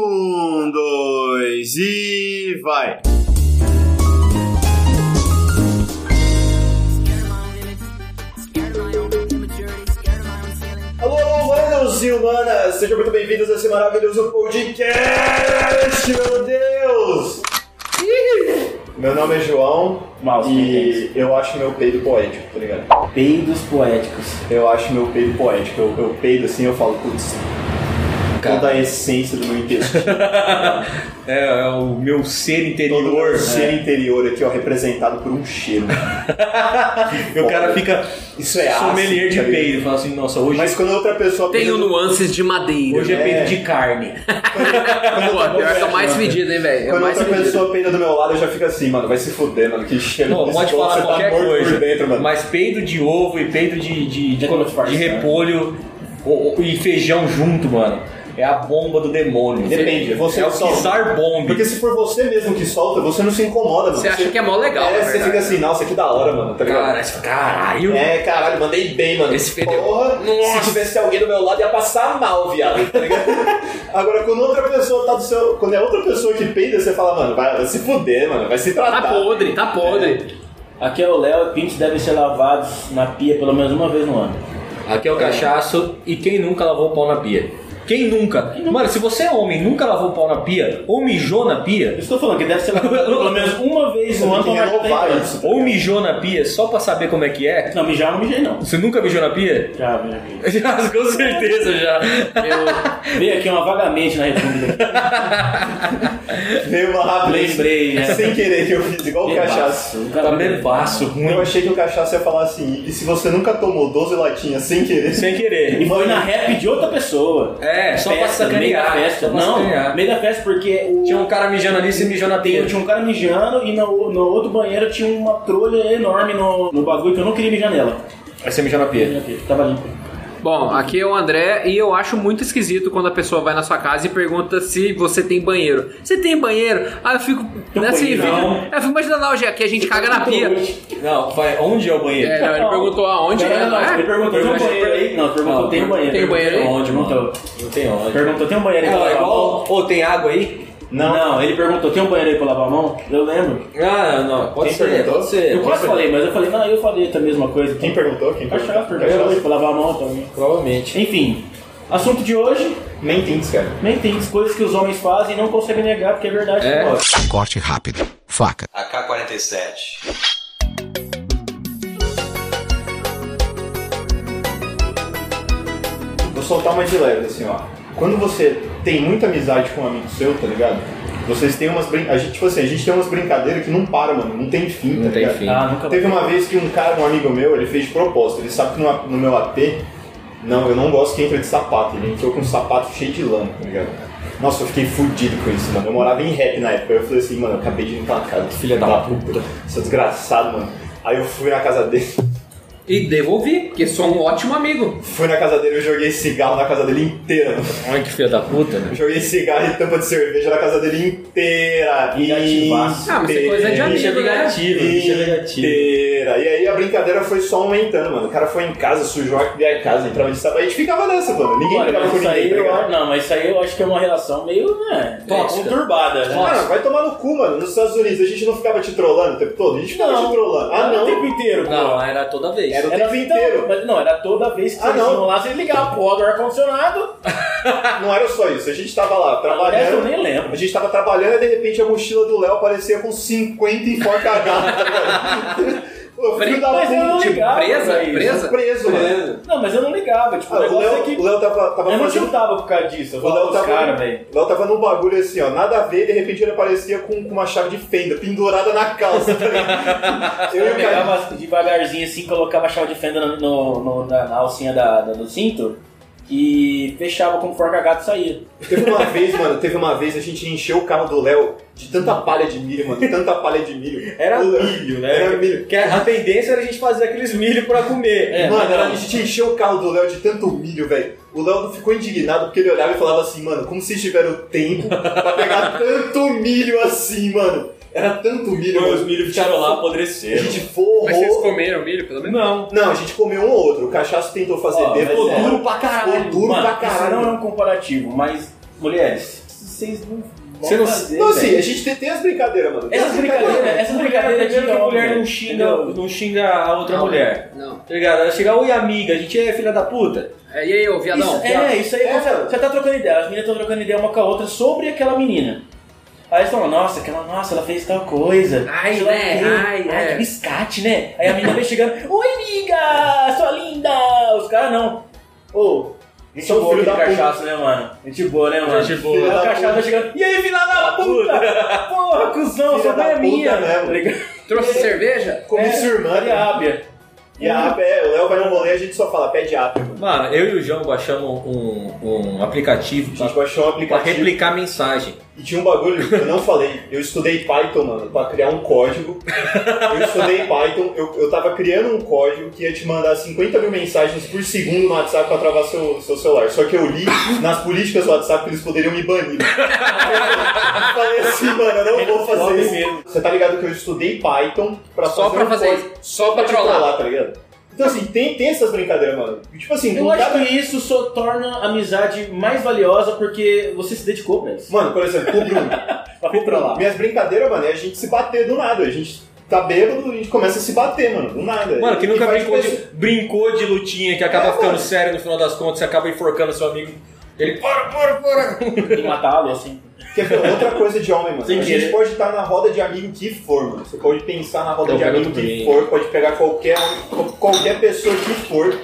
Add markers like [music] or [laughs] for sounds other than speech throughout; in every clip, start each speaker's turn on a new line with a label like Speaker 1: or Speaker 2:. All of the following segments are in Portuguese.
Speaker 1: Um, dois e vai!
Speaker 2: Alô, alô, humanos e humanas! Sejam muito bem-vindos a esse maravilhoso podcast, meu Deus! Meu nome é João
Speaker 3: Mouse,
Speaker 2: e eu acho meu peido poético, tá ligado?
Speaker 3: Peidos poéticos.
Speaker 2: Eu acho meu peido poético. Eu, eu peido assim, eu falo, putz, toda a essência do meu intestino,
Speaker 3: É, é o meu ser
Speaker 2: todo o
Speaker 3: interior. né?
Speaker 2: meu ser interior aqui, ó, representado por um
Speaker 3: [laughs]
Speaker 2: cheiro.
Speaker 3: E o cara fica
Speaker 2: Isso é ácido,
Speaker 3: sommelier de
Speaker 2: tá ligado?
Speaker 3: peido. Fala assim, nossa, hoje,
Speaker 2: Mas quando outra pessoa...
Speaker 4: Tenho
Speaker 2: apresenta-
Speaker 4: nuances de madeira.
Speaker 3: hoje é,
Speaker 2: é.
Speaker 3: peido de
Speaker 4: [laughs]
Speaker 3: carne.
Speaker 4: Pô, a pior que é o mais fedido, hein, velho? É o
Speaker 2: Quando
Speaker 4: mais
Speaker 2: outra
Speaker 4: fedido.
Speaker 2: pessoa peida do meu lado, eu já fico assim, mano, vai se fuder, mano, que cheiro.
Speaker 3: Não,
Speaker 2: desse
Speaker 3: pode
Speaker 2: bolo,
Speaker 3: falar
Speaker 2: você
Speaker 3: qualquer
Speaker 2: tá morto
Speaker 3: coisa.
Speaker 2: por dentro, mano.
Speaker 3: Mas peido de ovo e peido de, de, de,
Speaker 5: É quando faz,
Speaker 3: de
Speaker 5: né?
Speaker 3: repolho o- o- e feijão junto, mano. É a bomba do demônio.
Speaker 2: Depende, você
Speaker 3: é o
Speaker 2: solta.
Speaker 3: Kizar Bomb.
Speaker 2: Porque se for você mesmo que solta, você não se incomoda, mano.
Speaker 4: Você acha que é mó legal,
Speaker 2: É,
Speaker 4: na
Speaker 2: você
Speaker 4: verdade.
Speaker 2: fica assim, nossa, que da hora, mano, tá ligado?
Speaker 3: Cara, você fala, caralho.
Speaker 2: É, caralho, mandei bem, mano.
Speaker 4: Esse fedeu.
Speaker 2: Porra,
Speaker 4: Nossa.
Speaker 2: se tivesse alguém do meu lado, ia passar mal, viado, tá
Speaker 4: [laughs]
Speaker 2: ligado? Agora, quando outra pessoa tá do seu... Quando é outra pessoa que peida, você fala, mano, vai se fuder, mano, vai se tratar.
Speaker 4: Tá podre, tá podre.
Speaker 5: Aqui é o Léo e pintos devem ser lavados na pia pelo menos uma vez no ano.
Speaker 3: Aqui é o cachaço e quem nunca lavou o pau na pia? Quem nunca? Mano, se você é homem e nunca lavou o pau na pia, ou mijou na
Speaker 5: Eu
Speaker 3: pia,
Speaker 5: estou falando que deve ser
Speaker 2: [laughs]
Speaker 5: lavado pelo menos uma vez
Speaker 2: Você
Speaker 5: no ano
Speaker 2: tem que
Speaker 5: pra marcar
Speaker 2: é renovar
Speaker 5: tempo.
Speaker 2: isso. tá
Speaker 3: ou mijou na pia só pra saber como é que é,
Speaker 5: Não, mijar eu não mijei não.
Speaker 3: você nunca mijou na pia? [laughs]
Speaker 5: Já, já mijei.
Speaker 3: Já, com certeza já.
Speaker 5: Eu veio aqui uma vagamente na República.
Speaker 2: Veio uma rápida.
Speaker 5: Lembrei, né?
Speaker 2: Sem querer que eu fiz igual o cachaço.
Speaker 5: Bebaço. O cara bebaço.
Speaker 2: Eu achei que o cachaça ia falar assim, e se você nunca tomou 12 latinhas sem querer,
Speaker 3: Sem
Speaker 5: E
Speaker 3: querer.
Speaker 5: foi na rap de outra pessoa.
Speaker 3: É, só pra
Speaker 5: festa, no meio da
Speaker 3: sacanear.
Speaker 5: festa.
Speaker 3: só pra
Speaker 5: Não,
Speaker 3: sacanear.
Speaker 5: meio da festa porque o...
Speaker 3: Tinha um cara mijando ali, você mijou na
Speaker 5: Tem-
Speaker 3: pia.
Speaker 5: tinha um cara mijando e no, no outro banheiro tinha uma trolha enorme no, no bagulho que eu não queria mijar nela.
Speaker 3: Aí você mijou na pia.
Speaker 5: Tava limpo.
Speaker 4: Bom, aqui é o André e eu acho muito esquisito quando a pessoa vai na sua casa e pergunta se você tem banheiro. Você tem banheiro? Aí eu fico.
Speaker 5: Não
Speaker 4: né, assim,
Speaker 5: tem, não.
Speaker 4: fica- eu fico imaginando, não, já que a gente caga na pia.
Speaker 3: Não, vai, onde é o banheiro?
Speaker 4: É, não, ele perguntou aonde.
Speaker 5: Não, Então, não, não,
Speaker 4: né?
Speaker 5: ele perguntou, tem um banheiro aí? Não, perguntou, tem um banheiro.
Speaker 4: Tem um banheiro aí?
Speaker 5: Onde, mano?
Speaker 3: Não tem onde.
Speaker 5: Perguntou, tem um banheiro aí pra
Speaker 3: Não, é
Speaker 5: lavar a mão?
Speaker 3: igual. Ô, tem água aí?
Speaker 5: Não. não, ele perguntou, tem um banheiro aí pra lavar a mão? Eu lembro.
Speaker 3: Ah, não, pode
Speaker 2: Quem
Speaker 3: ser,
Speaker 2: perguntou?
Speaker 3: pode ser.
Speaker 5: Eu quase falei, mas eu falei, não, eu falei a mesma coisa.
Speaker 2: Quem perguntou? Quem perguntou?
Speaker 5: Cachaça, cachaça, pra lavar a mão também.
Speaker 3: Provavelmente.
Speaker 5: Enfim, assunto de hoje,
Speaker 2: Nem tintes, cara.
Speaker 5: nem tem coisas que os homens fazem e não conseguem negar, porque é verdade.
Speaker 4: É.
Speaker 5: pô.
Speaker 6: Corte rápido. Faca.
Speaker 7: AK-47.
Speaker 2: Vou soltar uma de leve, assim, ó. Quando você tem muita amizade com um amigo seu, tá ligado? Vocês têm umas brincadeiras. A gente, tipo assim, a gente tem umas brincadeiras que não param, mano. Não tem fim, tá
Speaker 3: Não tem
Speaker 2: ligado?
Speaker 3: fim.
Speaker 5: Ah, nunca
Speaker 2: Teve uma vez que um cara, um amigo meu, ele fez de propósito. Ele sabe que no, no meu AP, não, eu não gosto que entra de sapato. Ele entrou com um sapato cheio de lama, tá ligado? Nossa, eu fiquei fudido com isso, mano. Eu morava em rap na época. Eu falei assim, mano, eu acabei de entrar na casa. Filha da puta. Seu desgraçado, mano. Aí eu fui na casa dele. [laughs]
Speaker 4: E devolvi, porque sou um ótimo amigo.
Speaker 2: Fui na casa dele, eu joguei cigarro na casa dele inteira. mano.
Speaker 3: Olha que filha da puta,
Speaker 2: Eu
Speaker 3: né?
Speaker 2: joguei cigarro e tampa de cerveja na casa dele inteira.
Speaker 5: Negativaço.
Speaker 4: Ah, mas isso é coisa de amigo.
Speaker 3: Bicho é negativo, bicho é negativo.
Speaker 2: Inteira. E aí a brincadeira foi só aumentando, mano. O cara foi em casa, sujou a minha casa, entrava de sábado. A gente ficava nessa, mano. Ninguém
Speaker 5: Olha,
Speaker 2: brigava
Speaker 5: mas
Speaker 2: com
Speaker 5: isso aí
Speaker 2: ninguém, tá
Speaker 5: eu, né? acho-
Speaker 2: ligado?
Speaker 5: não, mas isso aí eu acho que é uma relação meio, né,
Speaker 3: Tóxica.
Speaker 5: conturbada, né?
Speaker 2: Mano, vai tomar no cu, mano. Nos Estados Unidos a gente não ficava te trollando o tempo todo? A gente ficava
Speaker 5: Não.
Speaker 2: te trollando. Ah,
Speaker 5: Era o
Speaker 2: não.
Speaker 5: tempo inteiro, pô.
Speaker 3: Não, era toda vez.
Speaker 2: Era o
Speaker 5: Era então,
Speaker 2: tempo inteiro.
Speaker 5: Mas, não, era toda vez que
Speaker 2: Ah,
Speaker 5: vocês
Speaker 2: não.
Speaker 5: iam lá, vocês ligavam pro do ar-condicionado.
Speaker 2: Não era só isso. A gente tava lá
Speaker 5: Aliás, Ah. eu
Speaker 2: trabalhando.
Speaker 5: nem lembro.
Speaker 2: A gente tava trabalhando e de repente a mochila do Léo aparecia com 50 enforcadados. tá ligado?
Speaker 5: [laughs]
Speaker 2: Ô, Filho da
Speaker 5: Mas é eu não
Speaker 2: puta. Tipo,
Speaker 5: ligava.
Speaker 4: presa,
Speaker 5: pra isso.
Speaker 4: presa.
Speaker 2: Preso, mano.
Speaker 5: Não, mas eu não ligava. Tipo,
Speaker 2: Ah,
Speaker 5: É. o
Speaker 2: o
Speaker 5: negócio é
Speaker 2: Léo,
Speaker 5: que.
Speaker 2: o Léo tava, tava
Speaker 5: Eu não
Speaker 2: fazendo.
Speaker 5: tiltava por causa disso. Eu
Speaker 2: O Léo
Speaker 5: falava
Speaker 2: tava,
Speaker 5: os caras, velho.
Speaker 2: o Léo tava num bagulho assim, ó, nada a ver, de repente ele aparecia com, com uma chave de fenda pendurada na calça. tá ligado?
Speaker 5: [laughs]
Speaker 2: eu e
Speaker 5: Eu
Speaker 2: o cara.
Speaker 5: pegava devagarzinho assim, colocava a chave de fenda no, no- no- na, na alcinha da, da- do cinto e fechava com forca gato e saía.
Speaker 2: Teve uma vez, mano, teve uma vez a gente encheu o carro do Léo de tanta palha de milho, mano, tanta palha de milho.
Speaker 3: Era
Speaker 2: O Léo-
Speaker 3: milho, né?
Speaker 2: Era milho.
Speaker 3: Que a tendência era a gente fazer aqueles milho pra comer.
Speaker 2: mano, era- a gente encheu o carro do Léo de tanto milho, velho. O Léo ficou indignado porque ele olhava e falava assim, mano, como vocês tiveram tempo pra pegar tanto milho assim, mano? Era tanto milho, mano.
Speaker 3: milho ficaram lá
Speaker 2: A
Speaker 3: apodreceram.
Speaker 2: gente forrou.
Speaker 4: Mas vocês comeram milho, pelo menos?
Speaker 3: Não.
Speaker 2: Não, a gente comeu um ou outro. O cachaço tentou fazer
Speaker 5: Ó,
Speaker 2: bebo.
Speaker 5: mas é.
Speaker 2: pra caralho. Ficou duro
Speaker 5: Mano,
Speaker 2: pra
Speaker 5: Isso é não
Speaker 2: caralho.
Speaker 5: é um comparativo, mas. Mulheres. vocês não vão
Speaker 3: Você não-
Speaker 5: fazer,
Speaker 2: Não, assim,
Speaker 5: velho.
Speaker 2: a gente tem, tem as brincadeiras, mano. Tem as
Speaker 5: Essas brincadeiras, essas brincadeiras de
Speaker 3: Primeiro é que a
Speaker 5: homem,
Speaker 3: mulher não xinga,
Speaker 5: entendeu?
Speaker 3: não xinga a outra mulher.
Speaker 4: Não.
Speaker 3: Tá ligado? Ela chega, oi amiga, a gente é filha da puta.
Speaker 4: É, e aí, ô viadão?
Speaker 5: Isso, é, isso aí
Speaker 2: É,
Speaker 5: você,
Speaker 2: mano.
Speaker 5: você tá trocando ideia, as meninas estão trocando ideia uma com a outra sobre aquela menina. Aí eles falam, nossa, aquela, nossa, ela fez tal coisa.
Speaker 4: Ai,
Speaker 5: sei lá o
Speaker 4: né,
Speaker 5: quê.
Speaker 4: ai,
Speaker 5: ai,
Speaker 4: é.
Speaker 5: que biscate, né? Aí a menina vem chegando, oi, amiga, sua linda. Os caras não. Ô, gente
Speaker 2: Sou
Speaker 5: boa
Speaker 2: filho
Speaker 5: aquele
Speaker 2: da puta.
Speaker 5: cachaço, né, mano? Gente boa, né, mano?
Speaker 3: Gente boa.
Speaker 5: Aí O cachaço vai tá chegando, e aí, filha
Speaker 2: Ah,
Speaker 5: da puta? Porra, cuzão,
Speaker 2: Filha
Speaker 5: sua
Speaker 2: da
Speaker 5: mãe é
Speaker 2: puta
Speaker 5: minha.
Speaker 2: mesmo.
Speaker 5: Tá ligado?
Speaker 4: Trouxe cerveja?
Speaker 2: Como
Speaker 5: É.
Speaker 2: sua irmã,
Speaker 5: E a Ábia.
Speaker 2: E a app é, o Léo vai no rolê e a gente só fala, pede app, mano.
Speaker 3: Mano, eu e o João baixamos um, um aplicativo
Speaker 5: Tá.
Speaker 2: A gente
Speaker 3: pra,
Speaker 2: baixou um
Speaker 3: pra
Speaker 2: aplicativo
Speaker 3: replicar mensagem.
Speaker 2: e tinha um bagulho que eu não falei. Eu estudei Python, mano, pra criar um código. Eu estudei Python, eu, eu tava criando um código que ia te mandar 50 mil mensagens por segundo no WhatsApp pra travar seu, seu celular. Só que eu li nas políticas do WhatsApp que eles poderiam me banir. Eu falei assim, mano, eu não vou fazer isso. Você tá ligado que eu estudei Python pra
Speaker 4: Só
Speaker 2: fazer
Speaker 4: pra
Speaker 2: um
Speaker 4: fazer
Speaker 2: código
Speaker 4: isso. Só pra
Speaker 2: te
Speaker 4: trollar.
Speaker 2: tá ligado? Então assim, tem, tem essas brincadeiras, mano. E, Tipo assim,
Speaker 5: Eu
Speaker 2: com
Speaker 5: acho
Speaker 2: cada-
Speaker 5: que isso só torna a amizade mais valiosa porque você se dedicou pra isso.
Speaker 2: Mano, por exemplo, com o Bruno.
Speaker 5: Pra vir pra lá.
Speaker 2: Minhas brincadeiras, mano, é a gente se bater do nada. A gente tá bêbado e a gente começa a se bater, mano, do nada.
Speaker 3: Mano, que
Speaker 2: E
Speaker 3: nunca
Speaker 2: faz tipo
Speaker 3: brincou de,
Speaker 2: diferença.
Speaker 3: brincou de lutinha, que acaba
Speaker 2: É,
Speaker 3: ficando
Speaker 2: mano.
Speaker 3: sério no final das contas, você acaba enforcando seu amigo. Ele, para, para, para.
Speaker 5: E matá-lo, assim.
Speaker 2: Quer ver outra coisa de homem, mano?
Speaker 5: Sem
Speaker 2: a gente
Speaker 3: é.
Speaker 5: querer.
Speaker 2: pode estar na roda de amigo que for, mano. Você pode pensar na roda
Speaker 3: Eu
Speaker 2: de
Speaker 3: pego
Speaker 2: amigo
Speaker 3: tudo
Speaker 2: que
Speaker 3: bem.
Speaker 2: for, pode pegar qualquer, um, qualquer pessoa que for.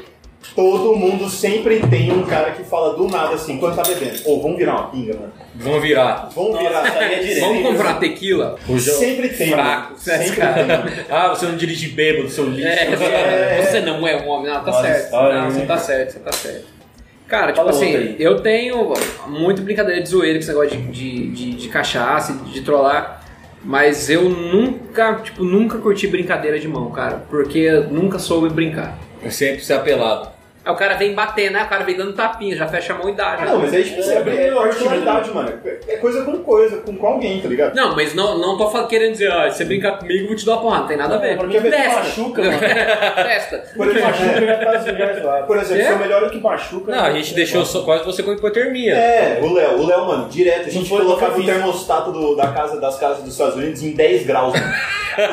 Speaker 2: Todo mundo sempre tem um cara que fala do nada assim, quando tá bebendo. Ou vamos virar uma pinga, mano.
Speaker 3: Vão virar.
Speaker 2: Vamos virar.
Speaker 5: Nossa, aí é direito.
Speaker 4: Vamos comprar tequila?
Speaker 3: O João-
Speaker 2: Sempre tem, né?
Speaker 4: Fraco,
Speaker 3: né,
Speaker 2: mano. Sempre tem. mano.
Speaker 3: [laughs] Ah, você não dirige bêbado, seu lixo.
Speaker 4: É, você,
Speaker 2: É, é.
Speaker 4: você não é um homem, não, tá
Speaker 5: Olha a
Speaker 4: certo.
Speaker 5: história,
Speaker 4: não,
Speaker 5: hein?
Speaker 4: você tá certo, você tá certo. Cara, tipo
Speaker 5: Fala
Speaker 4: assim,
Speaker 5: outra aí.
Speaker 4: eu tenho muito brincadeira de zoeira com esse negócio de, de, de, de cachaça, de, de trollar, mas eu nunca, tipo, nunca curti brincadeira de mão, cara, porque eu nunca soube brincar.
Speaker 3: Sempre se apelado.
Speaker 4: Aí o cara vem bater, né? O cara vem dando tapinha, já fecha a mão e dá. já.
Speaker 2: Não, mas aí tipo, você é, é particularidade, mano. É coisa com coisa, com, com alguém, tá ligado?
Speaker 4: Não, mas não, não tô fa- querendo dizer, ó, se você brincar comigo, eu vou te dar uma porrada, não tem nada a ver.
Speaker 5: Pra mim, é
Speaker 4: Festa.
Speaker 5: machuca, mano.
Speaker 4: [laughs] Festa.
Speaker 2: Por exemplo,
Speaker 3: É,
Speaker 2: é,
Speaker 5: Machuca já tá lugares lá.
Speaker 2: Por exemplo,
Speaker 4: É?
Speaker 2: seu melhor que
Speaker 5: Machuca. né?
Speaker 3: Não, a gente deixou só- quase você com hipotermia.
Speaker 2: É, o Léo, o Léo, mano, direto. A gente
Speaker 5: foi
Speaker 2: colocava
Speaker 5: nunca
Speaker 2: o
Speaker 5: fiz.
Speaker 2: termostato do- da casa, das casas dos Estados Unidos em 10 graus, mano.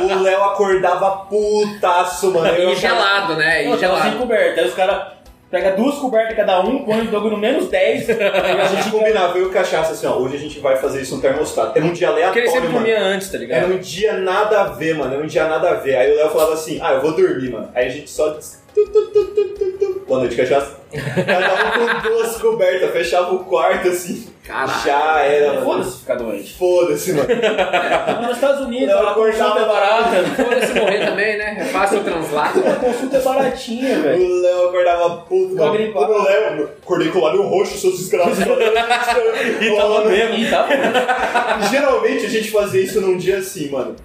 Speaker 2: o Léo acordava putaço, mano. Eu
Speaker 4: E
Speaker 2: achava-
Speaker 4: gelado, né?
Speaker 5: Não,
Speaker 4: E
Speaker 5: tava sem
Speaker 4: gelado.
Speaker 5: coberta. Aí os caras pegam duas cobertas cada um, põe o jogo no menos
Speaker 2: [laughs]
Speaker 5: 10. e
Speaker 2: A
Speaker 5: a
Speaker 2: gente
Speaker 5: gente
Speaker 2: combinava, eu e o Cachaça, assim, ó, hoje a gente vai fazer isso no termostato. Era um dia
Speaker 3: Porque ele sempre
Speaker 2: aleatório, mano.
Speaker 3: comia antes, tá ligado?
Speaker 2: Era um dia nada a ver, mano. Era um dia nada a ver. Aí o Léo falava assim, ah, eu vou dormir, mano. Aí a gente só... tu, tu, tu, tu, tu, tu. Boa noite, cachaça. Cada um com duas cobertas, fechava o quarto assim.
Speaker 4: Caralho.
Speaker 2: Já era, mano.
Speaker 5: Foda-se ficar
Speaker 2: [laughs]
Speaker 5: doente.
Speaker 2: Foda-se, mano.
Speaker 5: Não, Nos Estados Unidos,
Speaker 2: Não,
Speaker 5: a consulta
Speaker 2: acordava-
Speaker 5: é barata.
Speaker 4: Foda-se morrer também, né? É fácil o translato.
Speaker 5: [laughs] A consulta é baratinha, velho.
Speaker 2: O Léo acordava puto,
Speaker 5: Tava
Speaker 2: mano.
Speaker 5: gripado.
Speaker 2: O Léo, acordei com o lábio roxo, seus desgraçados. e
Speaker 5: E tá bom.
Speaker 2: Geralmente a gente fazia isso num dia assim, mano.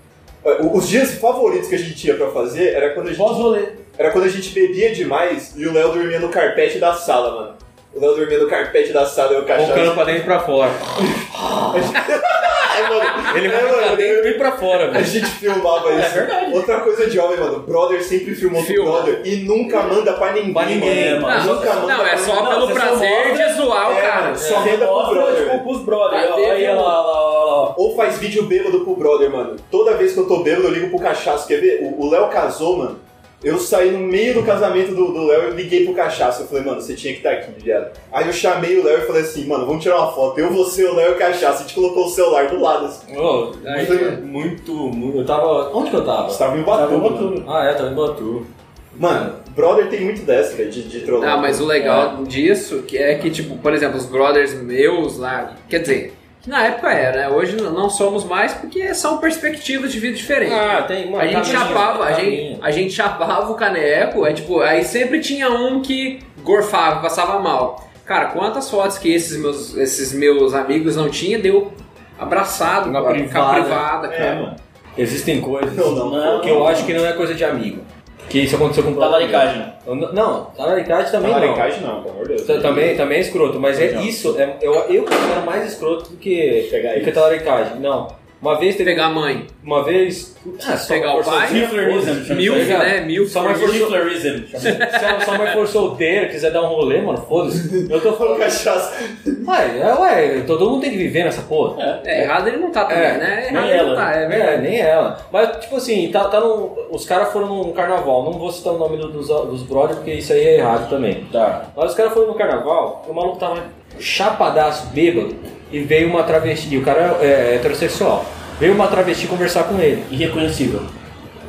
Speaker 2: O- Os dias favoritos que a gente ia pra fazer era quando a gente,
Speaker 5: Pós-rolê.
Speaker 2: era quando a gente bebia demais e o Léo dormia no carpete da sala, mano. O Léo dormia no carpete da sala e o
Speaker 3: Colocando
Speaker 2: cachaço.
Speaker 3: pra dentro e pra fora.
Speaker 2: [laughs] É, mano.
Speaker 3: Ele
Speaker 2: É,
Speaker 3: vai pra
Speaker 2: mano,
Speaker 3: dentro e pra fora,
Speaker 2: A
Speaker 3: velho.
Speaker 2: gente filmava isso. Outra coisa de homem, mano. Brother sempre filmou
Speaker 4: Filma.
Speaker 2: pro brother e nunca manda pra ninguém.
Speaker 5: Pra ninguém,
Speaker 2: mano.
Speaker 5: mano.
Speaker 2: Nunca
Speaker 4: Não,
Speaker 2: manda
Speaker 4: não, é
Speaker 2: pra
Speaker 4: só
Speaker 5: Não,
Speaker 4: pelo
Speaker 5: você só
Speaker 4: prazer
Speaker 5: mostra-
Speaker 4: de zoar o
Speaker 2: É,
Speaker 4: cara.
Speaker 2: mano, só manda pro
Speaker 5: Mostra,
Speaker 2: brother.
Speaker 5: tipo, pros brother.
Speaker 4: Aí teve
Speaker 5: Olha
Speaker 4: um-
Speaker 5: lá, olha lá, olha lá.
Speaker 2: Ou faz vídeo bêbado pro brother, mano. Toda vez que eu tô bêbado, eu ligo pro cachaço. Quer ver? O o Léo casou, mano. Eu saí no meio do casamento do do Léo e liguei pro cachaço. Eu falei, mano, você tinha que estar aqui, viado. Aí eu chamei o Léo e falei assim, mano, vamos tirar uma foto. Eu, você, o Léo e o cachaço. A gente colocou o celular do lado. Assim.
Speaker 3: Ô, aí, muito, muito. Eu tava. Onde que eu
Speaker 2: Você tá-
Speaker 3: tava?
Speaker 2: tava em Ubatuba,
Speaker 5: Tava em
Speaker 2: mano.
Speaker 3: Ah, é, tava em Batu.
Speaker 2: Mano, brother tem muito dessa, velho, de, de trollar.
Speaker 4: Ah, mas o legal disso que é que, tipo, por exemplo, os brothers meus lá, quer dizer, na época era, né? Hoje não somos mais porque é são perspectivas de vida diferentes.
Speaker 3: Ah, tem, mano.
Speaker 4: a gente
Speaker 3: caminho,
Speaker 4: chapava, a gente,
Speaker 3: caminho.
Speaker 4: a gente chapava o caneco, é tipo, aí sempre tinha um que gorfava, passava mal. Cara, quantas fotos que esses meus, esses meus amigos não tinham, deu abraçado
Speaker 3: Na
Speaker 4: com a- com a
Speaker 3: privada.
Speaker 4: privada, cara.
Speaker 2: É, mano.
Speaker 3: Existem coisas
Speaker 2: Não, não.
Speaker 5: Não,
Speaker 3: que eu acho que não é coisa de amigo. Porque isso aconteceu com
Speaker 5: Tá
Speaker 3: o
Speaker 5: Talaricagem.
Speaker 3: Eu não- Não, talaricagem também não.
Speaker 2: Talaricagem não, pelo amor de Deus.
Speaker 3: Tá- Também, também é escroto, mas é isso. é- eu, eu considero mais escroto do que,
Speaker 2: Pegar
Speaker 3: do que
Speaker 2: isso.
Speaker 3: talaricagem. Não. Uma vez teve.
Speaker 4: Pegar a mãe,
Speaker 3: Uma vez. Ah, só
Speaker 4: pegar
Speaker 3: uma
Speaker 4: o
Speaker 3: porção
Speaker 4: pai,
Speaker 3: de-
Speaker 5: Stiflerism.
Speaker 4: milf,
Speaker 3: Tá
Speaker 4: né?
Speaker 3: ligado?
Speaker 4: Milf,
Speaker 3: Só uma porção-
Speaker 5: Stiflerism. chama.
Speaker 3: Se ela só mãe for solteira, quiser dar um rolê, mano, foda-se. Eu tô falando.
Speaker 2: Cachaça.
Speaker 3: Ué, é, ué, todo mundo tem que viver nessa porra.
Speaker 4: É, errado ele não tá também,
Speaker 3: É,
Speaker 4: né?
Speaker 5: nem
Speaker 4: Errado ele não
Speaker 5: ela.
Speaker 4: tá, é
Speaker 3: É
Speaker 4: verdade.
Speaker 3: verdade, nem ela. Mas, tipo assim, tá, tá num- os caras foram num carnaval. Não vou citar o nome do- dos, dos brothers, porque isso aí é errado também.
Speaker 5: Tá.
Speaker 3: Mas os caras foram no carnaval, e o maluco tava chapadaço, bêbado, e veio uma travesti. E o cara é heterossexual. Veio uma travesti conversar com ele.
Speaker 5: Irreconhecível.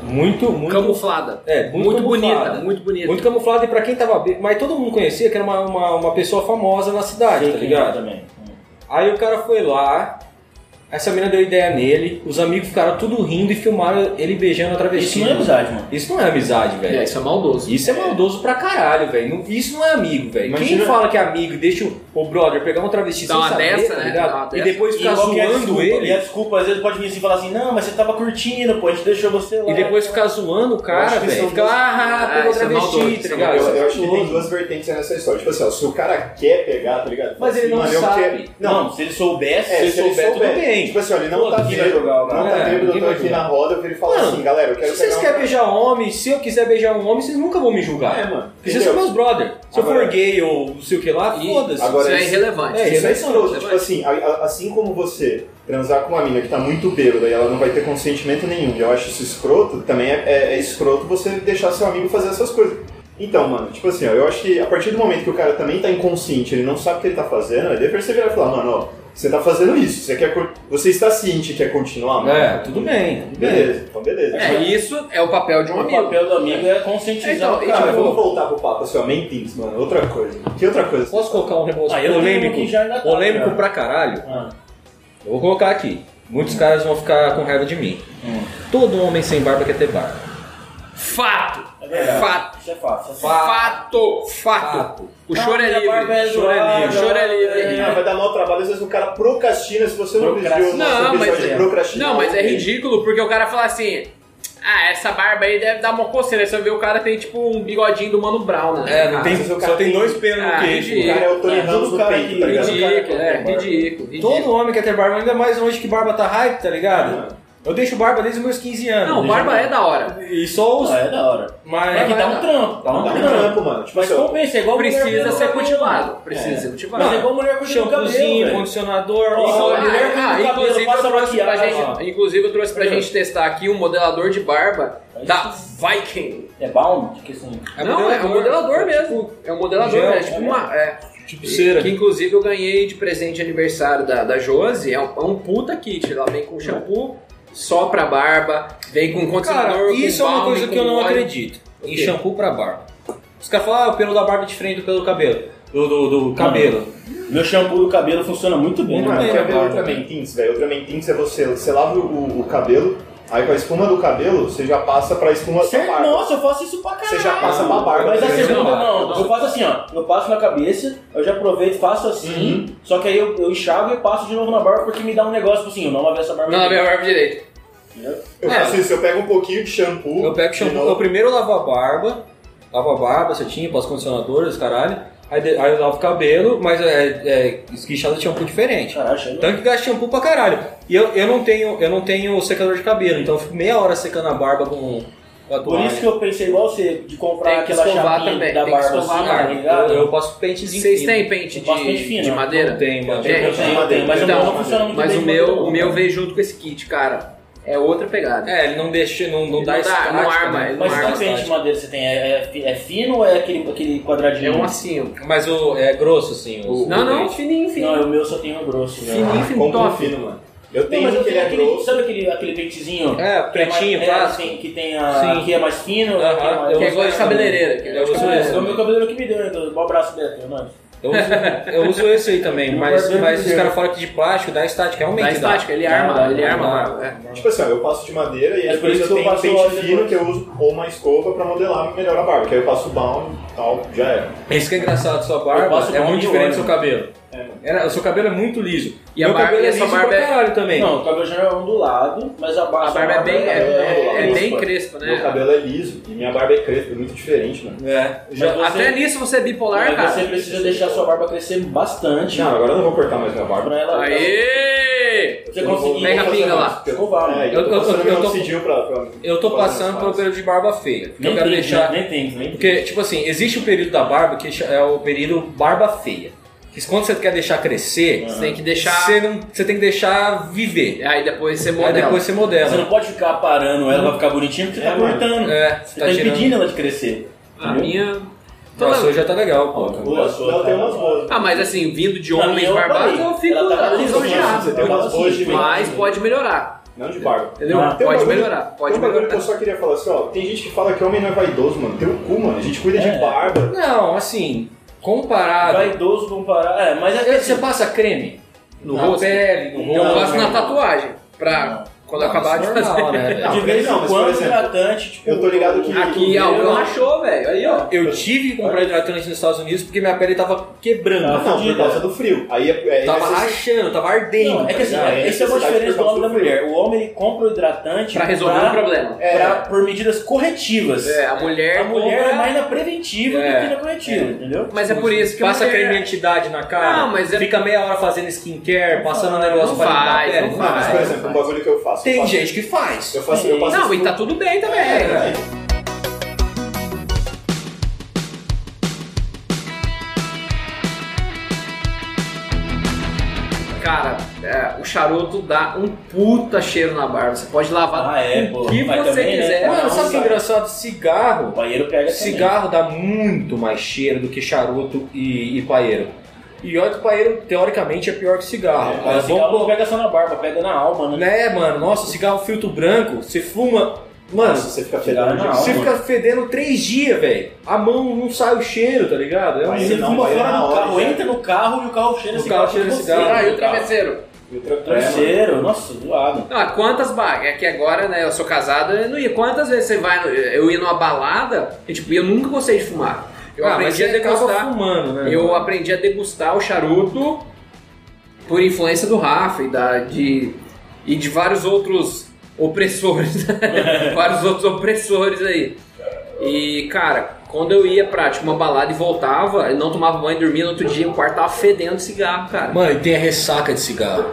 Speaker 3: Muito, muito.
Speaker 4: Camuflada.
Speaker 3: É, muito,
Speaker 4: muito
Speaker 3: camuflada.
Speaker 4: bonita, muito bonita.
Speaker 3: Muito camuflada e pra quem tava bêbado. Mas todo mundo conhecia que era uma, uma, uma pessoa famosa na cidade, tá ligado?
Speaker 5: Também.
Speaker 3: Aí o cara foi lá, essa menina deu ideia nele, os amigos ficaram tudo rindo e filmaram ele beijando a
Speaker 5: Isso
Speaker 3: travesti.
Speaker 5: não é amizade, mano.
Speaker 3: Isso não é amizade, velho.
Speaker 4: É, isso é maldoso.
Speaker 3: Isso é maldoso pra caralho, velho. Não- Isso não é amigo, velho. Quem
Speaker 2: Imagina-
Speaker 3: fala que é amigo e deixa o, o brother pegar um travesti
Speaker 4: Dá
Speaker 3: sem
Speaker 4: uma
Speaker 3: saber,
Speaker 4: dessa,
Speaker 3: tá
Speaker 4: né?
Speaker 3: ligado?
Speaker 4: Dá uma
Speaker 3: E
Speaker 4: dessa.
Speaker 3: depois ficar
Speaker 5: qual que é a
Speaker 3: zoando
Speaker 5: desculpa?
Speaker 3: ele.
Speaker 5: E a desculpa, às vezes, pode vir assim e falar assim, não, mas você tava curtindo, pô, a gente deixou você lá.
Speaker 3: E depois ficar zoando o cara,
Speaker 2: acho que
Speaker 3: velho.
Speaker 2: são
Speaker 3: Fica
Speaker 2: duas-
Speaker 3: lá, ah,
Speaker 4: Ah,
Speaker 3: pegou
Speaker 4: isso é maldoso,
Speaker 3: travesti,
Speaker 4: isso é
Speaker 3: tá
Speaker 2: Eu,
Speaker 3: ligado?
Speaker 2: eu acho que tem duas vertentes nessa história. Tipo assim, ó, se o cara quer pegar, tá ligado?
Speaker 3: Mas ele não
Speaker 2: Mano, eu
Speaker 3: sabe.
Speaker 2: quero- Não,
Speaker 5: Não, se ele soubesse,
Speaker 2: É,
Speaker 5: se ele
Speaker 2: se ele
Speaker 5: souber, tudo
Speaker 2: souber.
Speaker 5: bem.
Speaker 2: Tipo assim, olha, ele não
Speaker 5: Pô,
Speaker 2: tá
Speaker 5: ninguém vai
Speaker 2: bêbado,
Speaker 5: jogar o
Speaker 2: não
Speaker 3: cara.
Speaker 2: tá
Speaker 3: É,
Speaker 2: bêbado, eu
Speaker 3: ninguém
Speaker 2: tô
Speaker 3: vai
Speaker 2: aqui
Speaker 3: jogar.
Speaker 2: na roda, ele fala
Speaker 3: Mano,
Speaker 2: assim, galera, eu quero
Speaker 3: Se vocês
Speaker 2: pegar um-
Speaker 3: querem beijar homem, se eu quiser beijar um homem, vocês nunca vão me julgar.
Speaker 2: É, mano.
Speaker 3: Porque vocês são
Speaker 2: Entendeu?
Speaker 3: meus brother. Se eu for
Speaker 2: Agora-
Speaker 3: gay ou não sei o que lá,
Speaker 4: E-
Speaker 3: foda-se.
Speaker 2: Agora-
Speaker 4: isso é
Speaker 2: isso-
Speaker 4: irrelevante.
Speaker 3: É,
Speaker 2: Isso é
Speaker 4: irrelevante.
Speaker 2: escroto, tipo assim, a- a- assim como você transar com uma mina que tá muito bêbada e ela não vai ter consentimento nenhum, e eu acho isso escroto, também é, é- é escroto você deixar seu amigo fazer essas coisas. Então, mano, tipo assim, ó, eu acho que a partir do momento que o cara também tá inconsciente, ele não sabe o que ele tá fazendo, ele deve perceber e falar, mano, ó, você tá fazendo isso, você, quer, co- você está ciente que quer continuar, mano?
Speaker 3: É, tudo bem, tudo bem.
Speaker 2: Beleza, então beleza.
Speaker 4: É, isso é o papel de um
Speaker 5: O
Speaker 4: amigo.
Speaker 5: papel do amigo é conscientizar
Speaker 4: Então,
Speaker 5: o cara.
Speaker 4: e
Speaker 2: Cara,
Speaker 4: tipo,
Speaker 2: vamos voltar pro papo, assim, ó, mentins, mano, outra coisa. Que outra coisa?
Speaker 3: Posso colocar um negócio
Speaker 5: Ah, eu tenho um
Speaker 3: polêmico?
Speaker 5: que já ainda tá,
Speaker 3: polêmico
Speaker 5: cara.
Speaker 3: pra caralho?
Speaker 5: Ah.
Speaker 3: Eu vou colocar aqui. Muitos caras vão ficar com raiva de mim.
Speaker 2: Hum.
Speaker 3: Todo homem sem barba quer ter barba.
Speaker 4: Fato.
Speaker 5: É verdade.
Speaker 4: Fato.
Speaker 5: Isso é fato. Isso é fato.
Speaker 4: Fato. Fato.
Speaker 3: Fato.
Speaker 4: O choro é
Speaker 5: minha barba é
Speaker 4: livre. O choro é
Speaker 5: zoada.
Speaker 4: livre. O choro é livre.
Speaker 2: Ah, vai dar mau trabalho, às vezes o cara procrastina, se você não
Speaker 5: Procrastina.
Speaker 2: viu o nosso
Speaker 4: Não,
Speaker 2: episódio
Speaker 4: mas
Speaker 2: de
Speaker 4: é-
Speaker 2: procrastinar.
Speaker 4: Não, mas é ridículo, porque o cara fala assim. Ah, essa barba aí deve dar uma coceira. Aí Você vê o cara tem tipo um bigodinho do Mano Brown, né?
Speaker 3: É, não tem,
Speaker 2: mas Ah, o cara
Speaker 3: só tem
Speaker 2: tem-
Speaker 3: dois pelos
Speaker 4: Ah,
Speaker 3: no queixo.
Speaker 2: O
Speaker 4: entendi.
Speaker 2: cara é o Tony
Speaker 5: É,
Speaker 2: Ramos
Speaker 5: todo
Speaker 2: no
Speaker 5: cara
Speaker 2: peito,
Speaker 5: que-
Speaker 2: tá ligado? O cara
Speaker 3: né?
Speaker 4: Ridículo, é,
Speaker 2: que-
Speaker 4: ridículo,
Speaker 3: Todo
Speaker 4: ridículo.
Speaker 3: homem quer ter barba, ainda mais hoje que barba tá hype, tá
Speaker 2: Hum.
Speaker 3: ligado? Eu deixo barba desde os meus 15 anos.
Speaker 4: Não, barba é da hora.
Speaker 3: E só os.
Speaker 5: Ah, é da hora.
Speaker 3: Mas.
Speaker 5: É que dá um trampo.
Speaker 2: Dá um trampo, mano. Tipo
Speaker 5: Mas
Speaker 2: assim, ó,
Speaker 5: compensa, é igual mulher
Speaker 4: Precisa
Speaker 5: pelo
Speaker 4: ser
Speaker 5: cabelo,
Speaker 4: cultivado.
Speaker 5: mano.
Speaker 4: Precisa ser
Speaker 5: É.
Speaker 4: cultivado.
Speaker 5: Mas é igual mulher com o cabelo,
Speaker 3: Shampoozinho,
Speaker 5: velho.
Speaker 3: condicionador.
Speaker 5: Ó,
Speaker 3: ó,
Speaker 5: ó,
Speaker 3: ó.
Speaker 5: mulher com
Speaker 4: Ah,
Speaker 5: cabelo,
Speaker 4: inclusive, eu
Speaker 5: passa
Speaker 4: trouxe pra
Speaker 5: maquiagem,
Speaker 4: gente-
Speaker 5: ó.
Speaker 4: inclusive eu trouxe pra gente testar aqui um modelador de barba da Viking.
Speaker 5: É balm? Que assim...
Speaker 3: É
Speaker 4: não, é um
Speaker 3: modelador.
Speaker 4: modelador mesmo. é um modelador,
Speaker 3: gel,
Speaker 4: é tipo
Speaker 5: né?
Speaker 4: uma. É.
Speaker 3: Tipo
Speaker 4: Que,
Speaker 3: cera.
Speaker 4: que, inclusive eu ganhei de presente de aniversário da, da Josi. É um, é um puta kit. Ela vem com shampoo só pra barba, vem com
Speaker 3: Cara,
Speaker 4: condicionador.
Speaker 3: isso é
Speaker 4: Um com
Speaker 3: uma
Speaker 4: balm,
Speaker 3: coisa
Speaker 4: com
Speaker 3: que eu não
Speaker 4: óleo.
Speaker 3: acredito. Em
Speaker 4: quê?
Speaker 3: shampoo pra barba. Os caras falam, ah, o pelo da barba é diferente do pelo do cabelo. Do, do, do cabelo.
Speaker 5: Meu shampoo do cabelo funciona muito bem.
Speaker 3: Muito
Speaker 5: né,
Speaker 2: Mano,
Speaker 3: bem,
Speaker 5: mano?
Speaker 2: é, quer ver
Speaker 3: barba,
Speaker 2: outra
Speaker 3: né?
Speaker 2: mentins, velho? Outra mentins é você, você lava o, o cabelo, aí com a espuma do cabelo, você já passa pra espuma da
Speaker 5: Sério?
Speaker 2: barba.
Speaker 5: Nossa, eu faço isso pra caralho.
Speaker 2: Você já passa pra barba. né?
Speaker 5: Mas a
Speaker 2: também.
Speaker 5: segunda não,
Speaker 4: não.
Speaker 5: eu faço assim, ó. Eu passo na cabeça, eu já aproveito, faço assim,
Speaker 4: Uhum.
Speaker 5: só que aí eu, eu enxago e passo de novo na barba porque me dá um negócio tipo assim, eu não lavei essa barba.
Speaker 4: Não, é na
Speaker 5: aqui.
Speaker 4: minha barba direito.
Speaker 5: Entendeu?
Speaker 2: Eu faço isso, eu pego um pouquinho de shampoo.
Speaker 3: Eu pego
Speaker 2: de
Speaker 3: shampoo,
Speaker 2: novo.
Speaker 3: eu primeiro lavo a barba, lavo a barba certinho, passo condicionador, os caralho. Aí, de- aí eu lavo o cabelo, mas é, é esguichado de shampoo diferente.
Speaker 5: Caralho, achei
Speaker 3: Tanto que gasta shampoo pra caralho. E eu, eu não tenho eu não tenho secador de cabelo, então eu fico meia hora secando a barba com, com a
Speaker 5: Por
Speaker 3: toalha.
Speaker 5: isso que eu pensei igual você, de comprar
Speaker 4: Tem que
Speaker 5: aquela
Speaker 4: escovar
Speaker 5: chapinha
Speaker 4: também,
Speaker 5: da
Speaker 4: tem que
Speaker 5: barba
Speaker 4: escovar
Speaker 5: assim,
Speaker 4: a
Speaker 5: tá
Speaker 4: barba.
Speaker 5: ligado?
Speaker 3: eu, eu passo pentezinho.
Speaker 4: Vocês
Speaker 3: fino.
Speaker 4: têm pente
Speaker 5: Eu faço pente
Speaker 4: de,
Speaker 5: fino,
Speaker 4: de
Speaker 5: não.
Speaker 4: madeira? É,
Speaker 3: Não tenho, mano.
Speaker 5: Eu
Speaker 4: Gente,
Speaker 5: tenho, eu tenho, mas
Speaker 4: então,
Speaker 5: o meu não funciona muito
Speaker 4: mas
Speaker 5: bem.
Speaker 4: o meu, o meu veio junto com esse kit, cara. É outra pegada.
Speaker 3: É, ele não deixa, não, não
Speaker 4: Ele
Speaker 3: dá
Speaker 4: não dá,
Speaker 3: estática,
Speaker 4: não arma,
Speaker 3: né?
Speaker 4: ele não
Speaker 5: Mas
Speaker 4: arma
Speaker 5: que pente de
Speaker 3: estática.
Speaker 5: madeira você tem? É, é fi- é fino ou é aquele, aquele quadradinho?
Speaker 4: É um assim.
Speaker 3: Mas o é grosso, assim. o-
Speaker 4: Não,
Speaker 3: o
Speaker 4: não,
Speaker 3: dente.
Speaker 4: fininho,
Speaker 5: Não, é
Speaker 4: fininho.
Speaker 5: o meu só tem o grosso. né?
Speaker 4: Fininho, fininho,
Speaker 2: Compro um
Speaker 4: top.
Speaker 2: fino, mano. Eu
Speaker 5: Não,
Speaker 2: tenho
Speaker 5: mas eu
Speaker 2: que ele
Speaker 5: tenho
Speaker 2: é
Speaker 5: aquele,
Speaker 2: grosso.
Speaker 5: sabe aquele, aquele pentezinho?
Speaker 3: É,
Speaker 5: Que mais-
Speaker 3: pretinho,
Speaker 5: é,
Speaker 3: clássico.
Speaker 5: assim, que tem a,
Speaker 3: Sim.
Speaker 5: que é mais fino,
Speaker 3: Aham,
Speaker 5: que é mais...
Speaker 3: eu
Speaker 4: Que
Speaker 3: uso
Speaker 4: é igual de
Speaker 3: esse também.
Speaker 4: cabeleireira. que é
Speaker 3: Eu
Speaker 4: igual de
Speaker 3: uso
Speaker 5: É,
Speaker 3: esse
Speaker 5: foi o
Speaker 4: cabeleireira.
Speaker 5: meu cabelo que me deu, né? Bom abraço, Beto. é nóis.
Speaker 3: Eu uso, eu uso esse aí também, mas, mas os caras falam que de plástico dá estática, realmente
Speaker 4: Dá
Speaker 3: dá.
Speaker 4: estática, ele
Speaker 5: Dá, dá,
Speaker 4: arma, ele
Speaker 5: dá,
Speaker 4: arma
Speaker 3: dá.
Speaker 4: a barba, é.
Speaker 2: Tipo assim, ó, eu passo de madeira e
Speaker 5: É
Speaker 2: às
Speaker 5: por isso
Speaker 2: vezes
Speaker 5: que eu
Speaker 2: eu tenho um
Speaker 5: passo
Speaker 2: pente
Speaker 5: óleo
Speaker 2: fino
Speaker 5: depois.
Speaker 2: que eu uso ou uma escova pra modelar e melhorar a barba. Que aí eu passo balm e tal, já era.
Speaker 3: Isso que é engraçado, sua
Speaker 5: Eu
Speaker 3: barba
Speaker 5: passo
Speaker 3: é
Speaker 5: bom
Speaker 3: muito
Speaker 5: de
Speaker 3: diferente do
Speaker 5: óleo.
Speaker 3: seu cabelo. Era- o seu cabelo é muito liso.
Speaker 4: E a
Speaker 3: Meu
Speaker 4: barba-
Speaker 3: cabelo
Speaker 4: e
Speaker 3: é
Speaker 4: a sua
Speaker 3: liso
Speaker 4: barba
Speaker 3: pra
Speaker 4: é-
Speaker 3: caralho também.
Speaker 5: Não, o cabelo já é ondulado, mas a barba... um
Speaker 4: A barba é bem, é,
Speaker 3: né?
Speaker 4: é- é bem
Speaker 2: Crespa.
Speaker 4: crespa, né?
Speaker 2: Meu cabelo é liso e minha barba é crespa, é muito diferente, mano.
Speaker 3: É, já-
Speaker 5: Mas você-
Speaker 4: Até nisso você é bipolar,
Speaker 5: Mas
Speaker 4: cara.
Speaker 5: Você precisa deixar a sua barba crescer bastante
Speaker 2: né? Não, agora eu não vou cortar mais minha barba.
Speaker 5: pra ela...
Speaker 4: Aê!
Speaker 2: Eu
Speaker 5: Você conseguiu.
Speaker 4: Pega a pinga lá.
Speaker 5: Ficou válido.
Speaker 2: É,
Speaker 3: Eu-
Speaker 2: eu tô
Speaker 3: eu-
Speaker 2: passando
Speaker 3: eu- eu
Speaker 2: meu
Speaker 3: tô-
Speaker 2: decidiu pra, pra-
Speaker 3: Eu tô
Speaker 2: pra-
Speaker 3: passando pelo período de barba feia. porque eu
Speaker 5: Nem
Speaker 3: quero
Speaker 5: tem,
Speaker 4: né?
Speaker 5: né,
Speaker 3: deixar.
Speaker 5: nem tem, nem tem.
Speaker 3: Porque, tipo assim, existe o período da barba que é o período barba feia. Que quando você quer deixar crescer,
Speaker 4: Você tem que deixar.
Speaker 3: você, não, você tem que deixar viver.
Speaker 4: Aí depois você
Speaker 3: Aí
Speaker 4: modela.
Speaker 3: depois você
Speaker 5: Você
Speaker 3: modela.
Speaker 5: não pode ficar parando ela pra ficar bonitinha porque você tá
Speaker 2: É, mano.
Speaker 5: cortando.
Speaker 3: É,
Speaker 5: Você
Speaker 3: tá
Speaker 5: tá
Speaker 3: tirando.
Speaker 5: impedindo ela de crescer.
Speaker 4: A minha.
Speaker 3: Nossa,
Speaker 4: Toda-
Speaker 3: hoje já tá legal, pô.
Speaker 2: Boa, sua, Não, tem umas boas.
Speaker 4: Ah, mas assim, vindo de
Speaker 5: Na minha
Speaker 4: homens
Speaker 5: eu
Speaker 4: barbados,
Speaker 5: falei.
Speaker 4: eu fico
Speaker 5: Ela tá
Speaker 4: lisonjeado.
Speaker 2: Tem umas boas de
Speaker 4: Mas pode melhorar,
Speaker 2: Não de barba.
Speaker 4: entendeu?
Speaker 5: Ah,
Speaker 2: Tem um
Speaker 4: pode
Speaker 2: bagulho-
Speaker 4: melhorar, pode
Speaker 2: tem um bagulho
Speaker 4: melhorar.
Speaker 2: que eu só queria falar assim, ó. Tem gente que fala que homem não é vaidoso, mano. Tem o cu, mano. A gente cuida de
Speaker 5: É.
Speaker 2: barba.
Speaker 3: Não, assim, comparado.
Speaker 5: Vaidoso comparar. É, mas é
Speaker 3: Você passa creme
Speaker 4: No
Speaker 3: na
Speaker 4: rosto?
Speaker 3: pele, no rosto.
Speaker 4: então Eu passo na
Speaker 5: não.
Speaker 4: tatuagem,
Speaker 5: Não.
Speaker 4: pra quando
Speaker 3: Não,
Speaker 4: acabar de
Speaker 3: isso é normal,
Speaker 4: fazer.
Speaker 3: né, velho?
Speaker 2: Não,
Speaker 5: de vez
Speaker 2: não,
Speaker 5: em
Speaker 2: mas, por
Speaker 5: quando é
Speaker 2: exemplo,
Speaker 5: hidratante, tipo.
Speaker 2: eu tô ligado que-
Speaker 4: Aqui, ó,
Speaker 5: eu
Speaker 4: o achou, velho. Aí, ó.
Speaker 3: [laughs] Eu tive que comprar hidratante nos Estados Unidos porque minha pele tava quebrando.
Speaker 5: Ah,
Speaker 2: Não, por
Speaker 5: fudido,
Speaker 2: causa
Speaker 5: é.
Speaker 2: do frio. Aí é... é
Speaker 3: tava
Speaker 2: necessário-
Speaker 3: rachando, tava ardendo. tá
Speaker 5: Não, é que assim,
Speaker 2: Não, é
Speaker 5: essa é uma
Speaker 2: necessidade
Speaker 5: diferença
Speaker 2: por
Speaker 5: do
Speaker 2: causa
Speaker 5: homem da
Speaker 2: do frio.
Speaker 5: mulher. O homem ele compra o hidratante
Speaker 4: Pra resolver
Speaker 5: pra-
Speaker 4: um problema.
Speaker 2: É.
Speaker 5: pra- por medidas corretivas.
Speaker 4: É, a mulher.
Speaker 5: A mulher
Speaker 4: compra-
Speaker 5: é mais na preventiva
Speaker 3: É.
Speaker 5: do que na corretiva, entendeu?
Speaker 4: Mas é por isso que a
Speaker 3: Passa
Speaker 4: mulher-
Speaker 3: creme anti-idade na cara,
Speaker 4: Não, mas é-
Speaker 3: fica meia hora fazendo skincare, passando um negócio
Speaker 4: Não
Speaker 3: pra limpar a
Speaker 4: faz,
Speaker 3: pele.
Speaker 4: não
Speaker 2: Não, mas, por
Speaker 4: Vai,
Speaker 2: exemplo, um
Speaker 4: vai.
Speaker 2: bagulho que eu faço. eu
Speaker 3: Ah, é. Tem
Speaker 2: faço-
Speaker 3: gente que faz.
Speaker 2: Eu faço... Eu faço
Speaker 4: Não, e
Speaker 2: isso
Speaker 4: tá tudo bem também,
Speaker 5: É,
Speaker 3: É,
Speaker 4: velho. Cara, é, o charuto dá um puta cheiro na barba. Você pode lavar
Speaker 5: Ah, é,
Speaker 4: o
Speaker 5: pô.
Speaker 4: que
Speaker 5: Mas
Speaker 4: você
Speaker 5: também, né?
Speaker 4: quiser.
Speaker 5: Não, É,
Speaker 3: Mano, sabe o que é
Speaker 5: sai.
Speaker 3: engraçado? Cigarro.
Speaker 5: O banheiro pega também.
Speaker 3: Cigarro dá muito mais cheiro do que charuto e, e paeiro. E olha que paeiro, teoricamente, é pior que cigarro.
Speaker 5: É,
Speaker 3: Mas
Speaker 5: mas cigarro
Speaker 3: vamos-
Speaker 5: não pega só na barba, pega na alma, né?
Speaker 3: Né, mano? Nossa, cigarro filtro branco, você fuma. Mano,
Speaker 2: Nossa, você fica
Speaker 5: Cigarro
Speaker 2: fedendo
Speaker 5: na
Speaker 2: de
Speaker 5: alma.
Speaker 3: você fica fedendo três dias, velho. A mão não sai o cheiro, tá ligado? É um
Speaker 2: Aí
Speaker 5: Você
Speaker 2: não,
Speaker 5: fuma
Speaker 2: mas é
Speaker 5: fora
Speaker 2: na
Speaker 5: do
Speaker 2: hora,
Speaker 5: carro,
Speaker 2: já.
Speaker 5: entra no carro e o carro cheira
Speaker 3: O
Speaker 5: cigarro.
Speaker 3: carro cheira
Speaker 5: de você,
Speaker 3: cigarro.
Speaker 5: né,
Speaker 4: Ah, e o
Speaker 5: cara?
Speaker 4: travesseiro?
Speaker 2: E o tra- é, mano.
Speaker 5: Travesseiro, nossa, zoado.
Speaker 4: Ah, quantas bagas? É que agora, né, eu sou casado, eu não ia. Quantas vezes você vai, no- eu ia numa balada, e tipo, eu nunca gostei de fumar. Eu
Speaker 3: ah, mas
Speaker 4: aprendi a
Speaker 3: ele acaba
Speaker 4: degustar.
Speaker 3: fumando, né?
Speaker 4: Eu aprendi a degustar o charuto por influência do Rafa e, da, de, e de vários outros opressores. [laughs] vários outros opressores aí. E, cara, quando eu ia pra tipo, uma balada e voltava, eu não tomava banho, dormia no outro dia, o quarto tava fedendo de cigarro, cara.
Speaker 3: Mano, e tem a ressaca de cigarro.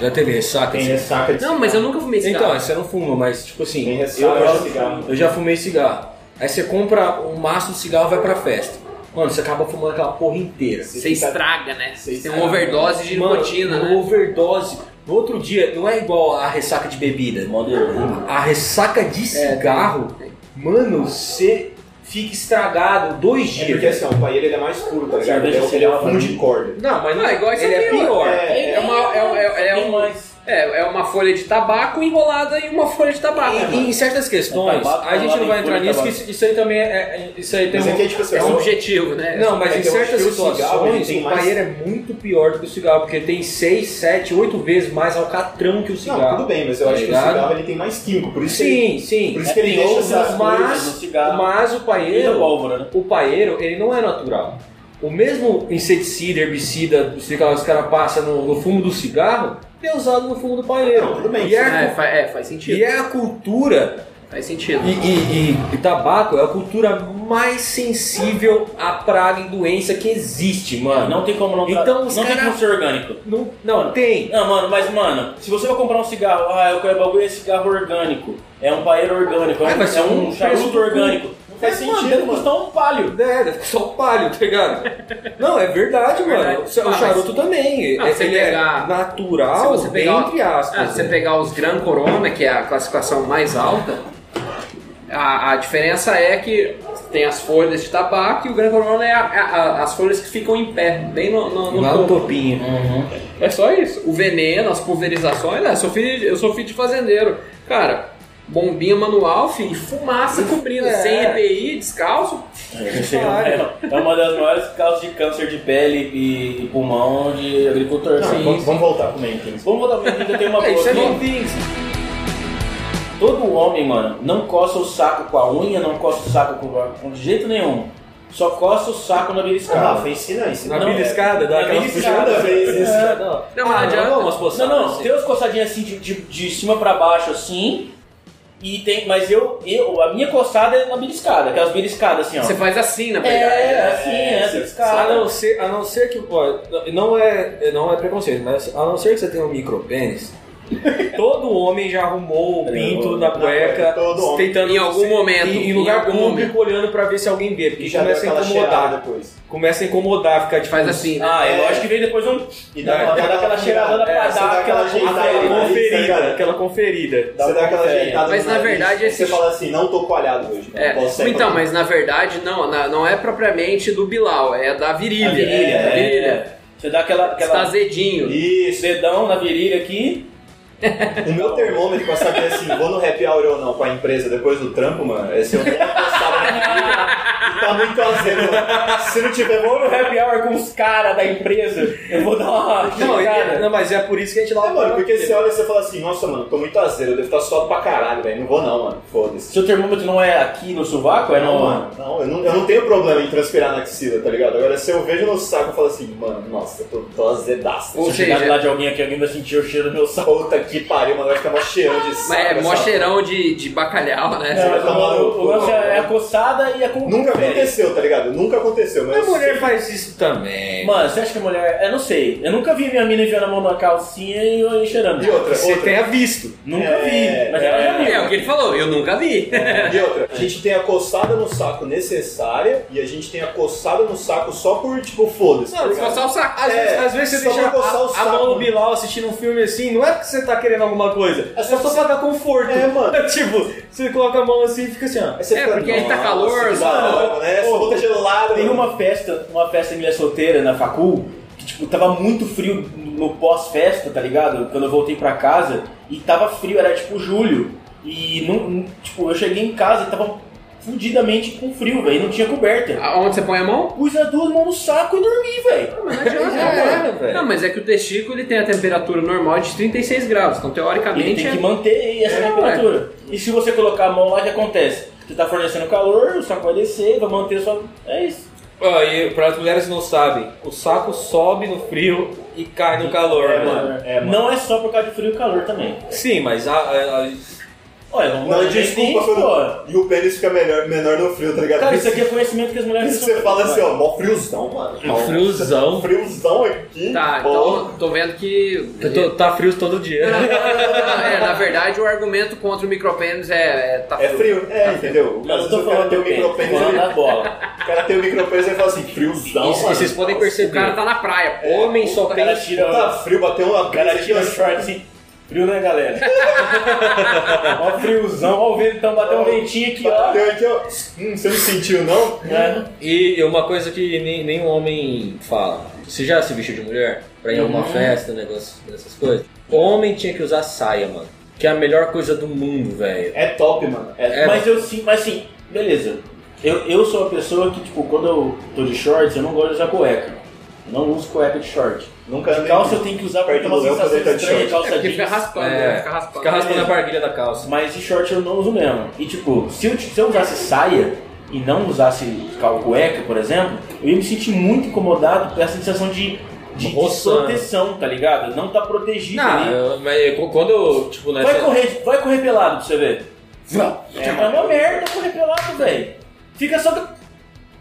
Speaker 3: Já teve ressaca
Speaker 2: Tem
Speaker 3: de
Speaker 2: ressaca de
Speaker 4: Não, mas eu nunca fumei cigarro.
Speaker 3: Então, você não fuma, mas tipo assim,
Speaker 2: Tem
Speaker 3: eu,
Speaker 2: ressaca
Speaker 3: já-
Speaker 2: de cigarro.
Speaker 3: eu já fumei cigarro. Aí você compra um maço de cigarro e vai pra festa. Mano, você acaba fumando aquela porra inteira.
Speaker 4: você estraga, né?
Speaker 2: Você
Speaker 4: Você tem uma
Speaker 2: estraga.
Speaker 4: overdose de nicotina,
Speaker 3: Mano,
Speaker 4: né?
Speaker 3: Overdose. No outro dia, não é igual a ressaca de bebida.
Speaker 5: Moderno.
Speaker 3: A ressaca
Speaker 4: É,
Speaker 3: de cigarro, mano, você fica estragado dois
Speaker 2: É
Speaker 3: dias.
Speaker 2: porque assim, ó, o paeiro ele é mais puro, tá ligado? Ele é, ele é um fumo de corda.
Speaker 3: Não, mas
Speaker 4: Não, é igual isso
Speaker 3: ele é
Speaker 4: aqui, ó.
Speaker 3: pior.
Speaker 2: É,
Speaker 4: É uma, é, um- é, é
Speaker 5: Tem
Speaker 4: um-
Speaker 5: mais.
Speaker 4: é- é uma folha de tabaco enrolada em uma folha de tabaco.
Speaker 3: E- e em certas
Speaker 5: É
Speaker 3: questões,
Speaker 5: tabaco,
Speaker 3: a gente não vai
Speaker 5: tabaco,
Speaker 3: entrar nisso,
Speaker 5: tabaco.
Speaker 3: que isso, isso aí também é. é- Isso aí tem
Speaker 2: Mas
Speaker 3: um-
Speaker 2: é que é tipo assim,
Speaker 4: É
Speaker 2: ó,
Speaker 4: subjetivo, né?
Speaker 3: Não, mas
Speaker 2: É
Speaker 3: em
Speaker 2: que eu
Speaker 3: certas
Speaker 2: acho que o cigarro,
Speaker 3: situações,
Speaker 2: ele tem
Speaker 3: o
Speaker 2: mais-
Speaker 3: paeiro é muito pior do que o cigarro, porque tem 6, 7, 8 vezes mais alcatrão que o cigarro.
Speaker 2: Não, tudo bem, mas eu
Speaker 3: tá
Speaker 2: acho que o
Speaker 3: ligado?
Speaker 2: cigarro ele tem mais químico, por isso que ele-
Speaker 3: Sim, sim.
Speaker 2: por isso que tá- ele
Speaker 5: É, tem
Speaker 2: deixa
Speaker 5: outros
Speaker 2: essas
Speaker 5: coisas
Speaker 3: mas,
Speaker 5: no cigarro.
Speaker 3: mas o
Speaker 5: E da
Speaker 3: paeiro,
Speaker 5: pólvora, né?
Speaker 3: o paeiro, ele não é natural. O mesmo inseticida, herbicida, sei lá, os caras passam no, no fumo do cigarro, é usado no fumo do paeiro.
Speaker 2: Não, tudo bem,
Speaker 3: E é, a
Speaker 4: É,
Speaker 5: né?
Speaker 3: cu-
Speaker 4: fa- é, faz sentido.
Speaker 3: e é a cultura
Speaker 4: Faz sentido.
Speaker 3: E, e- e- e tabaco é a cultura mais sensível à praga e doença que existe, mano.
Speaker 5: Não tem como não tra-
Speaker 3: Então os
Speaker 5: Não tem
Speaker 3: cara-
Speaker 5: como ser orgânico.
Speaker 3: Não, não, tem. Né?
Speaker 5: Não, mano, mas mano, se você vai comprar um cigarro, ah, eu quero bagulho é cigarro orgânico, é um paeiro orgânico,
Speaker 3: Ah,
Speaker 5: é um,
Speaker 3: mas
Speaker 5: é
Speaker 3: um
Speaker 5: um
Speaker 3: preço do
Speaker 5: charuto orgânico. Não faz
Speaker 2: É,
Speaker 5: sentido,
Speaker 2: mano,
Speaker 5: deve
Speaker 2: mano.
Speaker 5: custar um palho.
Speaker 3: É, deve ficar só o palho, tá ligado? Não, é verdade,
Speaker 4: Verdade.
Speaker 3: mano. O cha-
Speaker 4: Ah,
Speaker 3: O
Speaker 4: mas-
Speaker 3: charuto também.
Speaker 4: Ah,
Speaker 3: é,
Speaker 4: você
Speaker 3: ele é
Speaker 4: pegar-
Speaker 3: natural, entre aspas.
Speaker 4: ah, se você
Speaker 3: né?
Speaker 4: pegar os Gran Corona, que é a classificação mais alta, a, a diferença é que tem as folhas de tabaco e o Gran Corona é a- a- a- as folhas que ficam em pé, bem no, no, no
Speaker 3: Lá no
Speaker 4: topo.
Speaker 3: um topinho.
Speaker 4: É só isso. O veneno, as pulverizações, né? Eu sou filho, eu sou filho de fazendeiro. Cara, bombinha manual, filho, fumaça cobrindo,
Speaker 3: É.
Speaker 4: sem EPI, descalço.
Speaker 5: [laughs] É uma das maiores causas de câncer de pele e, e pulmão de agricultor.
Speaker 2: Não,
Speaker 5: Sim.
Speaker 2: vamos, vamos voltar pro Mankins.
Speaker 5: Vamos voltar pra mim, eu tenho
Speaker 4: [laughs]
Speaker 5: uma
Speaker 3: É,
Speaker 5: boa
Speaker 3: isso é
Speaker 5: aqui.
Speaker 3: bom.
Speaker 5: Todo homem, mano, não coça o saco com a unha, não coça o saco com, com de jeito nenhum. Só coça o saco na
Speaker 2: Ah,
Speaker 5: beliscada.
Speaker 2: Rafa, ensina, ensina.
Speaker 3: Na
Speaker 5: Não,
Speaker 4: é-
Speaker 3: beliscada, dá
Speaker 5: na
Speaker 3: aquela
Speaker 5: beliscada,
Speaker 3: puxada.
Speaker 2: velho.
Speaker 3: É, não.
Speaker 4: Não, mas não adianta.
Speaker 3: dá umas
Speaker 5: Não,
Speaker 3: poçadas,
Speaker 5: não,
Speaker 3: assim.
Speaker 5: tem umas coçadinhas assim de, de, de cima pra baixo, assim. E tem, mas eu, eu, a minha coçada é na beliscada, aquelas beliscadas assim, ó.
Speaker 4: Você faz assim na
Speaker 5: é,
Speaker 4: pegada.
Speaker 5: assim, é,
Speaker 2: é,
Speaker 3: A
Speaker 5: beliscada.
Speaker 3: não ser, [laughs] a não ser que. Ó, não, é, não é preconceito, mas a não ser que você tenha um micropênis, Todo homem já arrumou o pinto na cueca,
Speaker 2: todo homem.
Speaker 3: tentando
Speaker 4: Em algum momento,
Speaker 3: em, em
Speaker 4: em
Speaker 3: lugar
Speaker 4: algum
Speaker 3: público, olhando pra ver se alguém vê, porque
Speaker 2: E já deu
Speaker 3: começa a
Speaker 2: aquela cheirada
Speaker 3: incomodar.
Speaker 2: depois.
Speaker 3: Começa a incomodar, fica tipo.
Speaker 4: Faz assim, né?
Speaker 5: Ah, é
Speaker 2: É.
Speaker 5: lógico que veio depois um.
Speaker 2: E
Speaker 3: dá-
Speaker 2: uma-
Speaker 5: dá [laughs] aquela cheirada pra
Speaker 2: É,
Speaker 5: dar
Speaker 2: você dá
Speaker 5: aquela né?
Speaker 2: ajeitada
Speaker 3: Aquela né?
Speaker 2: no nariz, tá
Speaker 3: conferida,
Speaker 2: ligado?
Speaker 3: aquela conferida.
Speaker 2: Você dá aquela ajeitada
Speaker 4: Mas,
Speaker 2: no
Speaker 4: na
Speaker 2: nariz,
Speaker 4: verdade, esse-
Speaker 2: Você fala assim, não tô coalhado hoje. não
Speaker 4: É,
Speaker 2: posso sair
Speaker 4: então,
Speaker 2: pra-
Speaker 4: mas na verdade não, na- não é propriamente do Bilal, é da virilha.
Speaker 5: A virilha,
Speaker 4: da
Speaker 5: é.
Speaker 4: virilha.
Speaker 5: Você dá aquela.
Speaker 4: Está
Speaker 5: aquela
Speaker 4: azedinho.
Speaker 5: isso, dedão na virilha aqui.
Speaker 2: O meu termômetro pra saber assim, vou no happy hour ou não com a empresa depois do trampo, mano, é se eu não passar na vida, tá muito azedo, mano. Se não tiver bom,
Speaker 5: No happy hour com os caras da empresa, eu vou dar uma.
Speaker 3: Não, e-
Speaker 5: cara.
Speaker 3: não, mas é por isso que a gente lá.
Speaker 2: É, mano, porque você olha e você fala assim, nossa, mano, tô muito azedo, eu devo estar suado pra caralho, velho. Não vou não, mano. Foda-se.
Speaker 5: Seu termômetro não é aqui no sovaco, é
Speaker 2: Não,
Speaker 5: no.
Speaker 2: mano, não eu, não, eu não tenho problema em transpirar na axila, tá ligado? Agora se eu vejo no saco, eu falo assim, mano, nossa, eu tô, tô azedaço.
Speaker 4: Ou
Speaker 5: Se eu chegar do
Speaker 4: seja-
Speaker 5: lado de alguém aqui, alguém vai sentir o cheiro do meu saco.
Speaker 2: Puta que pariu, mano, vai ficar mó cheirão de saco.
Speaker 4: Mas é mó
Speaker 2: sabe?
Speaker 4: cheirão de, de bacalhau, né?
Speaker 5: Não, mas o-
Speaker 2: É, tomar no
Speaker 5: Então, o- o
Speaker 2: cu,
Speaker 5: lance
Speaker 2: mano.
Speaker 5: é a coçada e a com.
Speaker 2: Nunca aconteceu, tá ligado? Nunca aconteceu, mas
Speaker 3: A
Speaker 2: eu
Speaker 3: mulher
Speaker 2: sei-
Speaker 3: faz isso também.
Speaker 5: Mano, você acha que a mulher. Eu não sei. Eu nunca vi minha mina enfiando a mão na calcinha e eu cheirando.
Speaker 2: E outra,
Speaker 3: Você
Speaker 2: outra.
Speaker 3: tenha visto.
Speaker 5: Nunca
Speaker 2: É,
Speaker 5: vi. Mas ela já viu.
Speaker 4: É o que ele falou, eu nunca vi.
Speaker 2: E outra, a gente tem a coçada no saco necessária e a gente tem a coçada no saco só por, tipo, foda-se. tá
Speaker 4: Não,
Speaker 2: ligado?
Speaker 4: só o saco.
Speaker 3: Às,
Speaker 2: É,
Speaker 3: vezes, às vezes você
Speaker 2: só
Speaker 3: deixa
Speaker 2: pra coçar o
Speaker 3: a, a
Speaker 2: saco,
Speaker 3: mão no
Speaker 2: mano.
Speaker 3: Bilal assistindo um filme assim, não é porque você tá querendo alguma coisa, é
Speaker 2: É só
Speaker 3: só pra dar conforto.
Speaker 2: É, mano.
Speaker 3: [laughs] tipo, você coloca a mão assim e fica assim, ó.
Speaker 2: Aí você
Speaker 4: É,
Speaker 2: fica,
Speaker 4: porque aí tá
Speaker 2: "Nossa,
Speaker 4: calor,
Speaker 2: que da hora, né? Essa
Speaker 5: Pô,
Speaker 2: puta gelada.
Speaker 5: Tem
Speaker 2: mano."
Speaker 5: uma festa, uma festa minha solteira na facul, que tipo, tava muito frio no pós-festa, tá ligado? Quando eu voltei pra casa, e tava frio, era tipo julho. E não, não- tipo, eu cheguei em casa e tava fudidamente com frio, velho, e não tinha coberta.
Speaker 4: Onde você põe a mão?
Speaker 5: Pus as duas mãos no saco e dormi, velho.
Speaker 4: Mas não adianta,
Speaker 3: É,
Speaker 5: né,
Speaker 3: velho.
Speaker 4: Não, mas é que o testículo ele tem a temperatura normal de 36 graus, então
Speaker 5: Ele
Speaker 4: teoricamente
Speaker 5: tem que
Speaker 4: é...
Speaker 5: manter essa
Speaker 4: É,
Speaker 5: temperatura. E se você colocar a mão lá, o que acontece? Você tá fornecendo calor, o saco vai descer, vai manter a sua. É isso.
Speaker 3: Ah, e para as mulheres que não sabem, o saco sobe no frio e cai no calor,
Speaker 5: É,
Speaker 3: mano.
Speaker 5: mano. Não é só por causa de frio e calor também.
Speaker 3: Sim, mas a, a- a-
Speaker 5: Olha, vamos
Speaker 2: Não,
Speaker 5: lá, tem
Speaker 2: desculpa,
Speaker 5: isso, pô.
Speaker 2: foi no... E o pênis fica melhor, menor no frio, tá ligado?
Speaker 5: Cara, isso aqui é conhecimento que as mulheres
Speaker 2: Você fala assim, ó, mó friozão, mano. Um
Speaker 3: friozão.
Speaker 2: friozão aqui.
Speaker 4: Tá,
Speaker 2: bom.
Speaker 4: então tô vendo que...
Speaker 3: Eu tô- tá frio todo dia.
Speaker 4: É, na verdade o argumento contra o micropênis é, é tá
Speaker 2: É frio, é, entendeu?
Speaker 5: Não,
Speaker 2: Às vezes
Speaker 5: não tô
Speaker 2: o cara
Speaker 5: falando
Speaker 2: tem o
Speaker 5: do pênis, tô
Speaker 2: micropênis,
Speaker 5: falando da
Speaker 2: ele-
Speaker 5: bola.
Speaker 2: o cara tem o micropênis e fala assim, friozão,
Speaker 3: Isso-
Speaker 2: mano.
Speaker 3: vocês podem
Speaker 4: O cara
Speaker 3: perceber.
Speaker 4: tá na praia. pô.
Speaker 3: Homem só
Speaker 5: É, O cara
Speaker 3: tem
Speaker 5: tira,
Speaker 2: Tá frio, bateu uma
Speaker 5: o cara
Speaker 2: brisa
Speaker 5: tira o
Speaker 2: aqui,
Speaker 5: short assim, frio
Speaker 2: [laughs]
Speaker 5: né galera? ó friozão, ó o ventão, bateu um ventinho aqui, ó.
Speaker 2: Bateu aqui, ó. Hum, você não sentiu, não?
Speaker 5: Né?
Speaker 3: E uma coisa que nem, nenhum homem fala. Você já se vestiu de mulher? Pra ir a
Speaker 2: Uhum.
Speaker 3: alguma festa, um negócio dessas coisas? Homem tinha que usar saia, mano. Que é a melhor coisa do mundo, velho.
Speaker 2: É top, mano. É
Speaker 3: É,
Speaker 5: Mas eu sim, mas sim, beleza. Eu, eu sou uma pessoa que, tipo, quando eu tô de shorts, eu não gosto de usar cueca. Eu não uso cueca de short.
Speaker 2: Nunca
Speaker 5: De
Speaker 2: andei
Speaker 5: calça
Speaker 2: de-
Speaker 5: eu tenho que usar
Speaker 2: Perto
Speaker 5: porque é uma
Speaker 2: do Léo
Speaker 5: sensação
Speaker 2: poder tá de
Speaker 5: estranha de
Speaker 2: short.
Speaker 5: calça
Speaker 4: Porque fica
Speaker 5: jeans.
Speaker 4: raspando,
Speaker 3: É.
Speaker 4: né? fica raspando.
Speaker 3: Fica raspando a barguilha da calça.
Speaker 5: Mas de short eu não uso mesmo. E tipo, se eu, se eu usasse saia e não usasse cal- cueca, por exemplo, eu ia me sentir muito incomodado com essa sensação de, de
Speaker 3: Roçando.
Speaker 5: proteção, tá ligado? Não tá protegido
Speaker 3: Não,
Speaker 5: ali.
Speaker 3: eu- mas eu- quando eu, tipo, nessa...
Speaker 5: Vai, correr, vai correr pelado pra você ver. É, é uma merda correr pelado, velho. Fica só.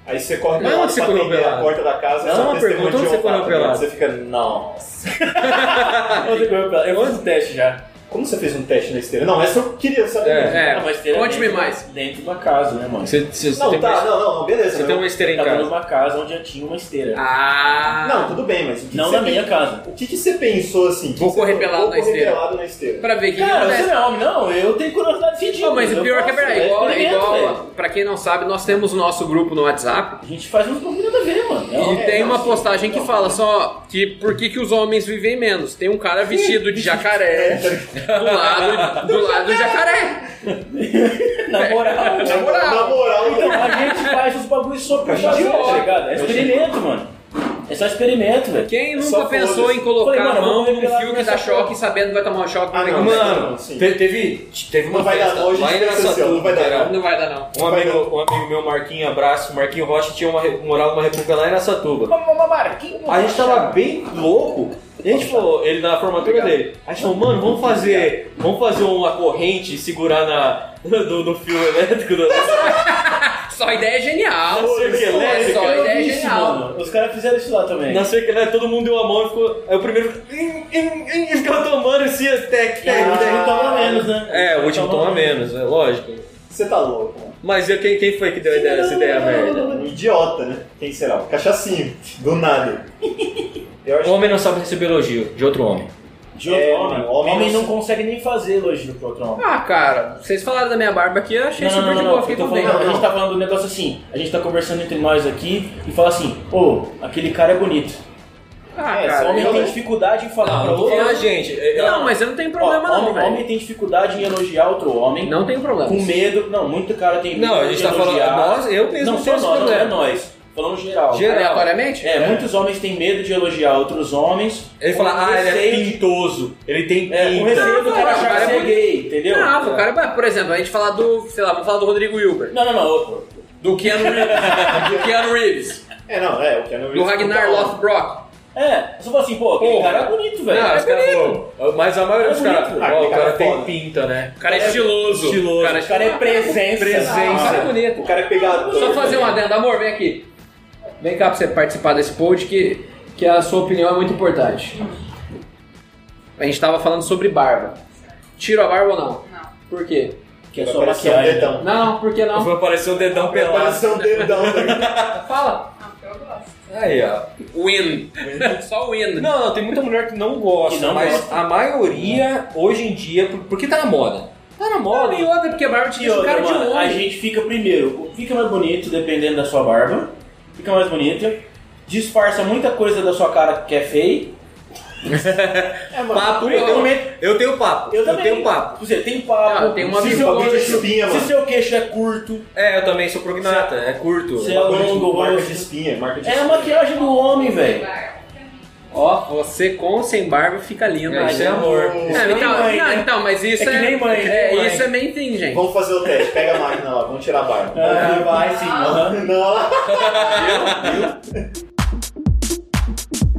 Speaker 2: Aí você corre
Speaker 3: Mas onde
Speaker 2: pelado
Speaker 3: você
Speaker 2: pra
Speaker 3: correu
Speaker 2: atender a
Speaker 3: pelado?
Speaker 2: porta da casa.
Speaker 3: Não,
Speaker 2: só
Speaker 3: uma
Speaker 2: tem esse
Speaker 3: pergunta, onde você
Speaker 2: demônio de olfato, né?
Speaker 3: correu pelado?
Speaker 2: Você fica, nossa.
Speaker 4: Ah,
Speaker 5: Você correu pelado. Eu fiz o teste já.
Speaker 2: Como você fez um teste na esteira? Não, essa eu queria saber.
Speaker 3: É.
Speaker 4: É,
Speaker 5: Não, mas teria
Speaker 4: conte-me
Speaker 5: dentro-
Speaker 4: mais.
Speaker 5: Dentro de uma casa, né, mano?
Speaker 3: Você, você- você
Speaker 2: Não,
Speaker 3: tem
Speaker 2: tá,
Speaker 3: uma,
Speaker 2: não, não, não, beleza.
Speaker 3: você
Speaker 2: mas
Speaker 3: tem
Speaker 2: eu-
Speaker 4: um
Speaker 3: uma esteira em
Speaker 5: Eu tava
Speaker 3: casa.
Speaker 5: numa casa onde já tinha uma esteira.
Speaker 4: Ah!
Speaker 2: Não, tudo bem, mas o que,
Speaker 5: não
Speaker 2: que
Speaker 5: na
Speaker 2: você
Speaker 5: minha
Speaker 2: pen-
Speaker 5: casa.
Speaker 2: O que, que você pensou assim? Que
Speaker 4: Vou
Speaker 2: você
Speaker 4: correr
Speaker 2: falou,
Speaker 4: pelado
Speaker 2: vou
Speaker 4: na
Speaker 2: correr
Speaker 4: esteira.
Speaker 2: pelado na esteira.
Speaker 4: Pra ver o que, que
Speaker 5: Cara, você
Speaker 4: acontece.
Speaker 5: não é homem, não. Eu tenho curiosidade científica.
Speaker 4: Não, mas o
Speaker 5: eu
Speaker 4: pior é que é
Speaker 5: faço,
Speaker 4: verdade.
Speaker 5: eu
Speaker 4: Igual,
Speaker 5: experimento, velho.
Speaker 4: igual pra quem não sabe, nós temos o nosso grupo no WhatsApp.
Speaker 5: A gente faz uns bagulho nada a ver, mano.
Speaker 4: E
Speaker 5: É,
Speaker 4: tem
Speaker 5: não,
Speaker 4: uma
Speaker 5: sim,
Speaker 4: postagem que
Speaker 5: não.
Speaker 4: fala só que por que, que os homens vivem menos. Tem um cara vestido de
Speaker 5: [laughs] É.
Speaker 4: jacaré do lado do, lado do jacaré.
Speaker 5: é. [laughs] Na moral.
Speaker 2: Na
Speaker 5: então,
Speaker 2: moral, na moral,
Speaker 5: a gente faz os bagulhos só pra fazer, tá ligado? É experimento, mano. É só experimento, velho.
Speaker 4: Quem
Speaker 2: Só
Speaker 4: nunca pensou
Speaker 2: foda-se.
Speaker 4: em colocar
Speaker 5: Falei, mano,
Speaker 4: a mão
Speaker 5: vamos ver
Speaker 4: num fio que
Speaker 5: nessa
Speaker 4: dá choque
Speaker 5: porra.
Speaker 4: sabendo que vai tomar um choque?
Speaker 2: Ah,
Speaker 4: não,
Speaker 2: não,
Speaker 4: tem como-
Speaker 2: Mano,
Speaker 3: Mano,
Speaker 2: sim.
Speaker 3: te- teve, teve uma
Speaker 2: Não vai dar,
Speaker 3: festa
Speaker 2: hoje
Speaker 3: lá em
Speaker 2: tem esse
Speaker 3: Araçatuba,
Speaker 2: ano, não vai dar,
Speaker 3: cara.
Speaker 4: não vai dar não.
Speaker 3: Um amigo, um amigo meu, Marquinho, abraço. Marquinho Rocha tinha uma, re- morava numa república lá em Araçatuba. A gente tava bem louco. E a gente falou, ele na formatura dele. A gente falou, mano, vamos fazer, [laughs] vamos fazer uma corrente e segurar na, no, no fio elétrico. do-
Speaker 4: só ideia é genial.
Speaker 3: Nossa, que elétrica.
Speaker 4: só
Speaker 5: Eu
Speaker 4: ideia
Speaker 5: vi isso,
Speaker 4: genial.
Speaker 5: mano. Os caras fizeram isso lá também.
Speaker 3: Na cerca elétrica, todo mundo deu a mão e ficou. Aí o primeiro. ficou- "Im, im, im", E ficou tomando esse tec, tec,
Speaker 5: É, o
Speaker 2: Ah.
Speaker 5: último
Speaker 3: tec.
Speaker 5: toma menos, né?
Speaker 3: É, o último toma menos, é lógico.
Speaker 2: Você tá louco, mano.
Speaker 3: Mas e quem, quem foi que deu a ideia, essa ideia merda?
Speaker 2: Um idiota, né? Quem será? O cachacinho. Do nada. Eu
Speaker 3: O
Speaker 2: acho
Speaker 3: homem não sabe receber elogio de outro homem.
Speaker 5: De outro
Speaker 2: É,
Speaker 5: homem.
Speaker 2: o homem
Speaker 5: homem
Speaker 2: não-
Speaker 5: não consegue nem fazer elogio pro outro homem.
Speaker 4: Ah, cara, vocês falaram da minha barba aqui, eu achei
Speaker 5: Não,
Speaker 4: super
Speaker 5: não, não,
Speaker 4: de
Speaker 5: não,
Speaker 4: boa,
Speaker 5: não,
Speaker 4: fiquei
Speaker 5: eu tô
Speaker 4: contente.
Speaker 5: falando, a gente tá falando um negócio assim, a gente tá conversando entre nós aqui e fala assim, ô, aquele cara é bonito.
Speaker 4: Ah,
Speaker 2: É,
Speaker 5: O
Speaker 4: cara,
Speaker 5: homem
Speaker 4: eu-
Speaker 5: tem dificuldade em falar pra
Speaker 3: Não, não
Speaker 5: outro
Speaker 3: Ah, tô falando, gente. é- é-
Speaker 4: Não, mas eu não tenho problema
Speaker 5: Ó,
Speaker 4: não,
Speaker 5: homem,
Speaker 4: velho.
Speaker 5: homem tem dificuldade em elogiar outro homem.
Speaker 4: Não tem problema.
Speaker 5: Com medo. Não, muito cara tem medo.
Speaker 3: Não, a gente
Speaker 5: de
Speaker 3: tá falando-
Speaker 5: elogiar.
Speaker 3: nós- eu mesmo
Speaker 5: Não
Speaker 3: tenho
Speaker 5: só
Speaker 3: esse
Speaker 5: nós, não é
Speaker 3: problema.
Speaker 5: nós. Falando geral.
Speaker 3: Geral.
Speaker 4: Aleatoriamente?
Speaker 5: É, muitos homens têm medo de elogiar outros homens.
Speaker 3: Ele
Speaker 5: com
Speaker 3: fala, ah, ele é
Speaker 5: receio de-
Speaker 3: pintoso, ele tem
Speaker 5: É, com
Speaker 3: pinta.
Speaker 5: receio do
Speaker 4: Não,
Speaker 5: cara
Speaker 4: cara,
Speaker 5: achar
Speaker 4: cara,
Speaker 5: que você
Speaker 4: é
Speaker 5: é gay, entendeu?
Speaker 4: Não, o cara, é, por exemplo, a gente falar do, sei lá, vamos falar do Rodrigo Wilber.
Speaker 5: Não, não, não. outro.
Speaker 4: Do Keanu Reeves. do Keanu Reeves.
Speaker 2: É, não, é. O Keanu
Speaker 4: Do
Speaker 2: Reeves
Speaker 4: Ragnar
Speaker 2: tá lá.
Speaker 4: Lothbrok.
Speaker 5: É, você fala assim, pô, aquele
Speaker 3: Porra.
Speaker 5: cara é bonito, velho.
Speaker 3: Não, os caras falam, mas a maioria dos
Speaker 5: É bonito.
Speaker 3: caras,
Speaker 2: Ah,
Speaker 3: ó, o
Speaker 2: aquele
Speaker 3: cara
Speaker 2: cara é
Speaker 3: tem
Speaker 2: foda.
Speaker 3: pinta, né?
Speaker 4: O cara é estiloso.
Speaker 3: Estiloso.
Speaker 5: O cara é presença.
Speaker 3: Presença.
Speaker 4: Ah, o cara é
Speaker 2: O
Speaker 4: bonito.
Speaker 2: cara é pegador.
Speaker 4: Só fazer um adendo. Amor, vem aqui. Vem cá pra você participar desse pod que, que a sua opinião é muito importante. A gente tava falando sobre barba. Tiro a barba ou não? Não. Por quê?
Speaker 5: Que é
Speaker 2: Vai
Speaker 5: só
Speaker 2: aparecer um
Speaker 5: maquiagem.
Speaker 2: dedão.
Speaker 4: Não, por que não?
Speaker 3: Foi aparecer o dedão
Speaker 2: Vai
Speaker 3: pelado.
Speaker 2: aparecer um dedão. né?
Speaker 4: Fala.
Speaker 3: Aí, ó.
Speaker 4: Win. Só win.
Speaker 3: Não, não, tem muita mulher que não gosta,
Speaker 5: Que não
Speaker 3: mas
Speaker 5: gosta.
Speaker 3: a maioria, hoje em dia, por- porque tá na moda. Tá na
Speaker 4: Não,
Speaker 3: moda.
Speaker 4: e outra, porque a barba te
Speaker 5: E
Speaker 4: deixa o
Speaker 5: outra,
Speaker 4: cara de
Speaker 5: mano, a
Speaker 4: homem.
Speaker 5: gente fica primeiro, fica mais bonito dependendo da sua barba, fica mais bonita, disfarça muita coisa da sua cara que é feia.
Speaker 2: É, mano.
Speaker 3: papo,
Speaker 5: eu
Speaker 3: eu tenho,
Speaker 5: também.
Speaker 3: eu tenho papo.
Speaker 5: Eu também.
Speaker 3: tenho um papo.
Speaker 5: Você tem um papo,
Speaker 4: Ah, tem uma
Speaker 5: se,
Speaker 4: visão
Speaker 5: seu
Speaker 2: de
Speaker 5: queixo,
Speaker 2: espinha,
Speaker 5: se
Speaker 2: mano.
Speaker 5: seu queixo é curto,
Speaker 3: É, eu também sou prognata, é curto.
Speaker 5: você é
Speaker 2: Bagulho de-
Speaker 5: longo,
Speaker 2: marca
Speaker 5: rosto.
Speaker 2: de espinha, marca de
Speaker 5: É a
Speaker 2: espinha.
Speaker 5: maquiagem do homem, velho.
Speaker 4: Ó, você com ou sem barba fica lindo. né?
Speaker 3: É, isso é amor.
Speaker 4: Não,
Speaker 5: Isso é
Speaker 4: então,
Speaker 5: nem mãe,
Speaker 4: não,
Speaker 5: né?
Speaker 4: então, mas isso
Speaker 5: É que
Speaker 4: é.
Speaker 5: nem mãe,
Speaker 4: é,
Speaker 5: nem mãe.
Speaker 4: Isso é meio thing, gente.
Speaker 2: Vamos fazer o teste. Pega a máquina lá, vamos tirar a barba.
Speaker 5: Ah, vai sim, aham.
Speaker 2: Não.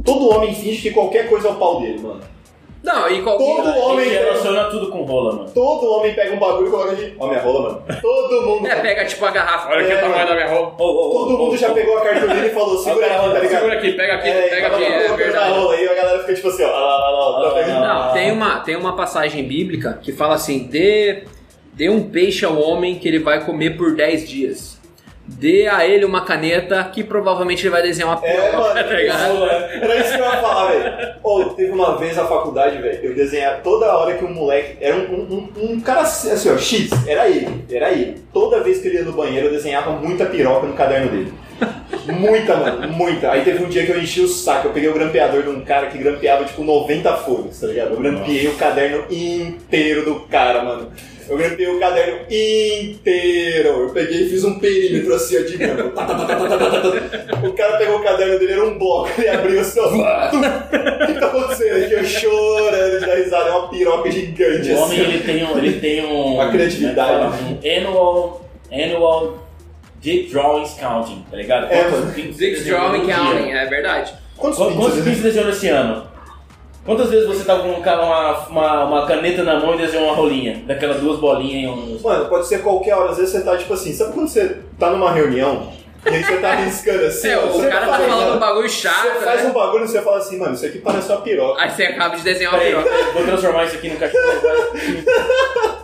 Speaker 2: Todo homem finge que qualquer coisa é o pau dele, mano.
Speaker 4: Não, e
Speaker 2: Todo
Speaker 4: qualquer.
Speaker 5: A
Speaker 2: homem.
Speaker 5: gente relaciona tudo com rola, mano.
Speaker 2: Todo homem pega um bagulho e coloca ali. Ó, minha rola, mano. Todo mundo.
Speaker 4: É, pega tipo a garrafa, olha aqui
Speaker 2: É,
Speaker 4: o tamanho
Speaker 2: mano.
Speaker 4: da minha roupa.
Speaker 5: Ô, ô, ô,
Speaker 2: Todo
Speaker 5: ô,
Speaker 2: mundo
Speaker 5: ô,
Speaker 2: já
Speaker 5: ô.
Speaker 2: pegou a cartolina e falou: segura
Speaker 5: Agora,
Speaker 2: aqui, tá ligado?
Speaker 4: Segura aqui, pega aqui,
Speaker 2: É,
Speaker 4: pega
Speaker 2: tava
Speaker 4: aqui, é
Speaker 2: colocando na
Speaker 4: verdade.
Speaker 2: rola aí, a galera fica tipo assim, ó. Lá, lá, lá, lá, tá pegando.
Speaker 5: Ah.
Speaker 4: Não, tem uma, tem uma passagem bíblica que fala assim: dê, dê um peixe ao homem que ele vai comer por 10 dias. Dê a ele uma caneta que provavelmente ele vai desenhar uma
Speaker 2: É,
Speaker 4: porra,
Speaker 2: mano.
Speaker 4: tá ligado?
Speaker 2: Era isso que eu ia falar, velho. Ou teve uma vez na faculdade, velho, eu desenhava toda hora que um moleque. Era um, um, um- um cara assim, ó, X, era ele, era ele. Toda vez que ele ia no banheiro, eu desenhava muita piroca no caderno dele. Muita, mano, muita. Aí teve um dia que eu enchi o saco, eu peguei o grampeador de um cara que grampeava tipo 90 folhas, tá ligado? Eu grampeei o caderno inteiro do cara, mano. Eu grampeei o caderno inteiro. Eu peguei e fiz um perímetro assim, ó, de grampo. Tá, tá, tá, tá, tá, tá, tá, tá. O cara pegou o caderno dele, era um bloco, ele abriu o seu. O que tá acontecendo aqui? Eu chorando de dar risada, é uma piroca gigante
Speaker 5: O homem,
Speaker 2: assim.
Speaker 5: ele tem um... Ele tem um
Speaker 2: A criatividade.
Speaker 5: como é que fala? Um annual... Annual... Deep Drawings Counting, tá ligado?
Speaker 2: É,
Speaker 5: Quantos
Speaker 2: mano.
Speaker 5: pins
Speaker 4: Zig
Speaker 5: você
Speaker 4: Strong
Speaker 5: desenhou no dia?
Speaker 4: Counting, é verdade.
Speaker 2: Quantos
Speaker 5: Qu-
Speaker 2: pixels
Speaker 5: Quantos
Speaker 2: ele
Speaker 5: pins você desenhou esse ano? Quantas vezes você tava com um ca- uma, uma, uma caneta na mão e desenhou uma rolinha? Daquelas duas bolinhas e um.
Speaker 2: Mano, pode ser qualquer hora. Às vezes você tá tipo assim, sabe quando você tá numa reunião e aí você tá riscando assim?
Speaker 4: É,
Speaker 2: ó,
Speaker 4: o
Speaker 2: você
Speaker 4: cara tá falando um bagulho chato,
Speaker 2: Você faz
Speaker 4: né?
Speaker 2: um bagulho e você fala assim, mano, isso aqui parece uma piroca.
Speaker 4: Aí você acaba de desenhar uma
Speaker 5: Peraí,
Speaker 4: piroca.
Speaker 5: vou transformar isso aqui no
Speaker 4: [laughs]
Speaker 5: cachorro. vai.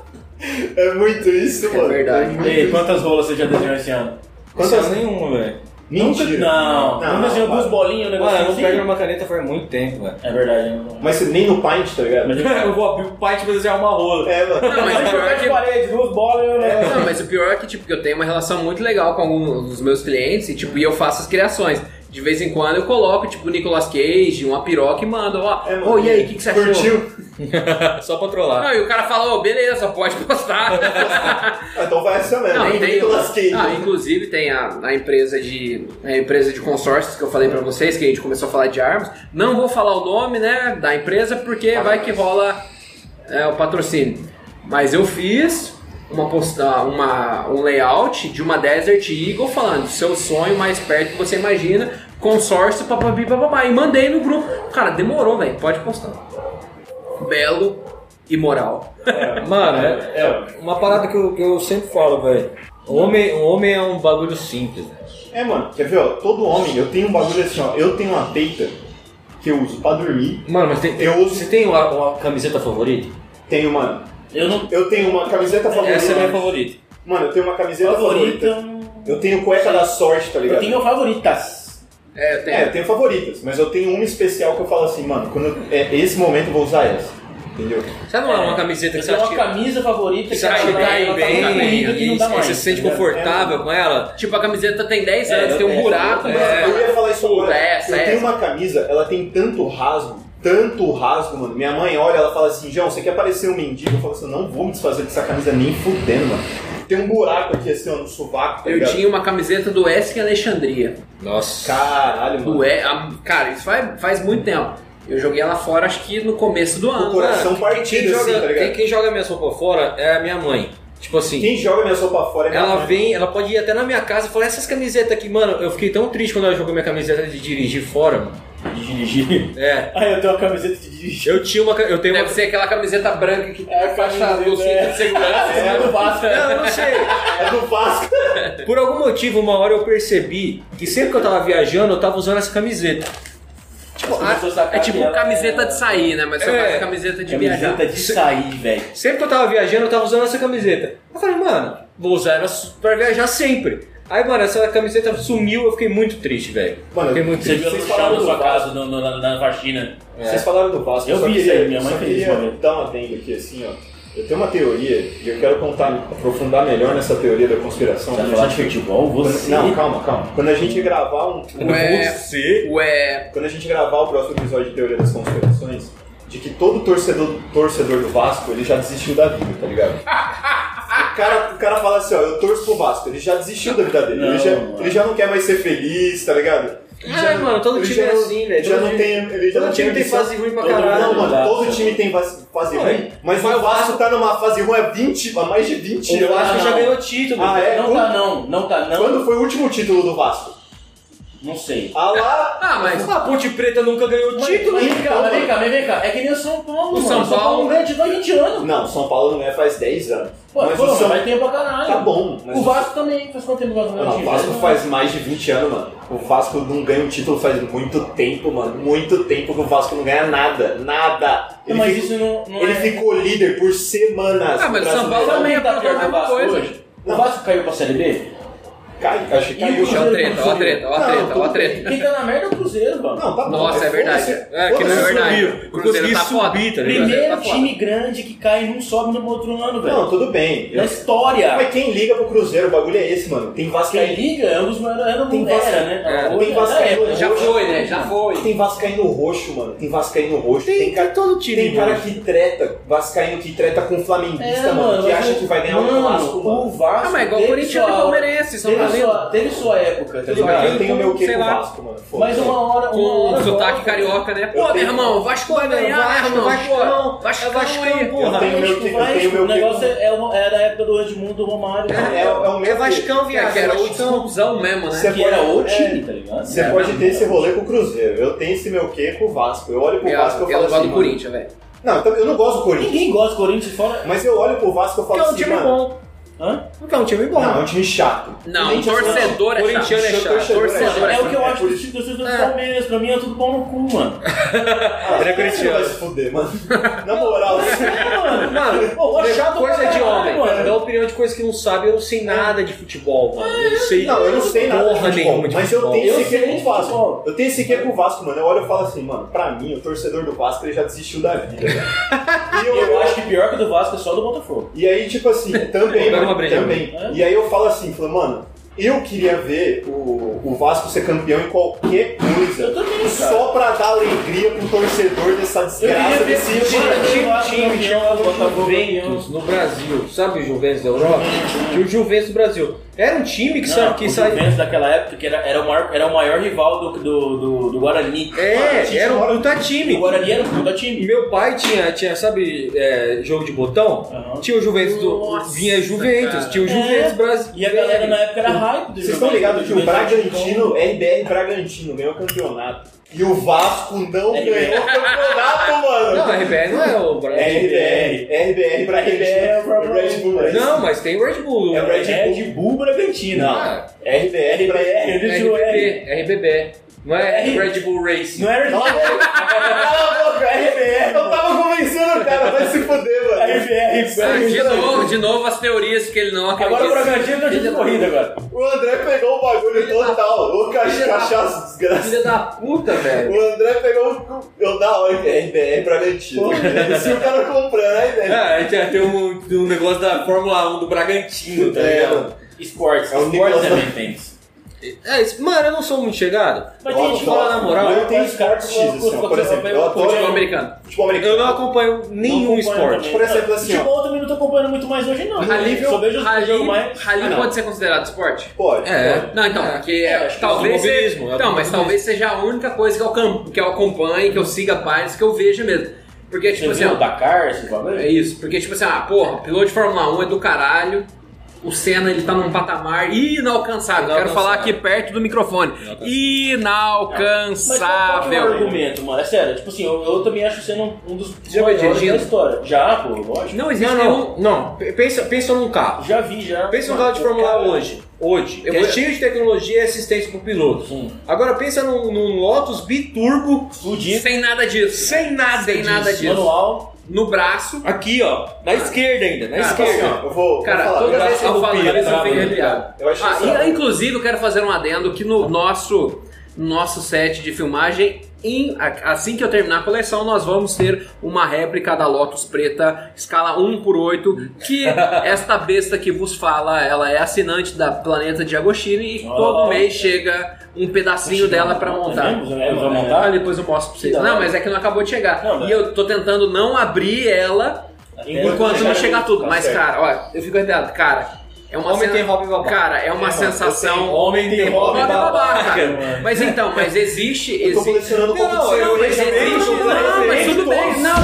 Speaker 2: É muito isso,
Speaker 4: É
Speaker 2: mano.
Speaker 4: verdade.
Speaker 2: muito
Speaker 5: E aí,
Speaker 2: isso.
Speaker 5: quantas rolas você já desenhou esse ano?
Speaker 2: Quantas-
Speaker 3: Quantas nenhuma, velho.
Speaker 2: Mentira.
Speaker 5: Não, não, desenhou duas bolinhas, um
Speaker 3: Mano, eu
Speaker 5: negócio
Speaker 3: não
Speaker 5: assim.
Speaker 3: pego uma caneta faz muito tempo, velho.
Speaker 5: É verdade, eu
Speaker 4: [laughs]
Speaker 5: não.
Speaker 2: Mas você nem no Paint, tá ligado?
Speaker 3: [laughs] eu vou abrir o pai pra desenhar uma rola.
Speaker 2: É, mano.
Speaker 4: Não,
Speaker 5: [laughs]
Speaker 4: mas o pior é
Speaker 5: de
Speaker 4: que
Speaker 5: parede, duas bolas e um negócio.
Speaker 4: Não, mas o pior é que, tipo, que eu tenho uma relação muito legal com alguns dos meus clientes e, tipo, e eu faço as criações. De vez em quando eu coloco, tipo, o Nicolas Cage, uma piroca e mando, ó,
Speaker 2: É,
Speaker 4: ô, e aí, o que, que você achou?
Speaker 2: Curtiu?
Speaker 3: [laughs] Só pra trollar.
Speaker 4: Não, e o cara fala, ô, beleza, pode postar.
Speaker 2: [laughs] Ah, Então vai essa mesmo.
Speaker 4: Não,
Speaker 2: Nem
Speaker 4: tem,
Speaker 2: Nicolas Cage.
Speaker 4: ah, inclusive tem a, a empresa de a empresa de consórcios que eu falei pra vocês, que a gente começou a falar de armas. Não vou falar o nome, né, da empresa, porque
Speaker 2: Tá
Speaker 4: vai que rola é, o patrocínio. Mas eu fiz uma posta, uma, um layout de uma Desert Eagle falando seu sonho mais perto que você imagina, consórcio, papapi, papapá, e mandei no grupo. Cara, demorou, velho, pode postar. Belo e moral.
Speaker 3: Mano, é, é uma parada que eu, que eu sempre falo, velho. Homem, homem é um bagulho simples. né?
Speaker 2: É, mano, quer ver, ó? Todo homem, eu tenho um bagulho assim, ó. Eu tenho uma peita que eu uso pra dormir.
Speaker 3: Mano, mas tem, tem-
Speaker 2: Eu uso-
Speaker 3: você tem uma, uma camiseta favorita?
Speaker 2: Tenho uma.
Speaker 5: Eu não.
Speaker 2: Eu tenho uma camiseta favorita.
Speaker 3: Essa é a minha favorita.
Speaker 2: Mano, eu tenho uma camiseta favorita.
Speaker 5: Favorita.
Speaker 2: Eu tenho cueca da sorte, tá ligado?
Speaker 5: Eu tenho favoritas.
Speaker 4: É, eu tenho.
Speaker 2: É, eu tenho favoritas, mas eu tenho uma especial que eu falo assim, mano, quando eu- é esse momento eu vou usar essa. Entendeu?
Speaker 4: Sabe uma, uma camiseta
Speaker 5: Eu
Speaker 4: que você
Speaker 5: tenho é uma
Speaker 4: acha que,
Speaker 5: camisa favorita
Speaker 4: que
Speaker 5: que
Speaker 4: você acha que
Speaker 5: ela-
Speaker 4: cai
Speaker 5: ela tá
Speaker 4: bem,
Speaker 5: muito corrida que
Speaker 4: e
Speaker 5: não dá
Speaker 4: você
Speaker 5: mais. tá
Speaker 4: se sente
Speaker 2: ligado?
Speaker 3: Confortável com ela?
Speaker 4: Tipo, a camiseta tem 10 anos,
Speaker 5: É,
Speaker 4: tem um
Speaker 5: eu-
Speaker 4: buraco,
Speaker 5: eu-
Speaker 4: mano.
Speaker 2: Eu ia falar isso agora.
Speaker 4: Essa,
Speaker 2: eu
Speaker 4: essa.
Speaker 2: tenho uma camisa, ela tem tanto rasgo, tanto rasgo, mano. Minha mãe olha, ela fala assim, João, você quer parecer um mendigo? Eu falo assim, eu não vou me desfazer dessa camisa nem fudendo, mano. Tem um buraco aqui assim, ó, no sovaco, tá
Speaker 4: Eu
Speaker 2: ligado?
Speaker 4: tinha uma camiseta do ESC Alexandria.
Speaker 3: Nossa.
Speaker 2: Caralho, mano.
Speaker 4: Do e, a- cara, isso faz, faz muito tempo. Eu joguei ela fora, acho que no começo do
Speaker 2: Com o
Speaker 4: ano. né?
Speaker 2: coração
Speaker 3: Quem
Speaker 2: partido, assim,
Speaker 3: joga,
Speaker 2: tá
Speaker 3: quem,
Speaker 2: ligado?
Speaker 3: quem joga minha sopa fora é a minha mãe. Tipo assim,
Speaker 2: Quem joga minha sopa fora é minha
Speaker 3: ela
Speaker 2: mãe.
Speaker 3: vem, ela pode ir até na minha casa e falar essas camisetas aqui, mano. Eu fiquei tão triste quando ela jogou minha camiseta de dirigir fora, mano.
Speaker 5: De dirigir. [laughs]
Speaker 3: É.
Speaker 5: Ah, eu tenho uma camiseta de dirigir.
Speaker 3: Eu tinha uma. ca- Eu tenho uma.
Speaker 4: Deve ser aquela camiseta branca que assim.
Speaker 5: É,
Speaker 4: faixa
Speaker 5: camiseta,
Speaker 4: do cinto
Speaker 5: é.
Speaker 4: de segurança.
Speaker 5: É, não passa.
Speaker 3: [laughs] Não, eu não sei.
Speaker 2: É do Vasco.
Speaker 3: Por algum motivo, uma hora eu percebi que sempre que eu tava viajando, eu tava usando essa camiseta.
Speaker 4: Tipo,
Speaker 5: As pessoas
Speaker 4: a- é
Speaker 5: sacam
Speaker 4: tipo
Speaker 5: aquela-
Speaker 4: camiseta de sair, né? Mas você
Speaker 3: É,
Speaker 4: faz camiseta de viajar.
Speaker 5: Camiseta de sair, velho.
Speaker 3: Sempre que eu tava viajando, eu tava usando essa camiseta. Eu falei, mano, vou usar ela su- pra viajar sempre. Aí, mano, essa camiseta sumiu, eu fiquei muito triste, velho.
Speaker 2: Mano,
Speaker 3: Fiquei muito
Speaker 5: Você viu
Speaker 3: triste.
Speaker 5: ela no
Speaker 2: Vocês
Speaker 5: chão
Speaker 2: falaram
Speaker 5: na
Speaker 2: do
Speaker 5: sua
Speaker 2: Vasco.
Speaker 5: casa, no- no- na na faxina.
Speaker 2: Vocês falaram do Vasco.
Speaker 5: É. Eu
Speaker 2: só
Speaker 5: vi
Speaker 2: queria-
Speaker 5: isso aí, minha mãe
Speaker 2: só
Speaker 5: fez
Speaker 2: queria
Speaker 5: isso, mano.
Speaker 2: dar uma adendo aqui, assim, ó. Eu tenho uma teoria e eu quero contar, aprofundar melhor nessa teoria da conspiração.
Speaker 5: Você vai
Speaker 2: Quando a
Speaker 5: falar de
Speaker 2: gente-
Speaker 5: futebol? Você?
Speaker 2: Não, calma, calma. Quando a gente gravar um,
Speaker 4: Ué.
Speaker 3: Você?
Speaker 4: Ué,
Speaker 2: quando a gente gravar o próximo episódio de teoria das conspirações, de que todo torcedor, torcedor do Vasco ele já desistiu da vida, tá ligado? O cara, o cara fala assim, ó, eu torço pro Vasco, ele já desistiu da vida dele,
Speaker 5: Não,
Speaker 2: ele, já,
Speaker 5: mano.
Speaker 2: ele já não quer mais ser feliz, tá ligado? Ele
Speaker 3: Ah, mano, todo
Speaker 2: ele
Speaker 3: time
Speaker 2: já
Speaker 3: é
Speaker 2: não-
Speaker 3: assim, velho.
Speaker 2: ele Já
Speaker 3: Todo
Speaker 2: não
Speaker 3: time-
Speaker 2: tem, ele já
Speaker 3: todo
Speaker 2: não
Speaker 3: time tem
Speaker 2: ambição.
Speaker 3: fase ruim pra
Speaker 2: Todo-
Speaker 3: caralho.
Speaker 2: Não, mano,
Speaker 5: Exato.
Speaker 2: todo time tem fase, fase
Speaker 3: Ué,
Speaker 2: ruim, mas o Vasco tá numa fase ruim há 20, há mais de 20 anos.
Speaker 3: Eu acho que já
Speaker 5: não.
Speaker 3: ganhou título.
Speaker 2: Ah, é?
Speaker 5: Não tá não, não tá não.
Speaker 2: Quando foi o último título do Vasco?
Speaker 5: Não sei.
Speaker 2: Ah lá,
Speaker 4: ah, mas
Speaker 3: A Ponte Preta nunca ganhou título.
Speaker 5: Mas vem cá,
Speaker 2: então,
Speaker 5: mas vem cá, mas vem cá. É que nem o São Paulo,
Speaker 4: O
Speaker 5: mano.
Speaker 4: São
Speaker 5: O São Paulo
Speaker 4: Paulo-
Speaker 5: não ganha de 20 anos.
Speaker 2: Não, São Paulo não é faz 10 anos.
Speaker 5: Pô,
Speaker 2: mas
Speaker 5: pô,
Speaker 2: o São
Speaker 5: vai ter pra caralho.
Speaker 2: Tá bom, mas
Speaker 5: O Vasco também faz quanto tempo o Vasco não ganha
Speaker 2: Não, o
Speaker 5: título?
Speaker 2: Vasco faz mais de 20 anos, mano. O Vasco não ganha um título faz muito tempo, mano. Muito tempo que o Vasco não ganha nada. Nada.
Speaker 5: Não,
Speaker 2: Ele,
Speaker 5: Mas
Speaker 2: fica-
Speaker 5: isso não, não
Speaker 2: ele
Speaker 5: é...
Speaker 2: ficou líder por semanas.
Speaker 4: Ah, mas
Speaker 2: no
Speaker 4: o São Paulo
Speaker 2: Brasileirão.
Speaker 5: Sabe
Speaker 4: também-
Speaker 5: o que tá pior que o
Speaker 4: mesma
Speaker 5: Vasco
Speaker 4: coisa.
Speaker 5: hoje? O Vasco caiu pra Série B?
Speaker 2: Cai, acho que caiu.
Speaker 5: E
Speaker 4: ó a é treta, ó a treta, ó a treta, ó a treta.
Speaker 5: Quem tá na merda é o Cruzeiro, mano.
Speaker 2: Não, tá bom.
Speaker 4: Nossa,
Speaker 2: mas
Speaker 4: é verdade.
Speaker 2: foda-se.
Speaker 3: É, que não é
Speaker 2: Foda-se.
Speaker 4: verdade.
Speaker 3: subiu.
Speaker 4: O
Speaker 3: Eu
Speaker 4: Cruzeiro
Speaker 3: consegui
Speaker 4: tá foda.
Speaker 3: subir, tá ligado?
Speaker 5: Primeiro
Speaker 4: Tá foda.
Speaker 5: time grande que cai e não sobe no outro ano, velho.
Speaker 2: Não, é tudo bem.
Speaker 5: Na história.
Speaker 2: Mas quem liga pro Cruzeiro, o bagulho é esse, mano. Tem
Speaker 5: Quem
Speaker 2: Vascaíno.
Speaker 5: liga é um dos maiores. Era,
Speaker 2: Tem
Speaker 5: um-
Speaker 2: Vasco-
Speaker 5: era né?
Speaker 2: É,
Speaker 5: Hoje
Speaker 2: tem
Speaker 5: era
Speaker 2: Vascaíno
Speaker 5: época.
Speaker 4: já foi, né? Já foi.
Speaker 2: Tem Vascaíno roxo, mano. Tem Vascaíno roxo. Tem, cara-
Speaker 3: todo
Speaker 2: Tem cara que treta, vascaíno que treta com flamenguista,
Speaker 5: É,
Speaker 2: mano, que
Speaker 5: mas
Speaker 2: acha
Speaker 5: o-
Speaker 2: que vai ganhar o
Speaker 5: mano,
Speaker 2: Vasco,
Speaker 5: O
Speaker 2: mano.
Speaker 5: Vasco.
Speaker 4: Ah, mas igual o
Speaker 5: teve
Speaker 4: Corinthians e o
Speaker 5: sua-
Speaker 4: Palmeirense, são
Speaker 5: Teve
Speaker 4: valendo.
Speaker 5: sua, teve sua época, tá
Speaker 2: Tá ligado?
Speaker 5: ligado?
Speaker 2: Eu tenho meu quê
Speaker 3: sei
Speaker 2: com o
Speaker 3: lá.
Speaker 2: Vasco, mano.
Speaker 5: Mas
Speaker 2: Foda-se.
Speaker 5: uma hora. Uma
Speaker 4: com
Speaker 5: hora
Speaker 4: o sotaque
Speaker 5: volta.
Speaker 4: carioca, né? Pô,
Speaker 2: tenho-
Speaker 4: meu irmão, o Vasco É vai ganhar, né, irmão?
Speaker 3: Vascão,
Speaker 4: Pô, Vascão,
Speaker 3: Vascão,
Speaker 5: é
Speaker 4: aí.
Speaker 3: pô.
Speaker 2: Eu tenho meu
Speaker 5: Vasco,
Speaker 2: quê- eu tenho meu
Speaker 5: O
Speaker 2: quê
Speaker 5: negócio
Speaker 2: com-
Speaker 5: é, é, uma- é da época do Edmundo do Romário. né?
Speaker 2: É, é o
Speaker 3: É
Speaker 2: meu quê.
Speaker 3: Vascão,
Speaker 4: É,
Speaker 3: viado.
Speaker 4: que era o
Speaker 3: Vascão.
Speaker 4: desconfusão mesmo, né?
Speaker 2: Cê-
Speaker 5: Que era o
Speaker 2: É.
Speaker 5: time, tá ligado?
Speaker 2: Você
Speaker 3: É.
Speaker 5: Era
Speaker 2: pode
Speaker 5: mesmo,
Speaker 2: ter esse
Speaker 5: cara.
Speaker 2: rolê com o Cruzeiro. Eu tenho esse meu quê com o Vasco. Eu olho pro
Speaker 4: Eu,
Speaker 2: Vasco e eu
Speaker 4: eu,
Speaker 2: falo assim.
Speaker 4: gosto do
Speaker 2: mano,
Speaker 4: é Corinthians, velho.
Speaker 2: Não, então, eu também- eu não gosto do Corinthians.
Speaker 5: Ninguém gosta do Corinthians fora.
Speaker 2: Mas eu olho pro Vasco e eu falo
Speaker 3: Porque é um
Speaker 2: assim,
Speaker 3: time
Speaker 2: mano.
Speaker 3: bom.
Speaker 5: Hã?
Speaker 3: Porque é um time bom.
Speaker 2: Não, é um time chato.
Speaker 4: Não,
Speaker 2: Nem
Speaker 4: torcedor é chato.
Speaker 3: Corintiano é chato.
Speaker 4: Torcedor
Speaker 5: É, o que eu
Speaker 2: é
Speaker 5: acho
Speaker 2: por
Speaker 5: dos
Speaker 2: isso.
Speaker 5: torcedores do
Speaker 4: É.
Speaker 5: Palmeiras. Pra mim é tudo bom no cu, [laughs] mano.
Speaker 2: Ah,
Speaker 3: Ele
Speaker 2: você
Speaker 3: é corintiano.
Speaker 2: vai se fuder, mano. Na moral,
Speaker 3: [laughs]
Speaker 5: é, mano.
Speaker 3: Mano,
Speaker 5: Pô, é chato
Speaker 3: coisa
Speaker 5: pra
Speaker 3: de
Speaker 5: caralho,
Speaker 3: homem.
Speaker 5: mano.
Speaker 3: Dá opinião de coisa que não sabe. Eu não sei nada de futebol, mano. Eu não sei.
Speaker 2: Não, eu não sei nada
Speaker 3: porra
Speaker 2: de futebol,
Speaker 3: nenhuma de
Speaker 2: mas eu
Speaker 3: futebol.
Speaker 2: tenho
Speaker 5: Eu
Speaker 2: esse
Speaker 5: sei
Speaker 2: quê com
Speaker 5: de
Speaker 2: o Vasco.
Speaker 5: futebol.
Speaker 2: Eu tenho esse quê com o Vasco, mano. Eu olho e falo assim, mano, pra mim, o torcedor do Vasco, ele já desistiu da
Speaker 3: [laughs]
Speaker 2: vida. velho. e, eu-
Speaker 5: Eu acho que pior que o do Vasco é só do Botafogo.
Speaker 2: e aí, tipo
Speaker 3: [laughs]
Speaker 2: assim, também,
Speaker 3: Pega uma
Speaker 2: mano,
Speaker 3: breja. né?
Speaker 2: também.
Speaker 5: É.
Speaker 2: E aí eu falo assim, falo, mano, eu queria ver o, o Vasco ser campeão em qualquer coisa.
Speaker 5: Eu também, cara.
Speaker 2: Só pra dar alegria pro torcedor dessa desgraça, desse time.
Speaker 3: time, time,
Speaker 5: é
Speaker 3: Juventus no Brasil, sabe o Juventus da Europa? Tinha o Juventus do Brasil. Era um time que, sa- que
Speaker 5: o
Speaker 3: saiu.
Speaker 5: Juventus daquela época que era, era, o maior, era o maior rival do, do, do, do Guarani.
Speaker 3: É, era um puta time.
Speaker 5: O Guarani era o puta time.
Speaker 3: Meu pai tinha, tinha sabe, é, jogo de botão?
Speaker 5: Aham.
Speaker 3: Tinha o Juventus do.
Speaker 4: Nossa,
Speaker 3: Vinha Juventus,
Speaker 4: cara.
Speaker 3: tinha o Juventus
Speaker 5: É,
Speaker 3: Brasil.
Speaker 5: E a galera é- na época era hype do
Speaker 2: Vocês estão ligados que o
Speaker 5: é
Speaker 2: Bragantino, RBR Bragantino, ganhou o campeonato.
Speaker 5: É
Speaker 2: E o Vasco não ganhou o campeonato, mano.
Speaker 3: Não, a RBR não é o Brasil.
Speaker 2: É, é,
Speaker 5: RBR.
Speaker 2: RBR pra né?
Speaker 5: RBR é o próprio
Speaker 2: Red Bull né? Racing.
Speaker 4: Não, mas tem o Red Bull.
Speaker 2: É o Red
Speaker 5: Red Bull, Bragantino. É,
Speaker 4: Ah,
Speaker 2: RBR pra
Speaker 5: RBR, ele tirou R.
Speaker 4: RBB, RBB. Não é
Speaker 5: R-
Speaker 4: Red Bull Racing.
Speaker 5: é, Não é Red Bull. Cala a boca, RBR.
Speaker 2: Eu tava convencendo o cara, vai se fuder,
Speaker 5: é
Speaker 2: mano.
Speaker 5: RBR,
Speaker 4: Ah, de,
Speaker 5: Bragantino.
Speaker 4: novo, de novo as teorias que ele não acredita.
Speaker 5: Agora o Bragantino tá de corrida agora.
Speaker 2: O André pegou o bagulho total. Ô,
Speaker 4: Filha
Speaker 2: cacha-
Speaker 4: da-
Speaker 2: cachaça, desgraça.
Speaker 4: é Filha da puta, velho.
Speaker 2: O André pegou o. Eu da hora que é RBR pra mentir. Se o cara comprando, né, velho?
Speaker 3: Ah, já tem um, um negócio da Fórmula 1 do Bragantino, tá
Speaker 2: É,
Speaker 3: ligado?
Speaker 2: mano.
Speaker 5: Esportes.
Speaker 2: É o
Speaker 5: Esportes
Speaker 2: Nicolas-
Speaker 5: também tem isso.
Speaker 3: É, isso- mano, eu não sou muito chegado.
Speaker 5: Mas tem gente que
Speaker 3: fala
Speaker 5: fala
Speaker 3: na moral.
Speaker 2: Eu tenho esportes X, assim, ó, por exemplo. Eu adoro
Speaker 4: Futebol americano.
Speaker 2: futebol
Speaker 3: Eu não
Speaker 2: americano.
Speaker 3: acompanho nenhum esporte.
Speaker 2: Por exemplo, assim, ó.
Speaker 5: Futebol Tipo, eu também não tô acompanhando muito mais hoje, não.
Speaker 4: Rally,
Speaker 5: Só vejo os jogos
Speaker 4: rally,
Speaker 5: mais.
Speaker 4: rally
Speaker 2: Ah, não.
Speaker 4: pode ser considerado esporte?
Speaker 2: Pode.
Speaker 3: É.
Speaker 4: Não, então, porque
Speaker 5: É, acho que
Speaker 4: talvez.
Speaker 3: automobilismo, é
Speaker 4: seja- Não, mas
Speaker 3: automobilismo.
Speaker 4: talvez seja a única coisa que eu, acom- que eu acompanhe, que eu siga páginas, que eu veja mesmo. Porque, tipo
Speaker 5: Você
Speaker 4: assim,
Speaker 5: viu o
Speaker 4: ó,
Speaker 5: Dakar, esses bagulho?
Speaker 4: é isso. Porque, tipo assim, ah, porra, piloto de Fórmula 1 é do caralho. O Senna, ele tá num patamar inalcançável. Quero falar aqui perto do microfone.
Speaker 5: Mas qual que é o
Speaker 4: Inalcançável.
Speaker 5: argumento, mano? É sério, tipo assim, eu, eu também acho sendo um, um dos
Speaker 3: Já vai
Speaker 5: maiores
Speaker 3: dirigindo?
Speaker 5: da história. Já, pô, lógico.
Speaker 4: Não existe
Speaker 3: Não,
Speaker 4: nenhum.
Speaker 3: não, não. P- Pensa, pensa num carro.
Speaker 5: Já vi, já.
Speaker 3: Pensa num
Speaker 5: Mano,
Speaker 3: carro de Fórmula
Speaker 5: cara,
Speaker 3: 1 hoje. Hoje.
Speaker 4: Eu
Speaker 3: que
Speaker 4: vou-
Speaker 3: é cheio de tecnologia e assistência pro piloto.
Speaker 5: assim,
Speaker 3: Agora pensa num, num Lotus biturbo
Speaker 5: Explodindo,
Speaker 4: Sem nada disso.
Speaker 3: sem nada
Speaker 4: Sem
Speaker 3: disso.
Speaker 4: nada disso.
Speaker 5: manual.
Speaker 4: No braço.
Speaker 3: Aqui, ó. Na esquerda ainda, na
Speaker 4: Ah,
Speaker 2: Tipo assim,
Speaker 3: esquerda.
Speaker 2: ó, eu vou.
Speaker 4: Cara,
Speaker 2: vou falar.
Speaker 4: toda vez que eu falo
Speaker 5: Lupinha,
Speaker 4: isso, eu
Speaker 5: trava,
Speaker 4: fico
Speaker 5: né?
Speaker 4: arrepiado.
Speaker 2: Eu acho
Speaker 4: Ah,
Speaker 2: isso
Speaker 4: e-
Speaker 2: da hora.
Speaker 4: inclusive, eu quero fazer um adendo que no nosso, nosso set de filmagem, em- a- assim que eu terminar a coleção, nós vamos ter uma réplica da Lotus Preta, escala 1 por 8
Speaker 5: [laughs]
Speaker 4: que esta besta que vos fala, ela é assinante da Planeta Diagoshini e
Speaker 5: Oh.
Speaker 4: todo mês chega um pedacinho dela pra montar.
Speaker 5: Vamos, vamos
Speaker 4: Vamos
Speaker 5: montar?
Speaker 4: montar? Depois eu mostro pra vocês.
Speaker 5: né, Que da
Speaker 4: Não,
Speaker 5: hora.
Speaker 4: mas é que não acabou de chegar.
Speaker 5: Não, mas-
Speaker 4: e eu tô tentando não abrir ela
Speaker 5: é, né?
Speaker 4: Enquanto não chegar tudo,
Speaker 2: Tá
Speaker 4: mas
Speaker 2: certo.
Speaker 4: cara, olha, eu fico arrepiado, cara. É uma
Speaker 3: Homem
Speaker 4: sen-
Speaker 3: tem hobby babaca.
Speaker 4: Cara, é uma
Speaker 2: É, mano,
Speaker 4: sensação.
Speaker 3: Homem tem
Speaker 4: Hobby
Speaker 3: hobby
Speaker 4: babaca.
Speaker 5: mano.
Speaker 4: Mas então, mas existe.
Speaker 2: Eu tô
Speaker 4: existe...
Speaker 2: colecionando
Speaker 3: Não, não,
Speaker 2: competição.
Speaker 3: eu-
Speaker 4: mas
Speaker 3: eu- Ah, eu-
Speaker 4: existe-
Speaker 3: eu-
Speaker 4: não, mas
Speaker 3: eu-
Speaker 4: tudo bem, não.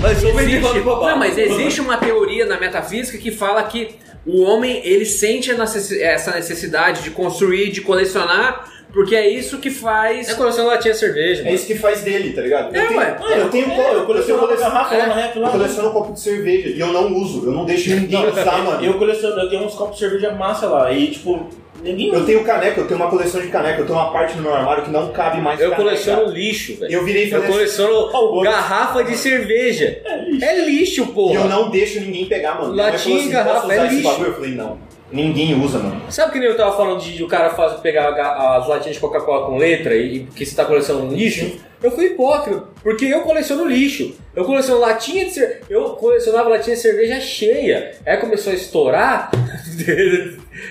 Speaker 3: Mas eu
Speaker 4: Existe-
Speaker 3: vendi hobby babaca.
Speaker 4: Não, mas existe uma teoria na metafísica que fala que o homem ele sente a necess- essa necessidade de construir, de colecionar, porque é isso que
Speaker 3: É
Speaker 4: faz.
Speaker 3: coleção latinha de cerveja.
Speaker 2: É
Speaker 3: mano.
Speaker 2: isso que faz dele, tá ligado?
Speaker 4: É,
Speaker 2: eu tenho,
Speaker 4: ué.
Speaker 2: Ah, eu tenho
Speaker 5: É,
Speaker 2: pô, eu coleciono
Speaker 5: uma
Speaker 2: garrafa.
Speaker 5: garrafa lá na
Speaker 3: é.
Speaker 5: rap lá.
Speaker 2: Eu coleciono um copo de cerveja e eu não uso, eu não deixo ninguém usar, mano.
Speaker 5: Eu coleciono, eu tenho uns copos de cerveja massa lá. E tipo, ninguém
Speaker 2: Eu tenho caneca, eu tenho uma coleção de caneca, eu tenho uma parte no meu armário que não cabe mais
Speaker 3: Eu
Speaker 2: caneca.
Speaker 3: coleciono lixo, velho.
Speaker 2: Eu virei assim,
Speaker 3: Eu
Speaker 2: fazer
Speaker 3: coleciono
Speaker 4: É
Speaker 2: Olha o
Speaker 3: garrafa de cerveja. É lixo,
Speaker 2: E eu
Speaker 3: porra.
Speaker 2: não deixo ninguém pegar, mano. Minha
Speaker 3: Latinha,
Speaker 2: mãe falou assim,
Speaker 3: garrafa,
Speaker 2: "Posso usar
Speaker 3: é
Speaker 2: esse
Speaker 3: lixo."
Speaker 2: bagulho?" Eu falei, não. Ninguém usa, mano.
Speaker 3: Sabe que nem eu tava falando de, de o cara faz, pegar a ga- as latinhas de Coca-Cola com letra e, e que você tá colecionando lixo? Eu fui hipócrita, porque eu coleciono lixo. Eu coleciono latinha de cerveja. Eu colecionava latinha de cerveja cheia. Aí começou a estourar, [laughs]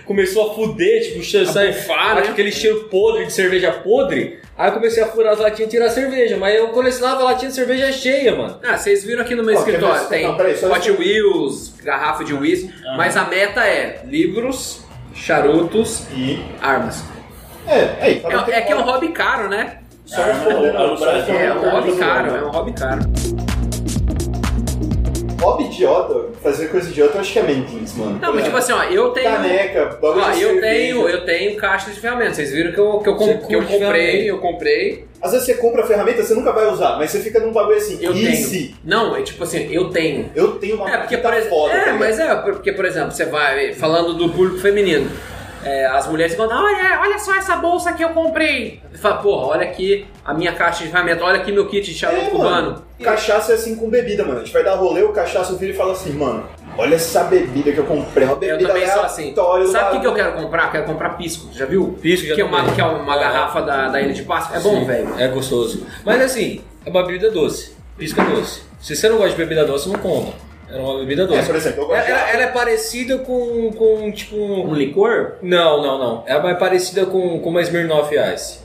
Speaker 3: começou a fuder, tipo, cheiro, sai,
Speaker 4: bufar, né?
Speaker 3: aquele cheiro podre de cerveja podre. Aí eu comecei a furar as latinhas e tirar a cerveja, mas eu colecionava latinha de cerveja cheia, mano.
Speaker 4: Ah, vocês viram aqui no meu
Speaker 2: Ó, quer
Speaker 4: escritório,
Speaker 2: ver-
Speaker 4: tem
Speaker 2: não, peraí, só
Speaker 4: Hot
Speaker 2: isso-
Speaker 4: Wheels, garrafa de whisky, mas a meta é livros, charutos,
Speaker 2: E.
Speaker 4: armas.
Speaker 2: É, aí, pra não ter
Speaker 4: É, é que é um
Speaker 2: hobby.
Speaker 4: hobby caro, né?
Speaker 2: Só respondendo
Speaker 5: Ah, no Brasil
Speaker 4: É
Speaker 3: tá,
Speaker 4: um hobby
Speaker 5: Hobby
Speaker 4: caro,
Speaker 2: né?
Speaker 3: né?
Speaker 5: caro.
Speaker 4: é um hobby caro.
Speaker 2: Hobby idiota, fazer coisa idiota, eu acho que é mentis, mano.
Speaker 4: Não, mas tipo assim, ó, eu tenho.
Speaker 2: Tá, Caneca, bagulho
Speaker 4: Ó,
Speaker 2: de
Speaker 4: eu
Speaker 2: cerveja.
Speaker 4: tenho, eu tenho caixas de ferramentas. Vocês viram que eu, que eu, com-
Speaker 3: Você
Speaker 4: que eu
Speaker 3: curte ferramenta.
Speaker 4: comprei, eu comprei.
Speaker 2: Às vezes você compra a ferramenta, você nunca vai usar, mas você fica num bagulho assim,
Speaker 4: Eu
Speaker 2: e
Speaker 4: tenho.
Speaker 2: se?
Speaker 4: Não, é tipo assim, eu tenho.
Speaker 2: Eu tenho uma
Speaker 4: É, porque
Speaker 2: fita
Speaker 4: por exemplo.
Speaker 2: foda, tá
Speaker 4: É,
Speaker 2: ligado?
Speaker 4: mas é, porque, por exemplo, você vai falando do público feminino. é, as mulheres contam, olha, olha só essa bolsa que eu comprei. Fala, porra, olha aqui a minha caixa de ferramenta, olha aqui meu kit de charuto
Speaker 2: É,
Speaker 4: cubano.
Speaker 2: mano. Cachaça é assim com bebida, mano. A gente vai dar rolê, o cachaça vira e fala assim, mano, olha essa bebida que eu comprei. é Uma
Speaker 4: Eu
Speaker 2: bebida
Speaker 4: também sou assim.
Speaker 2: aleatória do
Speaker 4: Sabe o que, que eu
Speaker 2: bagulho."
Speaker 4: quero comprar? Quero comprar pisco, já viu?
Speaker 3: Pisco, já
Speaker 4: que é uma,
Speaker 3: comprei.
Speaker 4: que é uma
Speaker 3: É.
Speaker 4: garrafa da, da Ilha de Páscoa. É bom,
Speaker 3: Sim,
Speaker 4: velho.
Speaker 3: É gostoso. Mas assim, é uma bebida doce. Pisca é doce. Se você não gosta de bebida doce, não coma. Era uma bebida
Speaker 2: É,
Speaker 3: doce.
Speaker 2: por exemplo, eu gosto
Speaker 3: ela,
Speaker 2: de
Speaker 3: ela-
Speaker 2: água.
Speaker 3: ela é parecida com, com tipo...
Speaker 4: Um licor?
Speaker 3: Não, não, não. Ela é parecida com, com uma Smirnoff Ice.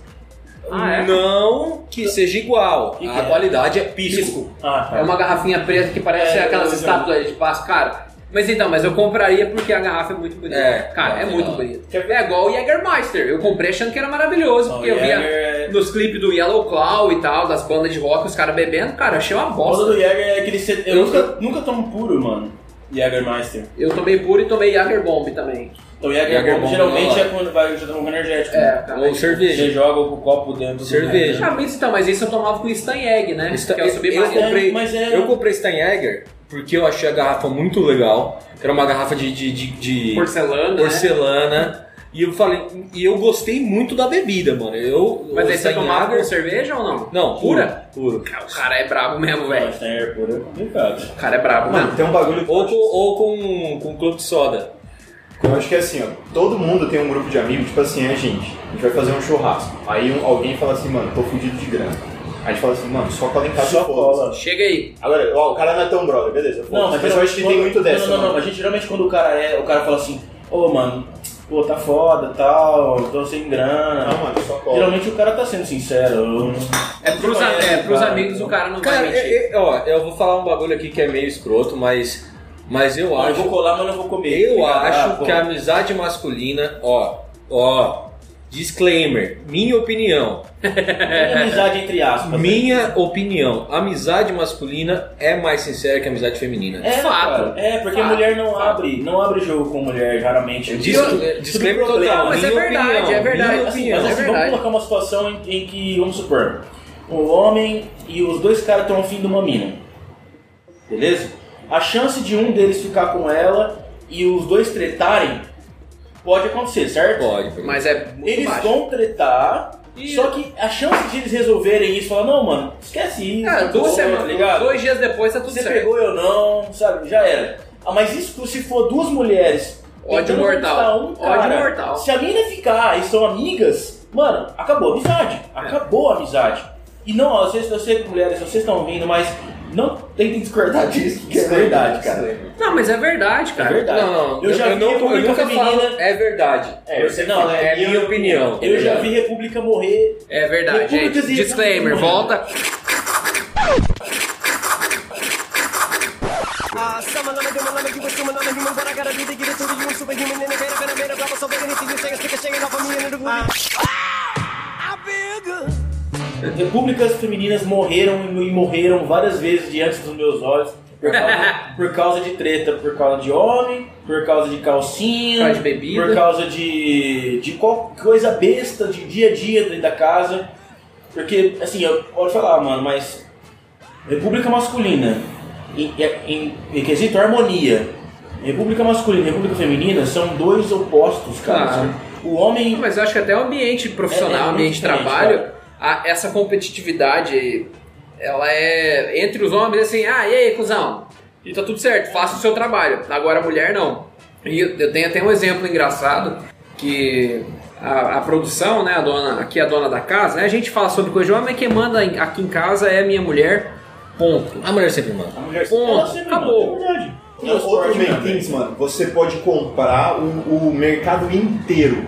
Speaker 4: Ah, é?
Speaker 3: Não que seja igual.
Speaker 5: E que
Speaker 3: a
Speaker 5: é?
Speaker 3: qualidade é pisco.
Speaker 5: Ah, tá.
Speaker 4: É uma garrafinha preta que parece
Speaker 5: É,
Speaker 4: aquelas
Speaker 5: eu-
Speaker 4: estátuas de passo, cara. Mas então, mas eu compraria porque a garrafa é muito bonita.
Speaker 3: É,
Speaker 4: cara, é,
Speaker 3: é
Speaker 4: muito
Speaker 3: legal.
Speaker 4: bonita. É igual o Jägermeister. Eu comprei achando que era maravilhoso,
Speaker 5: Não,
Speaker 4: porque eu via
Speaker 5: Jäger- é-
Speaker 4: nos clipes do Yellow Claw e tal, das bandas de rock, os caras bebendo, cara, achei uma
Speaker 5: A bola
Speaker 4: bosta.
Speaker 5: do Jäger é aquele... set- Eu,
Speaker 4: Eu-
Speaker 5: nunca, nunca tomo puro, mano. Jägermeister.
Speaker 4: Eu tomei puro e tomei Jager Bomb também.
Speaker 5: Então Jäger,
Speaker 3: Jäger
Speaker 5: Bomb
Speaker 3: Bomb,
Speaker 5: geralmente
Speaker 3: não,
Speaker 5: é quando vai junto com energético.
Speaker 4: É,
Speaker 5: né?
Speaker 4: tá.
Speaker 3: Ou cerveja.
Speaker 5: Você joga o copo dentro do
Speaker 3: Cerveja.
Speaker 4: Ah, mas então, mas esse eu tomava com Stanyeg, né?
Speaker 3: Sta-
Speaker 4: que é o
Speaker 3: eu,
Speaker 4: submarino.
Speaker 3: comprei,
Speaker 5: mas é-
Speaker 3: eu comprei Steinegger porque eu achei a garrafa muito legal. que Era uma garrafa de, de, de- de
Speaker 4: Porcelana, né?
Speaker 3: porcelana. E eu falei, e eu gostei muito da bebida, mano. Eu,
Speaker 4: Mas
Speaker 3: o
Speaker 4: aí você tomava com
Speaker 3: Steinegger-
Speaker 4: cerveja ou não?
Speaker 3: Não, pura? Puro.
Speaker 4: Ah, O cara é brabo mesmo, velho.
Speaker 5: Mas é puro, é complicado.
Speaker 4: O cara é brabo mesmo.
Speaker 2: Mano, tem um bagulho
Speaker 3: Ou com, ou com, com clube de soda.
Speaker 2: Eu acho que é assim, ó, todo mundo tem um grupo de amigos, tipo assim, é gente, a gente vai fazer um churrasco. Aí um- alguém fala assim, mano, tô fudido de grana. Aí a gente fala assim, mano, só cola em casa
Speaker 5: Só
Speaker 2: e foda-se.
Speaker 5: cola.
Speaker 4: Chega aí.
Speaker 2: Agora, ó, o cara não é tão brother, beleza. foda-se. mas eu acho que tem
Speaker 5: é quando-
Speaker 2: muito dessa. né?
Speaker 5: Não, não, não,
Speaker 2: mano.
Speaker 5: mas geralmente quando o cara é, o cara fala assim, ô mano, pô, tá foda, tal, tô sem grana.
Speaker 2: Não, mano, só cola.
Speaker 5: Geralmente o cara tá sendo sincero. eu-
Speaker 4: É pros, a- é, pros
Speaker 5: Cara, é,
Speaker 4: amigos o cara não
Speaker 3: Cara,
Speaker 4: vai mentir.
Speaker 3: eu, eu- ó, eu vou falar um bagulho aqui que é meio escroto, mas, mas eu
Speaker 5: Ah, eu
Speaker 3: acho.
Speaker 5: vou colar, mas não vou comer.
Speaker 3: Eu
Speaker 5: Obrigado. Ah,
Speaker 3: acho
Speaker 5: pô.
Speaker 3: que a amizade masculina, ó, ó, disclaimer, minha opinião.
Speaker 5: É amizade entre aspas.
Speaker 3: Minha opinião, amizade masculina é mais sincera que a amizade feminina.
Speaker 5: É,
Speaker 4: Fato.
Speaker 5: cara, É, porque
Speaker 4: Fato.
Speaker 5: mulher não
Speaker 4: Fato.
Speaker 5: abre, não abre jogo com mulher, raramente.
Speaker 3: Dis- disclaimer
Speaker 5: sobre
Speaker 3: total,
Speaker 5: problema,
Speaker 4: mas é
Speaker 3: minha
Speaker 4: verdade,
Speaker 3: opinião,
Speaker 4: é verdade.
Speaker 3: minha
Speaker 5: Assim,
Speaker 3: opinião.
Speaker 5: mas
Speaker 4: é
Speaker 5: assim, vamos
Speaker 4: verdade.
Speaker 5: colocar uma situação em, em que, vamos supor, um homem e os dois caras estão afim de uma mina. Beleza? A chance de um deles ficar com ela e os dois tretarem pode acontecer, certo?
Speaker 3: Pode, pode.
Speaker 4: Mas é muito
Speaker 5: Eles
Speaker 4: baixo.
Speaker 5: vão tretar,
Speaker 4: E-
Speaker 5: só que a chance de eles resolverem isso, falar, não, mano, esquece isso.
Speaker 4: Cara,
Speaker 5: acabou",
Speaker 4: Ah, duas
Speaker 5: tá
Speaker 4: semanas,
Speaker 5: ligado?
Speaker 4: dois dias depois tá tudo
Speaker 5: Você
Speaker 4: certo.
Speaker 5: pegou eu não, sabe? Já era. Ah, mas isso se for duas mulheres.
Speaker 4: Ódio
Speaker 5: tentando
Speaker 4: mortal.
Speaker 5: conquistar Um,
Speaker 4: Ódio
Speaker 5: cara,
Speaker 4: mortal.
Speaker 5: Se a mina ficar e são amigas, mano, acabou a amizade. Acabou a amizade. E não, ó, vocês, eu sei que mulheres, vocês estão ouvindo, mas não tentem discordar disso, porque é verdade, cara.
Speaker 4: Não, mas é verdade,
Speaker 5: É
Speaker 4: cara.
Speaker 5: verdade.
Speaker 3: Não, não,
Speaker 5: eu, já vi
Speaker 3: não, eu
Speaker 5: República
Speaker 3: nunca falo,
Speaker 5: Feminina.
Speaker 3: é verdade.
Speaker 2: É,
Speaker 5: você não,
Speaker 3: É, minha, opinião.
Speaker 5: Eu já
Speaker 3: Obrigado.
Speaker 5: vi República morrer.
Speaker 4: É verdade,
Speaker 5: República
Speaker 4: gente.
Speaker 5: e
Speaker 4: Disclaimer,
Speaker 5: República.
Speaker 4: volta.
Speaker 5: Repúblicas femininas morreram e morreram várias vezes diante dos meus olhos por causa,
Speaker 4: [laughs]
Speaker 5: por causa de treta, por causa de homem, por causa de calcinha,
Speaker 4: Por causa de bebida.
Speaker 5: por causa de, de qual- coisa besta de dia a dia dentro da casa. Porque, assim, eu posso falar, mano, mas República masculina, em, em- em quesito harmonia, República masculina e República feminina são dois opostos, cara.
Speaker 4: Claro.
Speaker 5: O homem
Speaker 4: Mas eu acho que até o ambiente
Speaker 5: É, é
Speaker 4: profissional,
Speaker 5: muito
Speaker 4: ambiente de
Speaker 5: diferente,
Speaker 4: trabalho, a- essa competitividade, ela é entre os homens assim, ah, e aí, cuzão? E tá tudo certo, faça o seu trabalho. Agora a mulher não. E eu eu tenho até um exemplo engraçado que a, a produção, né, a dona, aqui a dona da casa, né, a gente fala sobre coisa de homem, mas quem manda em- aqui em casa é a minha mulher, ponto.
Speaker 3: A mulher sempre manda.
Speaker 5: A mulher
Speaker 4: Ponto.
Speaker 5: Ela sempre
Speaker 4: Acabou.
Speaker 5: manda, É verdade.
Speaker 2: Tem os outros main things, mano. Você pode comprar o, o mercado inteiro.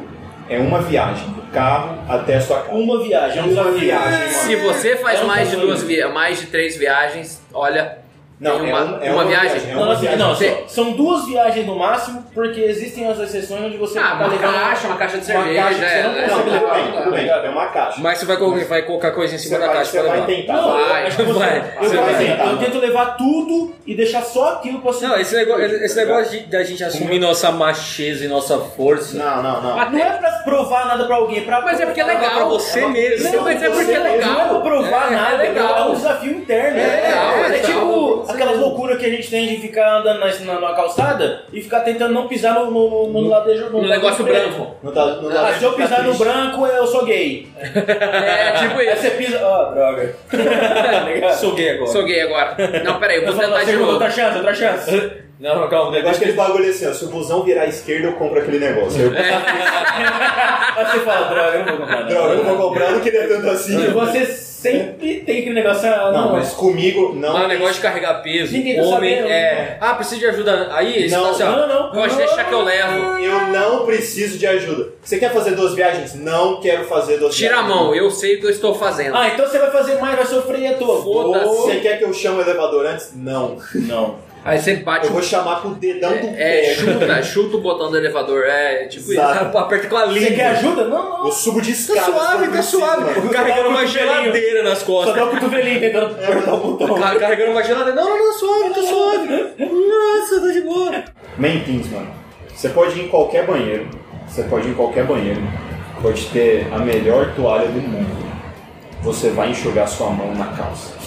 Speaker 2: É uma viagem, do carro até a sua casa.
Speaker 5: Uma viagem, é um
Speaker 2: Uma
Speaker 5: desafio.
Speaker 2: viagem, mano.
Speaker 4: Se você faz
Speaker 5: É um
Speaker 4: mais de
Speaker 5: tamanho.
Speaker 4: duas via, mais de três viagens, olha, tem uma,
Speaker 2: um-
Speaker 4: uma viagem.
Speaker 2: é
Speaker 5: Não,
Speaker 2: uma
Speaker 5: assim,
Speaker 2: viagem.
Speaker 5: não,
Speaker 4: Você-
Speaker 5: só- são duas viagens no máximo, porque existem as exceções onde você
Speaker 4: Ah,
Speaker 5: tá
Speaker 4: uma
Speaker 5: levando
Speaker 4: caixa, uma caixa de cerveja,
Speaker 5: Uma caixa que você não
Speaker 4: é,
Speaker 5: consegue
Speaker 2: Não, tudo
Speaker 5: levar.
Speaker 2: bem, tudo bem. É uma caixa.
Speaker 3: Mas você vai, colocar- vai colocar coisa em cima
Speaker 2: você
Speaker 3: da
Speaker 2: vai,
Speaker 3: caixa
Speaker 2: você
Speaker 3: pra
Speaker 2: vai
Speaker 3: levar.
Speaker 2: tentar.
Speaker 5: Não, eu
Speaker 4: Vai,
Speaker 5: acho que você-
Speaker 3: vai,
Speaker 5: eu,
Speaker 2: você
Speaker 5: falo
Speaker 2: vai
Speaker 5: assim,
Speaker 2: tentar.
Speaker 5: eu tento levar tudo e deixar só aquilo pra você.
Speaker 3: Não, esse negócio, esse negócio de- da gente assumir nossa macheza e nossa força.
Speaker 2: Não, não, não.
Speaker 5: Não é pra provar nada pra alguém, é pra
Speaker 4: Mas é porque é legal.
Speaker 3: pra você
Speaker 4: uma-
Speaker 3: mesmo.
Speaker 4: Não, mas é porque é
Speaker 5: Não é pra
Speaker 4: legal.
Speaker 5: provar
Speaker 4: É, é
Speaker 5: nada,
Speaker 4: legal.
Speaker 5: é um desafio interno.
Speaker 4: É legal, é
Speaker 5: é tipo
Speaker 4: legal.
Speaker 5: aquelas loucuras que a gente tem de ficar andando na, na, na calçada e ficar tentando não pisar no, no, no, no ladejo no,
Speaker 4: No negócio
Speaker 5: preto.
Speaker 4: branco.
Speaker 2: Não tá, não dá
Speaker 5: Ah, se eu
Speaker 2: pra
Speaker 5: pisar
Speaker 2: ficar
Speaker 5: no
Speaker 2: triste.
Speaker 5: branco, eu sou gay.
Speaker 4: É tipo
Speaker 5: Aí
Speaker 4: isso.
Speaker 5: você pisa. Ah, droga. Tá ligado?
Speaker 3: Sou gay agora.
Speaker 4: Sou gay agora. Não, peraí, eu
Speaker 5: Eu
Speaker 4: vou
Speaker 5: falo,
Speaker 4: tentar de
Speaker 5: "Segunda,
Speaker 4: novo.
Speaker 5: assim, outra chance, outra
Speaker 4: [laughs]
Speaker 5: chance.
Speaker 3: Não, calma,
Speaker 2: Eu
Speaker 3: negócio
Speaker 2: acho que eles bagulho assim, ó. Se o busão virar à esquerda, eu compro aquele negócio. Eu,
Speaker 5: Aí você fala, droga, eu não vou comprar.
Speaker 2: droga, eu não vou comprar, eu não queria tanto assim.
Speaker 5: E você sempre tem aquele negócio. ah,
Speaker 2: Não, mas comigo, não.
Speaker 3: Mano, negócio de carregar peso.
Speaker 5: Ninguém tá
Speaker 3: Homem
Speaker 5: sabendo,
Speaker 3: é. Ah, precisa de ajuda aí? Você
Speaker 2: Não,
Speaker 3: fala assim, ó,
Speaker 5: não, não.
Speaker 4: Pode deixar que eu levo.
Speaker 2: Eu não preciso de ajuda. Você quer fazer duas viagens? Não quero fazer duas
Speaker 4: Tira a
Speaker 2: viagens.
Speaker 4: mão, eu sei o que eu estou fazendo.
Speaker 5: Ah, então você vai fazer mais, vai sofrer é à toa.
Speaker 4: Foda-se.
Speaker 5: Ou-
Speaker 2: Você quer que eu chame o elevador antes? Não.
Speaker 5: Não.
Speaker 4: Aí você bate
Speaker 2: Eu
Speaker 4: o.
Speaker 2: vou chamar com o dedão do
Speaker 4: É,
Speaker 2: pé.
Speaker 4: chuta, chuta o botão do elevador. É tipo isso.
Speaker 2: Exato.
Speaker 3: [laughs] Aperta com a língua.
Speaker 5: Você quer ajuda? Não,
Speaker 2: Eu
Speaker 5: não.
Speaker 2: subo de
Speaker 3: Tá
Speaker 2: escada.
Speaker 3: suave, tá suave. Carregando uma geladeira nas
Speaker 5: Só
Speaker 3: costas.
Speaker 2: É.
Speaker 5: dá o cotovelinho tentando apertar o botão.
Speaker 3: Cara, Carregando uma geladeira. Não, não, não, suave, tá suave. criança, tá de boa.
Speaker 2: Main things, mano. Você pode ir em qualquer banheiro. Você pode ir em qualquer banheiro. Pode ter a melhor toalha do mundo. Você vai enxugar sua mão na calça.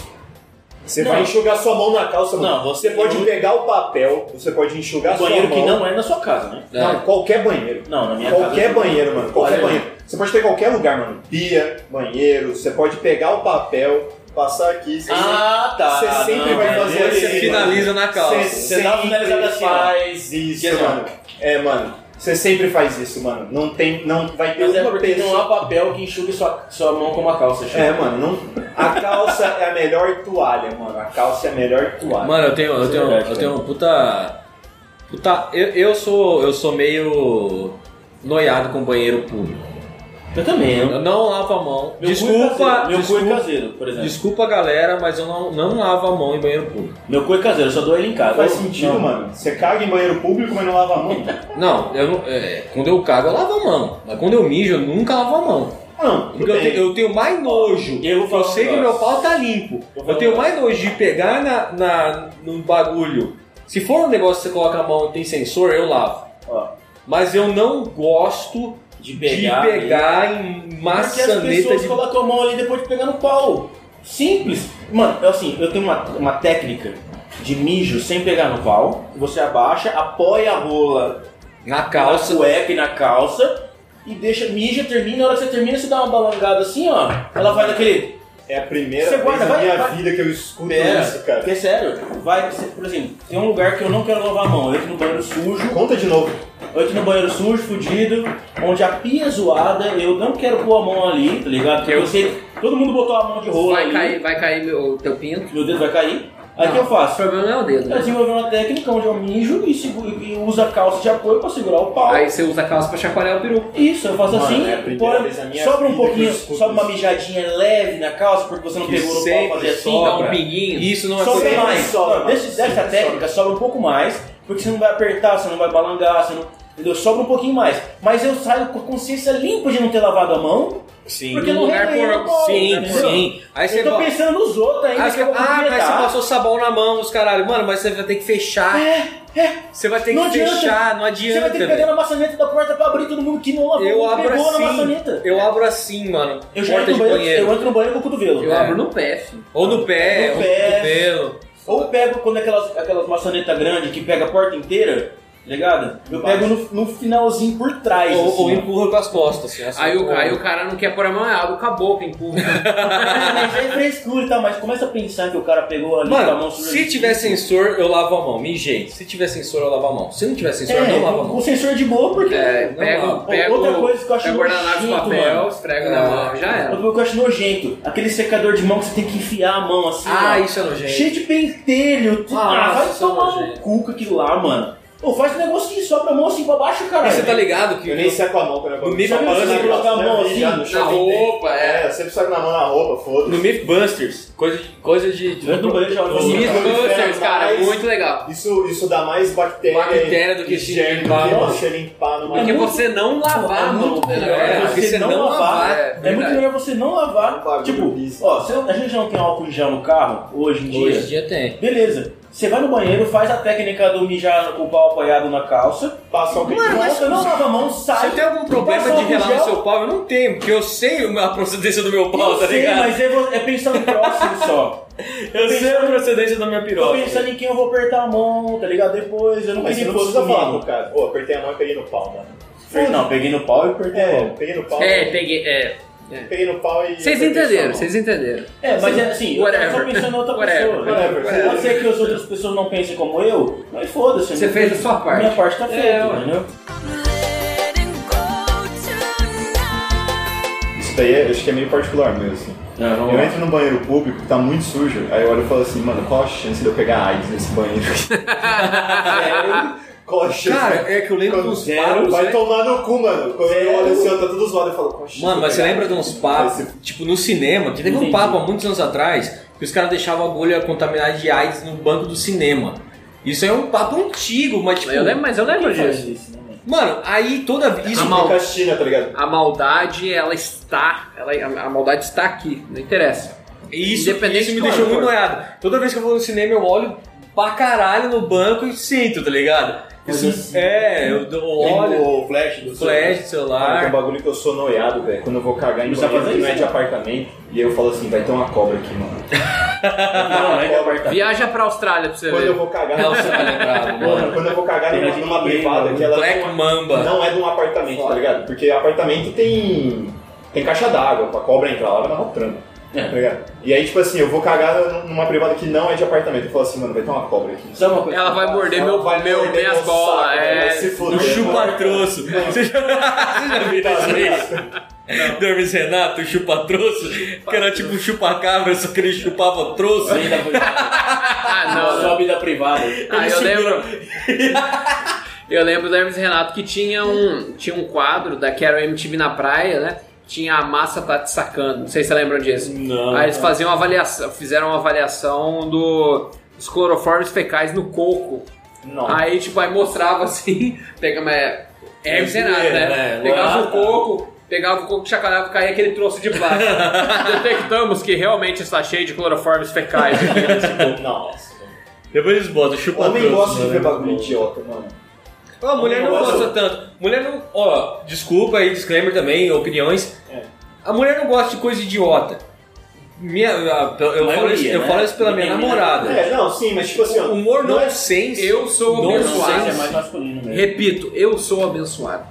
Speaker 2: Você
Speaker 5: Não.
Speaker 2: vai enxugar sua mão na calça. mano.
Speaker 5: Não, você-
Speaker 2: pode pegar o papel, você pode enxugar
Speaker 5: Um banheiro
Speaker 2: sua
Speaker 5: que
Speaker 2: mão.
Speaker 5: não é na sua casa, né?
Speaker 2: Não, qualquer banheiro.
Speaker 5: Não, na minha
Speaker 2: Qualquer
Speaker 5: casa-
Speaker 2: banheiro, mano. Qualquer
Speaker 5: Olha,
Speaker 2: banheiro. Você pode ter qualquer lugar, mano. Pia, banheiro. Você pode pegar o papel, passar aqui. Você
Speaker 5: Ah, tá.
Speaker 2: Você sempre
Speaker 5: Não,
Speaker 2: vai
Speaker 5: mas
Speaker 2: fazer
Speaker 5: esse
Speaker 2: assim,
Speaker 3: Finaliza na calça.
Speaker 2: Você
Speaker 5: Você dá uma
Speaker 2: sempre
Speaker 5: finalizada assim, ó.
Speaker 2: faz isso,
Speaker 5: Que assim, ó.
Speaker 2: mano. É, mano. Você sempre faz isso, mano. Não tem, não vai ter
Speaker 5: Mas é
Speaker 2: uma
Speaker 5: porque não
Speaker 2: pessoa.
Speaker 5: há papel que enxugue sua, sua mão com uma calça, Chico.
Speaker 2: É, mano. Não... A calça é a melhor toalha, mano. A calça é a melhor toalha.
Speaker 3: Mano, eu tenho, eu tenho, eu tenho um puta. Puta. Eu, eu sou. Eu sou meio noiado com banheiro público.
Speaker 5: Eu também, eu.
Speaker 3: Eu não lavo a mão.
Speaker 5: Meu cu é
Speaker 3: desculpa.
Speaker 5: caseiro, meu cu é
Speaker 3: desculpa,
Speaker 5: caseiro, por exemplo.
Speaker 3: desculpa, galera, mas eu não, não lavo a mão em banheiro público.
Speaker 5: Meu cu é caseiro, eu só dou ele em casa.
Speaker 2: Faz
Speaker 5: Eu-
Speaker 2: sentido,
Speaker 5: não.
Speaker 2: mano. Você caga em banheiro público, mas não lava a mão.
Speaker 3: Não, eu não. é, quando eu cago, eu lavo a mão. Mas quando eu mijo, eu nunca lavo a mão.
Speaker 2: Não,
Speaker 3: Porque
Speaker 2: tudo
Speaker 3: eu, te-
Speaker 2: bem.
Speaker 3: eu tenho mais nojo.
Speaker 5: Eu vou falar um
Speaker 3: sei que
Speaker 5: negócio.
Speaker 3: meu pau tá limpo.
Speaker 5: Vou falar
Speaker 3: Eu tenho
Speaker 5: um
Speaker 3: mais nojo de pegar na, na, num bagulho. Se for um negócio que você coloca a mão e tem sensor, eu lavo.
Speaker 5: Ó,
Speaker 3: Mas eu não gosto
Speaker 5: de pegar.
Speaker 3: de pegar em
Speaker 5: Porque as
Speaker 3: maçaneta
Speaker 5: pessoas
Speaker 3: de.
Speaker 5: colocam a mão ali depois de pegar no pau. Simples. Mano, eu, assim, eu tenho uma, uma técnica de mijo sem pegar no pau. Você abaixa, apoia a rola
Speaker 3: Na calça.
Speaker 5: na cueca e na calça. E deixa, mija, termina. Na hora que você termina, você dá uma balangada assim, ó. Ela faz aquele.
Speaker 2: É a primeira
Speaker 5: Você
Speaker 2: vez
Speaker 5: guarda,
Speaker 2: na
Speaker 5: vai-
Speaker 2: minha
Speaker 5: vai-
Speaker 2: vida que eu escuto
Speaker 5: Pera,
Speaker 2: isso, cara.
Speaker 5: porque é sério, vai, você- por exemplo, tem um lugar que eu não quero lavar a mão, eu entro no banheiro sujo,
Speaker 2: Conta de novo.
Speaker 5: eu entro no banheiro sujo, fudido, onde a pia é zoada, eu não quero pôr a mão ali, tá ligado? Porque eu sei, todo mundo botou a mão de rola
Speaker 4: Vai
Speaker 5: ali,
Speaker 4: cair, vai cair meu, teu pinto.
Speaker 5: meu dedo vai cair, aí o que eu
Speaker 4: O
Speaker 5: faço?
Speaker 4: problema não é o dedo,
Speaker 5: Eu
Speaker 4: né?
Speaker 5: desenvolvi uma técnica onde eu mijo e, seguro, e uso a calça de apoio pra segurar o pau.
Speaker 4: Aí você usa a calça pra chacoalhar o peru.
Speaker 5: Isso, eu faço
Speaker 2: Mano,
Speaker 5: assim,
Speaker 2: é a primeira
Speaker 5: põe-
Speaker 2: vez na minha
Speaker 5: sobra um
Speaker 2: vida que eu
Speaker 5: pouquinho,
Speaker 2: escuto
Speaker 5: sobra uma
Speaker 2: isso.
Speaker 5: mijadinha leve na calça, porque você não
Speaker 3: Que
Speaker 5: pegou no pau
Speaker 3: sempre
Speaker 5: fazer assim,
Speaker 3: sobra.
Speaker 4: Dá um pinguinho.
Speaker 3: Isso não é
Speaker 5: Sobra
Speaker 2: Sempre
Speaker 5: mais.
Speaker 2: sobra,
Speaker 5: Não, desse-
Speaker 2: mano.
Speaker 5: dessa
Speaker 2: Sempre
Speaker 5: técnica, sobra. um pouco mais, porque você não vai apertar, você não vai balangar, você não. Entendeu? Sobra um pouquinho mais. Mas eu saio com a consciência limpa de não ter lavado a mão.
Speaker 3: Sim. é
Speaker 5: Porque
Speaker 4: No
Speaker 5: não
Speaker 4: lugar
Speaker 5: reganhei
Speaker 4: por-
Speaker 5: no pau,
Speaker 3: Sim,
Speaker 5: entendeu?
Speaker 3: sim. Aí você
Speaker 5: Eu tô
Speaker 3: bota-
Speaker 5: pensando nos outros ainda.
Speaker 3: Ah,
Speaker 5: que eu vou
Speaker 3: ah, mas você
Speaker 5: completar.
Speaker 3: passou sabão na mão, os caralho. Mano, mas você vai ter que fechar.
Speaker 5: É, é.
Speaker 3: Você vai ter que
Speaker 5: Não adianta.
Speaker 3: fechar, não adianta.
Speaker 5: Você vai ter que
Speaker 3: velho.
Speaker 5: pegar na maçaneta da porta pra abrir todo mundo que não lavou.
Speaker 3: eu
Speaker 5: não
Speaker 3: abro
Speaker 5: pegou na
Speaker 3: assim.
Speaker 5: maçaneta.
Speaker 3: Eu abro assim, mano.
Speaker 5: Eu já
Speaker 3: porta
Speaker 5: entro
Speaker 3: de
Speaker 5: no banheiro,
Speaker 3: banheiro.
Speaker 5: eu entro no banheiro com o cotovelo.
Speaker 4: Eu
Speaker 3: É.
Speaker 4: abro no pé, filho.
Speaker 3: Ou no pé,
Speaker 5: No
Speaker 3: ou
Speaker 5: pé.
Speaker 3: no cabelo.
Speaker 5: Ou pego quando é aquelas, aquelas maçanetas grandes que pega a porta inteira, tá ligado? Eu pego no, no finalzinho por trás.
Speaker 3: Ou,
Speaker 5: assim,
Speaker 3: ou
Speaker 5: ó.
Speaker 3: empurra com as costas. assim, assim,
Speaker 4: Aí o,
Speaker 3: ou-
Speaker 4: aí o cara não quer pôr a mão, é o caboclo, empurra.
Speaker 5: Ah, mas é frescura e tal, mas começa a pensar que o cara pegou ali um com a mão
Speaker 3: Mano,
Speaker 5: suja.
Speaker 3: se tiver
Speaker 5: É,
Speaker 3: sensor, eu lavo a mão. Mijei. Se tiver sensor, eu lavo a mão. Se não tiver sensor, eu
Speaker 5: é,
Speaker 3: não lavo a
Speaker 5: o
Speaker 3: mão.
Speaker 5: sensor de boa, porque.
Speaker 4: É,
Speaker 5: não,
Speaker 4: pega,
Speaker 5: não.
Speaker 4: pega
Speaker 5: Outra coisa que eu acho
Speaker 4: pega o guardanapo de
Speaker 5: nojento,
Speaker 4: papel,
Speaker 5: mano.
Speaker 4: esfrega na mão, já
Speaker 5: Outra
Speaker 4: era.
Speaker 5: coisa que eu acho nojento, aquele secador de mão que você tem que enfiar a mão assim.
Speaker 3: Ah,
Speaker 5: ó.
Speaker 3: isso é nojento.
Speaker 5: Cheio de pentelho. tu-
Speaker 3: Ah,
Speaker 5: Ah, vai
Speaker 3: isso é
Speaker 5: tomar um
Speaker 3: nojento.
Speaker 5: cu com aquilo lá, mano. Pô, faz um negócio que sobra a mão assim pra baixo, cara.
Speaker 3: E você tá ligado que
Speaker 2: Eu nem seco a mão quando eu
Speaker 3: No meio
Speaker 2: Só
Speaker 3: da
Speaker 2: pra
Speaker 3: mesa,
Speaker 2: você
Speaker 5: colocar
Speaker 2: colocar
Speaker 5: a mão assim,
Speaker 2: mijar no
Speaker 4: na
Speaker 2: chão, tem-
Speaker 4: roupa, é.
Speaker 2: É, sempre saco na mão na roupa,
Speaker 3: no
Speaker 2: foda-se.
Speaker 3: Mythbusters, coisa, de- coisa de.
Speaker 5: Eu entro no banheiro e já olho
Speaker 3: Os
Speaker 5: assim,
Speaker 3: mitos-
Speaker 2: Quando
Speaker 4: Mythbusters,
Speaker 2: ferra
Speaker 4: cara,
Speaker 2: mais-
Speaker 4: muito legal.
Speaker 2: Isso, isso dá mais bactéria,
Speaker 3: Bactéria do que se
Speaker 2: germe do
Speaker 3: limpar,
Speaker 2: que
Speaker 3: mano.
Speaker 2: você limpar numa
Speaker 4: Porque
Speaker 5: É muito-
Speaker 4: você não lavar
Speaker 5: É
Speaker 4: a mão,
Speaker 5: muito melhor.
Speaker 4: é, porque você não lavar.
Speaker 5: É,
Speaker 4: É,
Speaker 5: muito
Speaker 4: verdade.
Speaker 5: melhor você não lavar.
Speaker 2: Bagulho
Speaker 5: tipo,
Speaker 2: disso.
Speaker 5: ó, você- a gente não tem álcool em gel no carro hoje em dia.
Speaker 3: Hoje em dia tem.
Speaker 5: Beleza. Você vai no banheiro, faz a técnica do mijar com o pau apoiado na calça,
Speaker 2: passa um alguém.
Speaker 5: volta, não lava a mão,
Speaker 3: Se
Speaker 5: sai.
Speaker 3: eu tenho algum problema
Speaker 5: passa
Speaker 3: de relar
Speaker 5: álcool
Speaker 3: no
Speaker 5: em
Speaker 3: seu pau, eu não tenho, porque eu sei a procedência do meu
Speaker 5: gel.
Speaker 3: pau,
Speaker 5: Eu
Speaker 3: tá
Speaker 5: sei,
Speaker 3: ligado?
Speaker 5: mas é, vo- é pensar no próximo só.
Speaker 3: Eu sei a procedência da minha
Speaker 5: Tô
Speaker 3: piroca.
Speaker 5: pensando em quem eu vou apertar a mão, tá ligado? Depois, eu não
Speaker 2: Mas você
Speaker 5: queria
Speaker 2: não
Speaker 5: que fosse
Speaker 2: precisa falar
Speaker 5: comigo.
Speaker 2: pro cara. Pô, apertei a mão e peguei no pau, mano.
Speaker 5: Não, peguei no pau e apertei a
Speaker 2: É,
Speaker 5: mão.
Speaker 2: peguei no pau.
Speaker 4: É, peguei. É.
Speaker 2: Peguei no pau e.
Speaker 4: Vocês
Speaker 2: apertei sua
Speaker 4: entenderam,
Speaker 2: mão.
Speaker 4: vocês entenderam.
Speaker 5: É, mas é assim, eu
Speaker 4: Whatever.
Speaker 5: tava só pensando em outra
Speaker 4: Whatever.
Speaker 5: pessoa.
Speaker 2: Whatever.
Speaker 5: Pode ser que as outras pessoas não pensem como eu, mas foda-se.
Speaker 4: Você fez a sua parte.
Speaker 5: Minha parte tá feita,
Speaker 4: É, ué.
Speaker 5: entendeu?
Speaker 2: Isso daí é, acho que é meio particular mesmo. Assim. eu entro no banheiro público que tá muito sujo, aí eu olho e falo assim, mano, qual a chance de eu pegar AIDS nesse banheiro? [laughs] Sério? qual a chance?
Speaker 3: Cara, é que eu lembro
Speaker 2: Quando
Speaker 3: dos
Speaker 2: zero,
Speaker 3: papos,
Speaker 2: vai
Speaker 3: né?
Speaker 2: tomar no cu, mano. Quando eu olho assim, ó, tá tudo zoado, eu falo, qual a chance de
Speaker 3: Mano,
Speaker 2: eu
Speaker 3: mas você
Speaker 2: pegar
Speaker 3: lembra de
Speaker 2: AIDS?
Speaker 3: uns papos,
Speaker 2: Esse-
Speaker 3: tipo no cinema, que teve um
Speaker 5: Entendi.
Speaker 3: papo há muitos anos atrás, que os caras deixavam a bolha contaminada de AIDS no banco do cinema. Isso aí é um papo antigo, mas tipo.
Speaker 4: Eu lembro, mas eu lembro disso.
Speaker 3: Mano, aí toda vez. Isso,
Speaker 4: A mal-
Speaker 2: Fica a China, tá ligado?
Speaker 4: A maldade, ela está. Ela, a, a maldade está aqui, não interessa.
Speaker 3: isso,
Speaker 4: Independente
Speaker 3: isso me
Speaker 4: de
Speaker 3: deixou
Speaker 4: onde
Speaker 3: muito
Speaker 4: for.
Speaker 3: noiado. Toda vez que eu vou no cinema, eu olho pra caralho no banco e sinto, tá ligado? Isso,
Speaker 2: assim,
Speaker 3: é, eu dou
Speaker 2: Tem
Speaker 3: óleo,
Speaker 2: o flash do
Speaker 3: flash do
Speaker 2: Cara, tem um
Speaker 3: celular.
Speaker 2: bagulho que eu sou noiado, velho. Quando eu vou cagar em
Speaker 5: Não precisa
Speaker 2: banheiro
Speaker 5: fazer
Speaker 2: que não é
Speaker 5: isso,
Speaker 2: de apartamento, e eu falo assim, vai ter uma cobra aqui, mano.
Speaker 5: Não, é de apartamento.
Speaker 4: Viaja pra Austrália pra você
Speaker 2: Quando eu
Speaker 4: ver.
Speaker 2: vou cagar...
Speaker 3: Não, você vai lembrar,
Speaker 2: Mano,
Speaker 3: mano.
Speaker 2: quando eu vou cagar
Speaker 5: Tem
Speaker 2: numa,
Speaker 5: de
Speaker 2: numa
Speaker 5: ninguém,
Speaker 2: privada,
Speaker 5: mano.
Speaker 2: que ela
Speaker 3: Black Mamba.
Speaker 2: não é de um apartamento, tá ligado? Porque apartamento tem. tem caixa d'água, pra cobra entrar lá, ela vai rotrando. Tá ligado? E aí, tipo assim, eu vou cagar num- numa privada que não é de apartamento. Eu falo assim, mano, vai ter uma cobra aqui.
Speaker 5: Sabe uma coisa?
Speaker 4: Ela vai morder
Speaker 2: Ela
Speaker 4: meu,
Speaker 2: vai
Speaker 4: meu,
Speaker 2: morder
Speaker 4: minhas
Speaker 2: meu
Speaker 4: bolas.
Speaker 2: saco,
Speaker 4: é.
Speaker 2: vai se fuder.
Speaker 3: No chupa-troço. Você já, você já viu isso aí? Dormes Renato, o chupa-troço, que era tipo um chupa-cabra, só que ele chupava troço.
Speaker 5: Sobe da privada.
Speaker 4: Ah, não,
Speaker 5: [laughs]
Speaker 4: não.
Speaker 5: Sobe da privada.
Speaker 4: Ah,
Speaker 3: Eles
Speaker 4: eu
Speaker 3: subiram.
Speaker 4: lembro. eu lembro do Hermes Renato que tinha um, tinha um quadro da que era o MTV na praia, né? Tinha a massa tá te sacando. Não sei se você lembram disso.
Speaker 3: Ah.
Speaker 5: Não.
Speaker 4: Aí eles faziam uma avaliação, fizeram uma avaliação do, dos cloroformes fecais no coco.
Speaker 2: Não.
Speaker 4: Aí, tipo, aí mostrava assim, [laughs] pega uma. É Hermes Renato,
Speaker 3: Brasileiro,
Speaker 4: né?
Speaker 3: né?
Speaker 4: Pegava
Speaker 3: Lá,
Speaker 4: o coco, pegava o coco, chacoalhava, caía aquele troço de plástico.
Speaker 3: [laughs]
Speaker 4: Detectamos que realmente está cheio de cloroformes fecais aqui nesse coco.
Speaker 5: Tipo,
Speaker 2: Nossa.
Speaker 3: Depois eles botam
Speaker 2: Homem gosta
Speaker 3: chupa-troço.
Speaker 2: de ver bagulho idiota, mano.
Speaker 3: Ah, mulher não gosta tanto. Mulher não. Ó, desculpa aí, disclaimer também, opiniões. A mulher não gosta de coisa idiota. Minha, a- eu, falo, isso,
Speaker 5: Maioria,
Speaker 3: eu
Speaker 5: né?
Speaker 3: falo isso pela minha
Speaker 5: Maioria.
Speaker 3: namorada.
Speaker 2: É, não, sim, mas tipo assim, ó.
Speaker 3: Humor
Speaker 2: não é-
Speaker 3: nonsense.
Speaker 4: Eu sou
Speaker 3: Não
Speaker 5: Mas
Speaker 4: abençoado.
Speaker 5: é mais masculino mesmo.
Speaker 4: Repito, eu sou abençoado.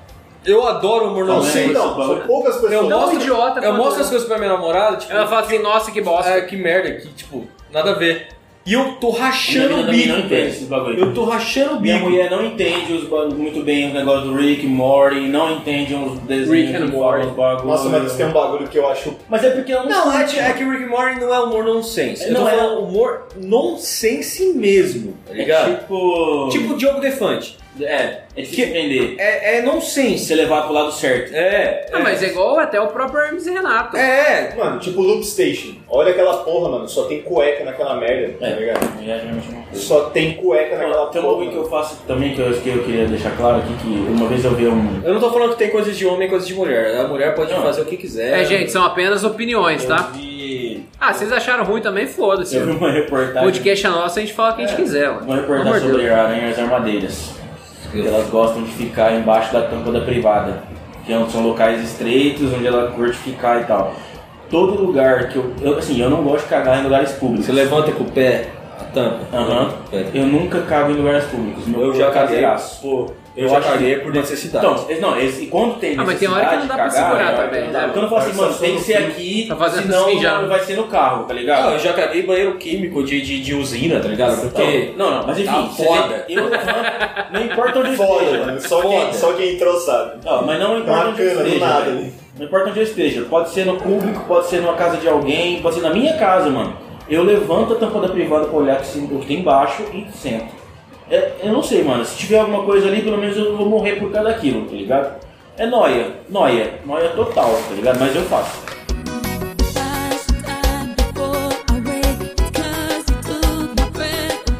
Speaker 3: Eu adoro humor
Speaker 2: Não,
Speaker 3: nonsense.
Speaker 2: sim, não. São poucas pessoas.
Speaker 3: Eu
Speaker 4: Não é um
Speaker 3: mostro-
Speaker 4: idiota.
Speaker 3: Eu
Speaker 4: falando.
Speaker 3: mostro as coisas pra minha namorada, tipo,
Speaker 4: Ela fala assim, nossa, que bosta.
Speaker 3: ah, que merda, que tipo, nada a ver. E eu tô
Speaker 5: Minha
Speaker 3: rachando
Speaker 5: mina
Speaker 3: o
Speaker 5: também não
Speaker 3: bico,
Speaker 4: né?
Speaker 5: entende
Speaker 3: velho.
Speaker 5: esses bagulho.
Speaker 3: Eu tô rachando o
Speaker 5: Minha
Speaker 3: bico.
Speaker 5: mulher não entende os ba- muito bem os negócios do Rick e Morty, não entende os desenhos
Speaker 4: Rick and
Speaker 5: que falam
Speaker 4: Morty.
Speaker 5: os bagulhos.
Speaker 2: Nossa, mas tem um bagulho que eu acho.
Speaker 5: Mas é porque ela
Speaker 3: Não,
Speaker 5: não
Speaker 3: é, que- é que o Rick and Morty não é humor nonsense. Eu
Speaker 5: Não,
Speaker 3: tô
Speaker 5: é-
Speaker 3: falando humor nonsense mesmo, tá ligado?
Speaker 5: Tipo.
Speaker 3: Tipo o Diogo Defante.
Speaker 5: É, é difícil
Speaker 3: Que-
Speaker 5: entender.
Speaker 3: É, é nonsense.
Speaker 5: Se levar pro lado certo.
Speaker 3: É.
Speaker 4: Ah,
Speaker 3: é.
Speaker 4: mas é igual até o próprio Hermes e Renato.
Speaker 3: É.
Speaker 2: Mano, tipo Loop Station. Olha aquela porra, mano. Só tem cueca naquela merda, tá ligado?
Speaker 4: É,
Speaker 2: Só tem cueca naquela
Speaker 5: Tem um
Speaker 2: porra.
Speaker 5: bagulho que eu faço também que eu, que eu queria deixar claro aqui, que uma vez eu vi um.
Speaker 3: Eu não tô falando que tem coisas de homem e coisas de mulher. A mulher pode
Speaker 5: Não.
Speaker 3: fazer o que quiser.
Speaker 4: É, gente, são apenas opiniões,
Speaker 5: Eu
Speaker 4: tá?
Speaker 3: É.
Speaker 5: vi,
Speaker 4: Ah, vocês acharam ruim também? Foda-se.
Speaker 5: eu vi uma
Speaker 4: O
Speaker 5: reportagem.
Speaker 4: podcast é nosso, a gente fala o que a gente quiser. mano.
Speaker 5: Uma reportagem
Speaker 4: Pelo amor de
Speaker 5: sobre aranhas armadeiras. Elas gostam de ficar embaixo da tampa da privada, que é- são locais estreitos onde ela curte ficar e tal. Todo lugar que eu, eu- assim, eu não gosto de cagar em lugares públicos.
Speaker 3: Você levanta com o pé a tampa.
Speaker 5: Aham.
Speaker 3: É.
Speaker 5: Eu nunca cago em lugares públicos. Meu
Speaker 3: Eu
Speaker 5: cu
Speaker 3: já
Speaker 5: é
Speaker 3: caguei.
Speaker 5: caseiraço.
Speaker 3: Pô, eu,
Speaker 5: Eu
Speaker 3: já
Speaker 5: acho
Speaker 3: caguei
Speaker 5: que-
Speaker 3: por necessidade.
Speaker 5: Então, esse- não, esse, e quando tem
Speaker 4: Ah, mas tem hora que não dá pra
Speaker 5: necessidade de
Speaker 4: segurar
Speaker 5: cagar, é,
Speaker 4: também, né?
Speaker 5: Quando eu falo assim, mano, tem que ser aqui,
Speaker 4: Tá fazendo assim já.
Speaker 5: senão vai ser no carro, tá ligado?
Speaker 3: Não, eu já caguei banheiro químico de, de, de usina, tá ligado? Porque.
Speaker 5: Então, Não, não, mas enfim,
Speaker 3: Tá
Speaker 5: você
Speaker 3: foda.
Speaker 5: vê- eu- não importa onde
Speaker 2: É Foda,
Speaker 5: esteja.
Speaker 2: mano. Só
Speaker 3: Foda.
Speaker 2: quem, só quem entrou sabe.
Speaker 5: Não, mas não
Speaker 2: Tá
Speaker 5: importa
Speaker 2: uma
Speaker 5: onde eu
Speaker 2: cana, do
Speaker 5: esteja.
Speaker 2: nada.
Speaker 5: velho.
Speaker 2: ali.
Speaker 5: Não importa onde eu esteja. Pode ser no público, pode ser numa casa de alguém, pode ser na minha casa, mano. Eu levanto a tampa da privada pra olhar o que se- o que tem embaixo e sento. É, eu não sei, mano. Se tiver alguma coisa ali, pelo menos eu não vou morrer por causa daquilo, tá ligado? É noia, noia, noia total, tá ligado? Mas eu faço.
Speaker 4: Deus.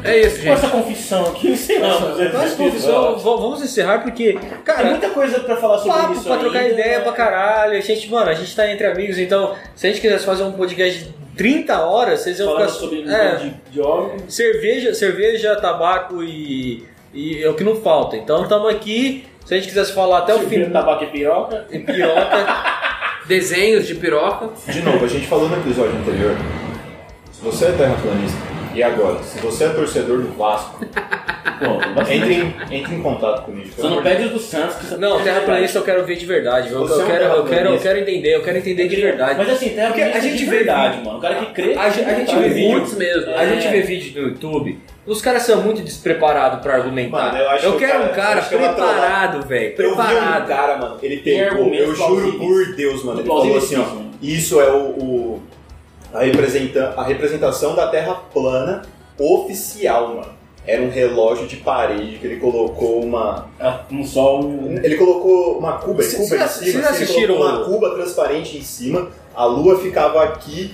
Speaker 4: É isso,
Speaker 5: Com essa
Speaker 4: gente.
Speaker 5: confissão aqui, [laughs] não sei lá. mas é
Speaker 3: Mas,
Speaker 5: difícil,
Speaker 3: Então, professor,
Speaker 5: ó.
Speaker 3: v- vamos encerrar porque,
Speaker 5: Tem
Speaker 3: cara,
Speaker 5: é muita coisa pra falar sobre
Speaker 3: papo
Speaker 5: isso
Speaker 3: pra trocar
Speaker 5: ainda,
Speaker 3: ideia
Speaker 5: né?
Speaker 3: pra caralho. A gente, mano, a gente tá entre amigos, então se a gente quisesse fazer um podcast de 30 horas, vocês iam
Speaker 5: Falando
Speaker 3: ficar.
Speaker 5: sobre
Speaker 3: é,
Speaker 5: de, de homem.
Speaker 3: cerveja, cerveja, tabaco e, e é o que não falta. Então estamos aqui. Se a gente quisesse falar até o
Speaker 5: filho
Speaker 3: fim
Speaker 5: tabaco e piroca.
Speaker 3: e piroca,
Speaker 4: Desenhos de piroca.
Speaker 2: De novo, a gente falou no episódio anterior. Se você é terraplanista, e agora? Se você é torcedor do Vasco,
Speaker 5: Bom,
Speaker 3: É
Speaker 2: entre em, entre em contato comigo.
Speaker 5: Só não pede os do Santos. Que é
Speaker 3: não, terraplanista eu quero ver de verdade. Eu,
Speaker 2: Você é um
Speaker 3: eu quero, eu quero, eu
Speaker 2: terraplanista.
Speaker 3: quero entender, eu quero entender de verdade.
Speaker 5: Mas assim, terraplanista
Speaker 3: Porque a gente
Speaker 5: de
Speaker 3: vê
Speaker 5: verdade,
Speaker 3: vídeo.
Speaker 5: mano. O cara que crê.
Speaker 3: A, gente- a gente
Speaker 5: tá
Speaker 3: vê né?
Speaker 5: ligado?
Speaker 4: muitos
Speaker 3: vídeo,
Speaker 4: mesmo.
Speaker 3: a
Speaker 5: É.
Speaker 3: gente vê vídeo no YouTube. Os caras são muito despreparados pra argumentar.
Speaker 2: Mano, eu acho que o
Speaker 3: quero
Speaker 2: cara-
Speaker 3: um cara
Speaker 2: acho que é uma
Speaker 3: preparado, velho.
Speaker 2: Eu vi um
Speaker 3: Preparado.
Speaker 2: cara, mano, ele
Speaker 5: Tem
Speaker 2: pegou,
Speaker 5: argumentos
Speaker 2: eu juro
Speaker 5: plausíveis.
Speaker 2: por Deus, mano, ele falou
Speaker 5: Plausíveis,
Speaker 2: assim, ó,
Speaker 5: sim.
Speaker 2: isso é o, o- a, representa, a representação da Terra plana oficial, mano. Era um relógio de parede que ele colocou uma...
Speaker 5: Ah, Um sol. um-
Speaker 2: Ele colocou uma cuba,
Speaker 3: Cê-
Speaker 2: cuba
Speaker 3: cê-
Speaker 2: em cima,
Speaker 3: cês
Speaker 2: assim, ele
Speaker 3: assistiram
Speaker 2: colocou uma cuba transparente em cima, a lua ficava aqui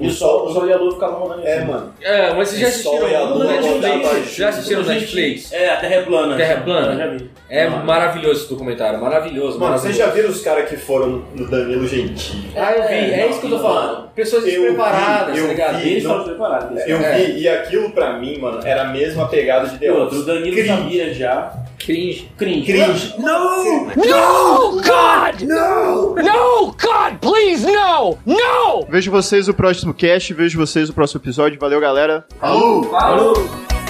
Speaker 5: E o sol, o sol e a lua assim. ficavam rodando.
Speaker 2: É, mano.
Speaker 3: É, mas vocês já
Speaker 2: O sol e a
Speaker 3: assistiram no
Speaker 5: é
Speaker 2: lua rodava
Speaker 3: Netflix?
Speaker 2: junto.
Speaker 3: Já assistiram no
Speaker 5: Gente,
Speaker 3: Netflix?
Speaker 5: É, a Terra é plana.
Speaker 3: Terra é plana?
Speaker 5: Eu já vi.
Speaker 3: É maravilhoso esse documentário, maravilhoso,
Speaker 2: Mano, vocês
Speaker 3: maravilhoso.
Speaker 2: já viram os caras que foram no Danilo Gentili?
Speaker 3: Ah, eu vi, é,
Speaker 5: não,
Speaker 3: isso que eu tô
Speaker 5: não.
Speaker 3: falando. Pessoas
Speaker 2: Eu vi,
Speaker 3: despreparadas,
Speaker 2: eu
Speaker 3: tá ligado?
Speaker 2: vi.
Speaker 5: Eles
Speaker 2: não-
Speaker 5: estavam preparados. eles
Speaker 2: Eu
Speaker 3: É.
Speaker 2: vi, e aquilo pra mim, mano, era a mesma pegada de
Speaker 5: E
Speaker 2: The
Speaker 5: outro, o
Speaker 2: Office.
Speaker 5: Danilo
Speaker 2: Cringe.
Speaker 5: sabia já. Cringe. Cringe.
Speaker 2: Cringe.
Speaker 5: Não!
Speaker 1: Vejo vocês no próximo cast, vejo vocês no próximo episódio. Valeu, galera.
Speaker 5: Falou!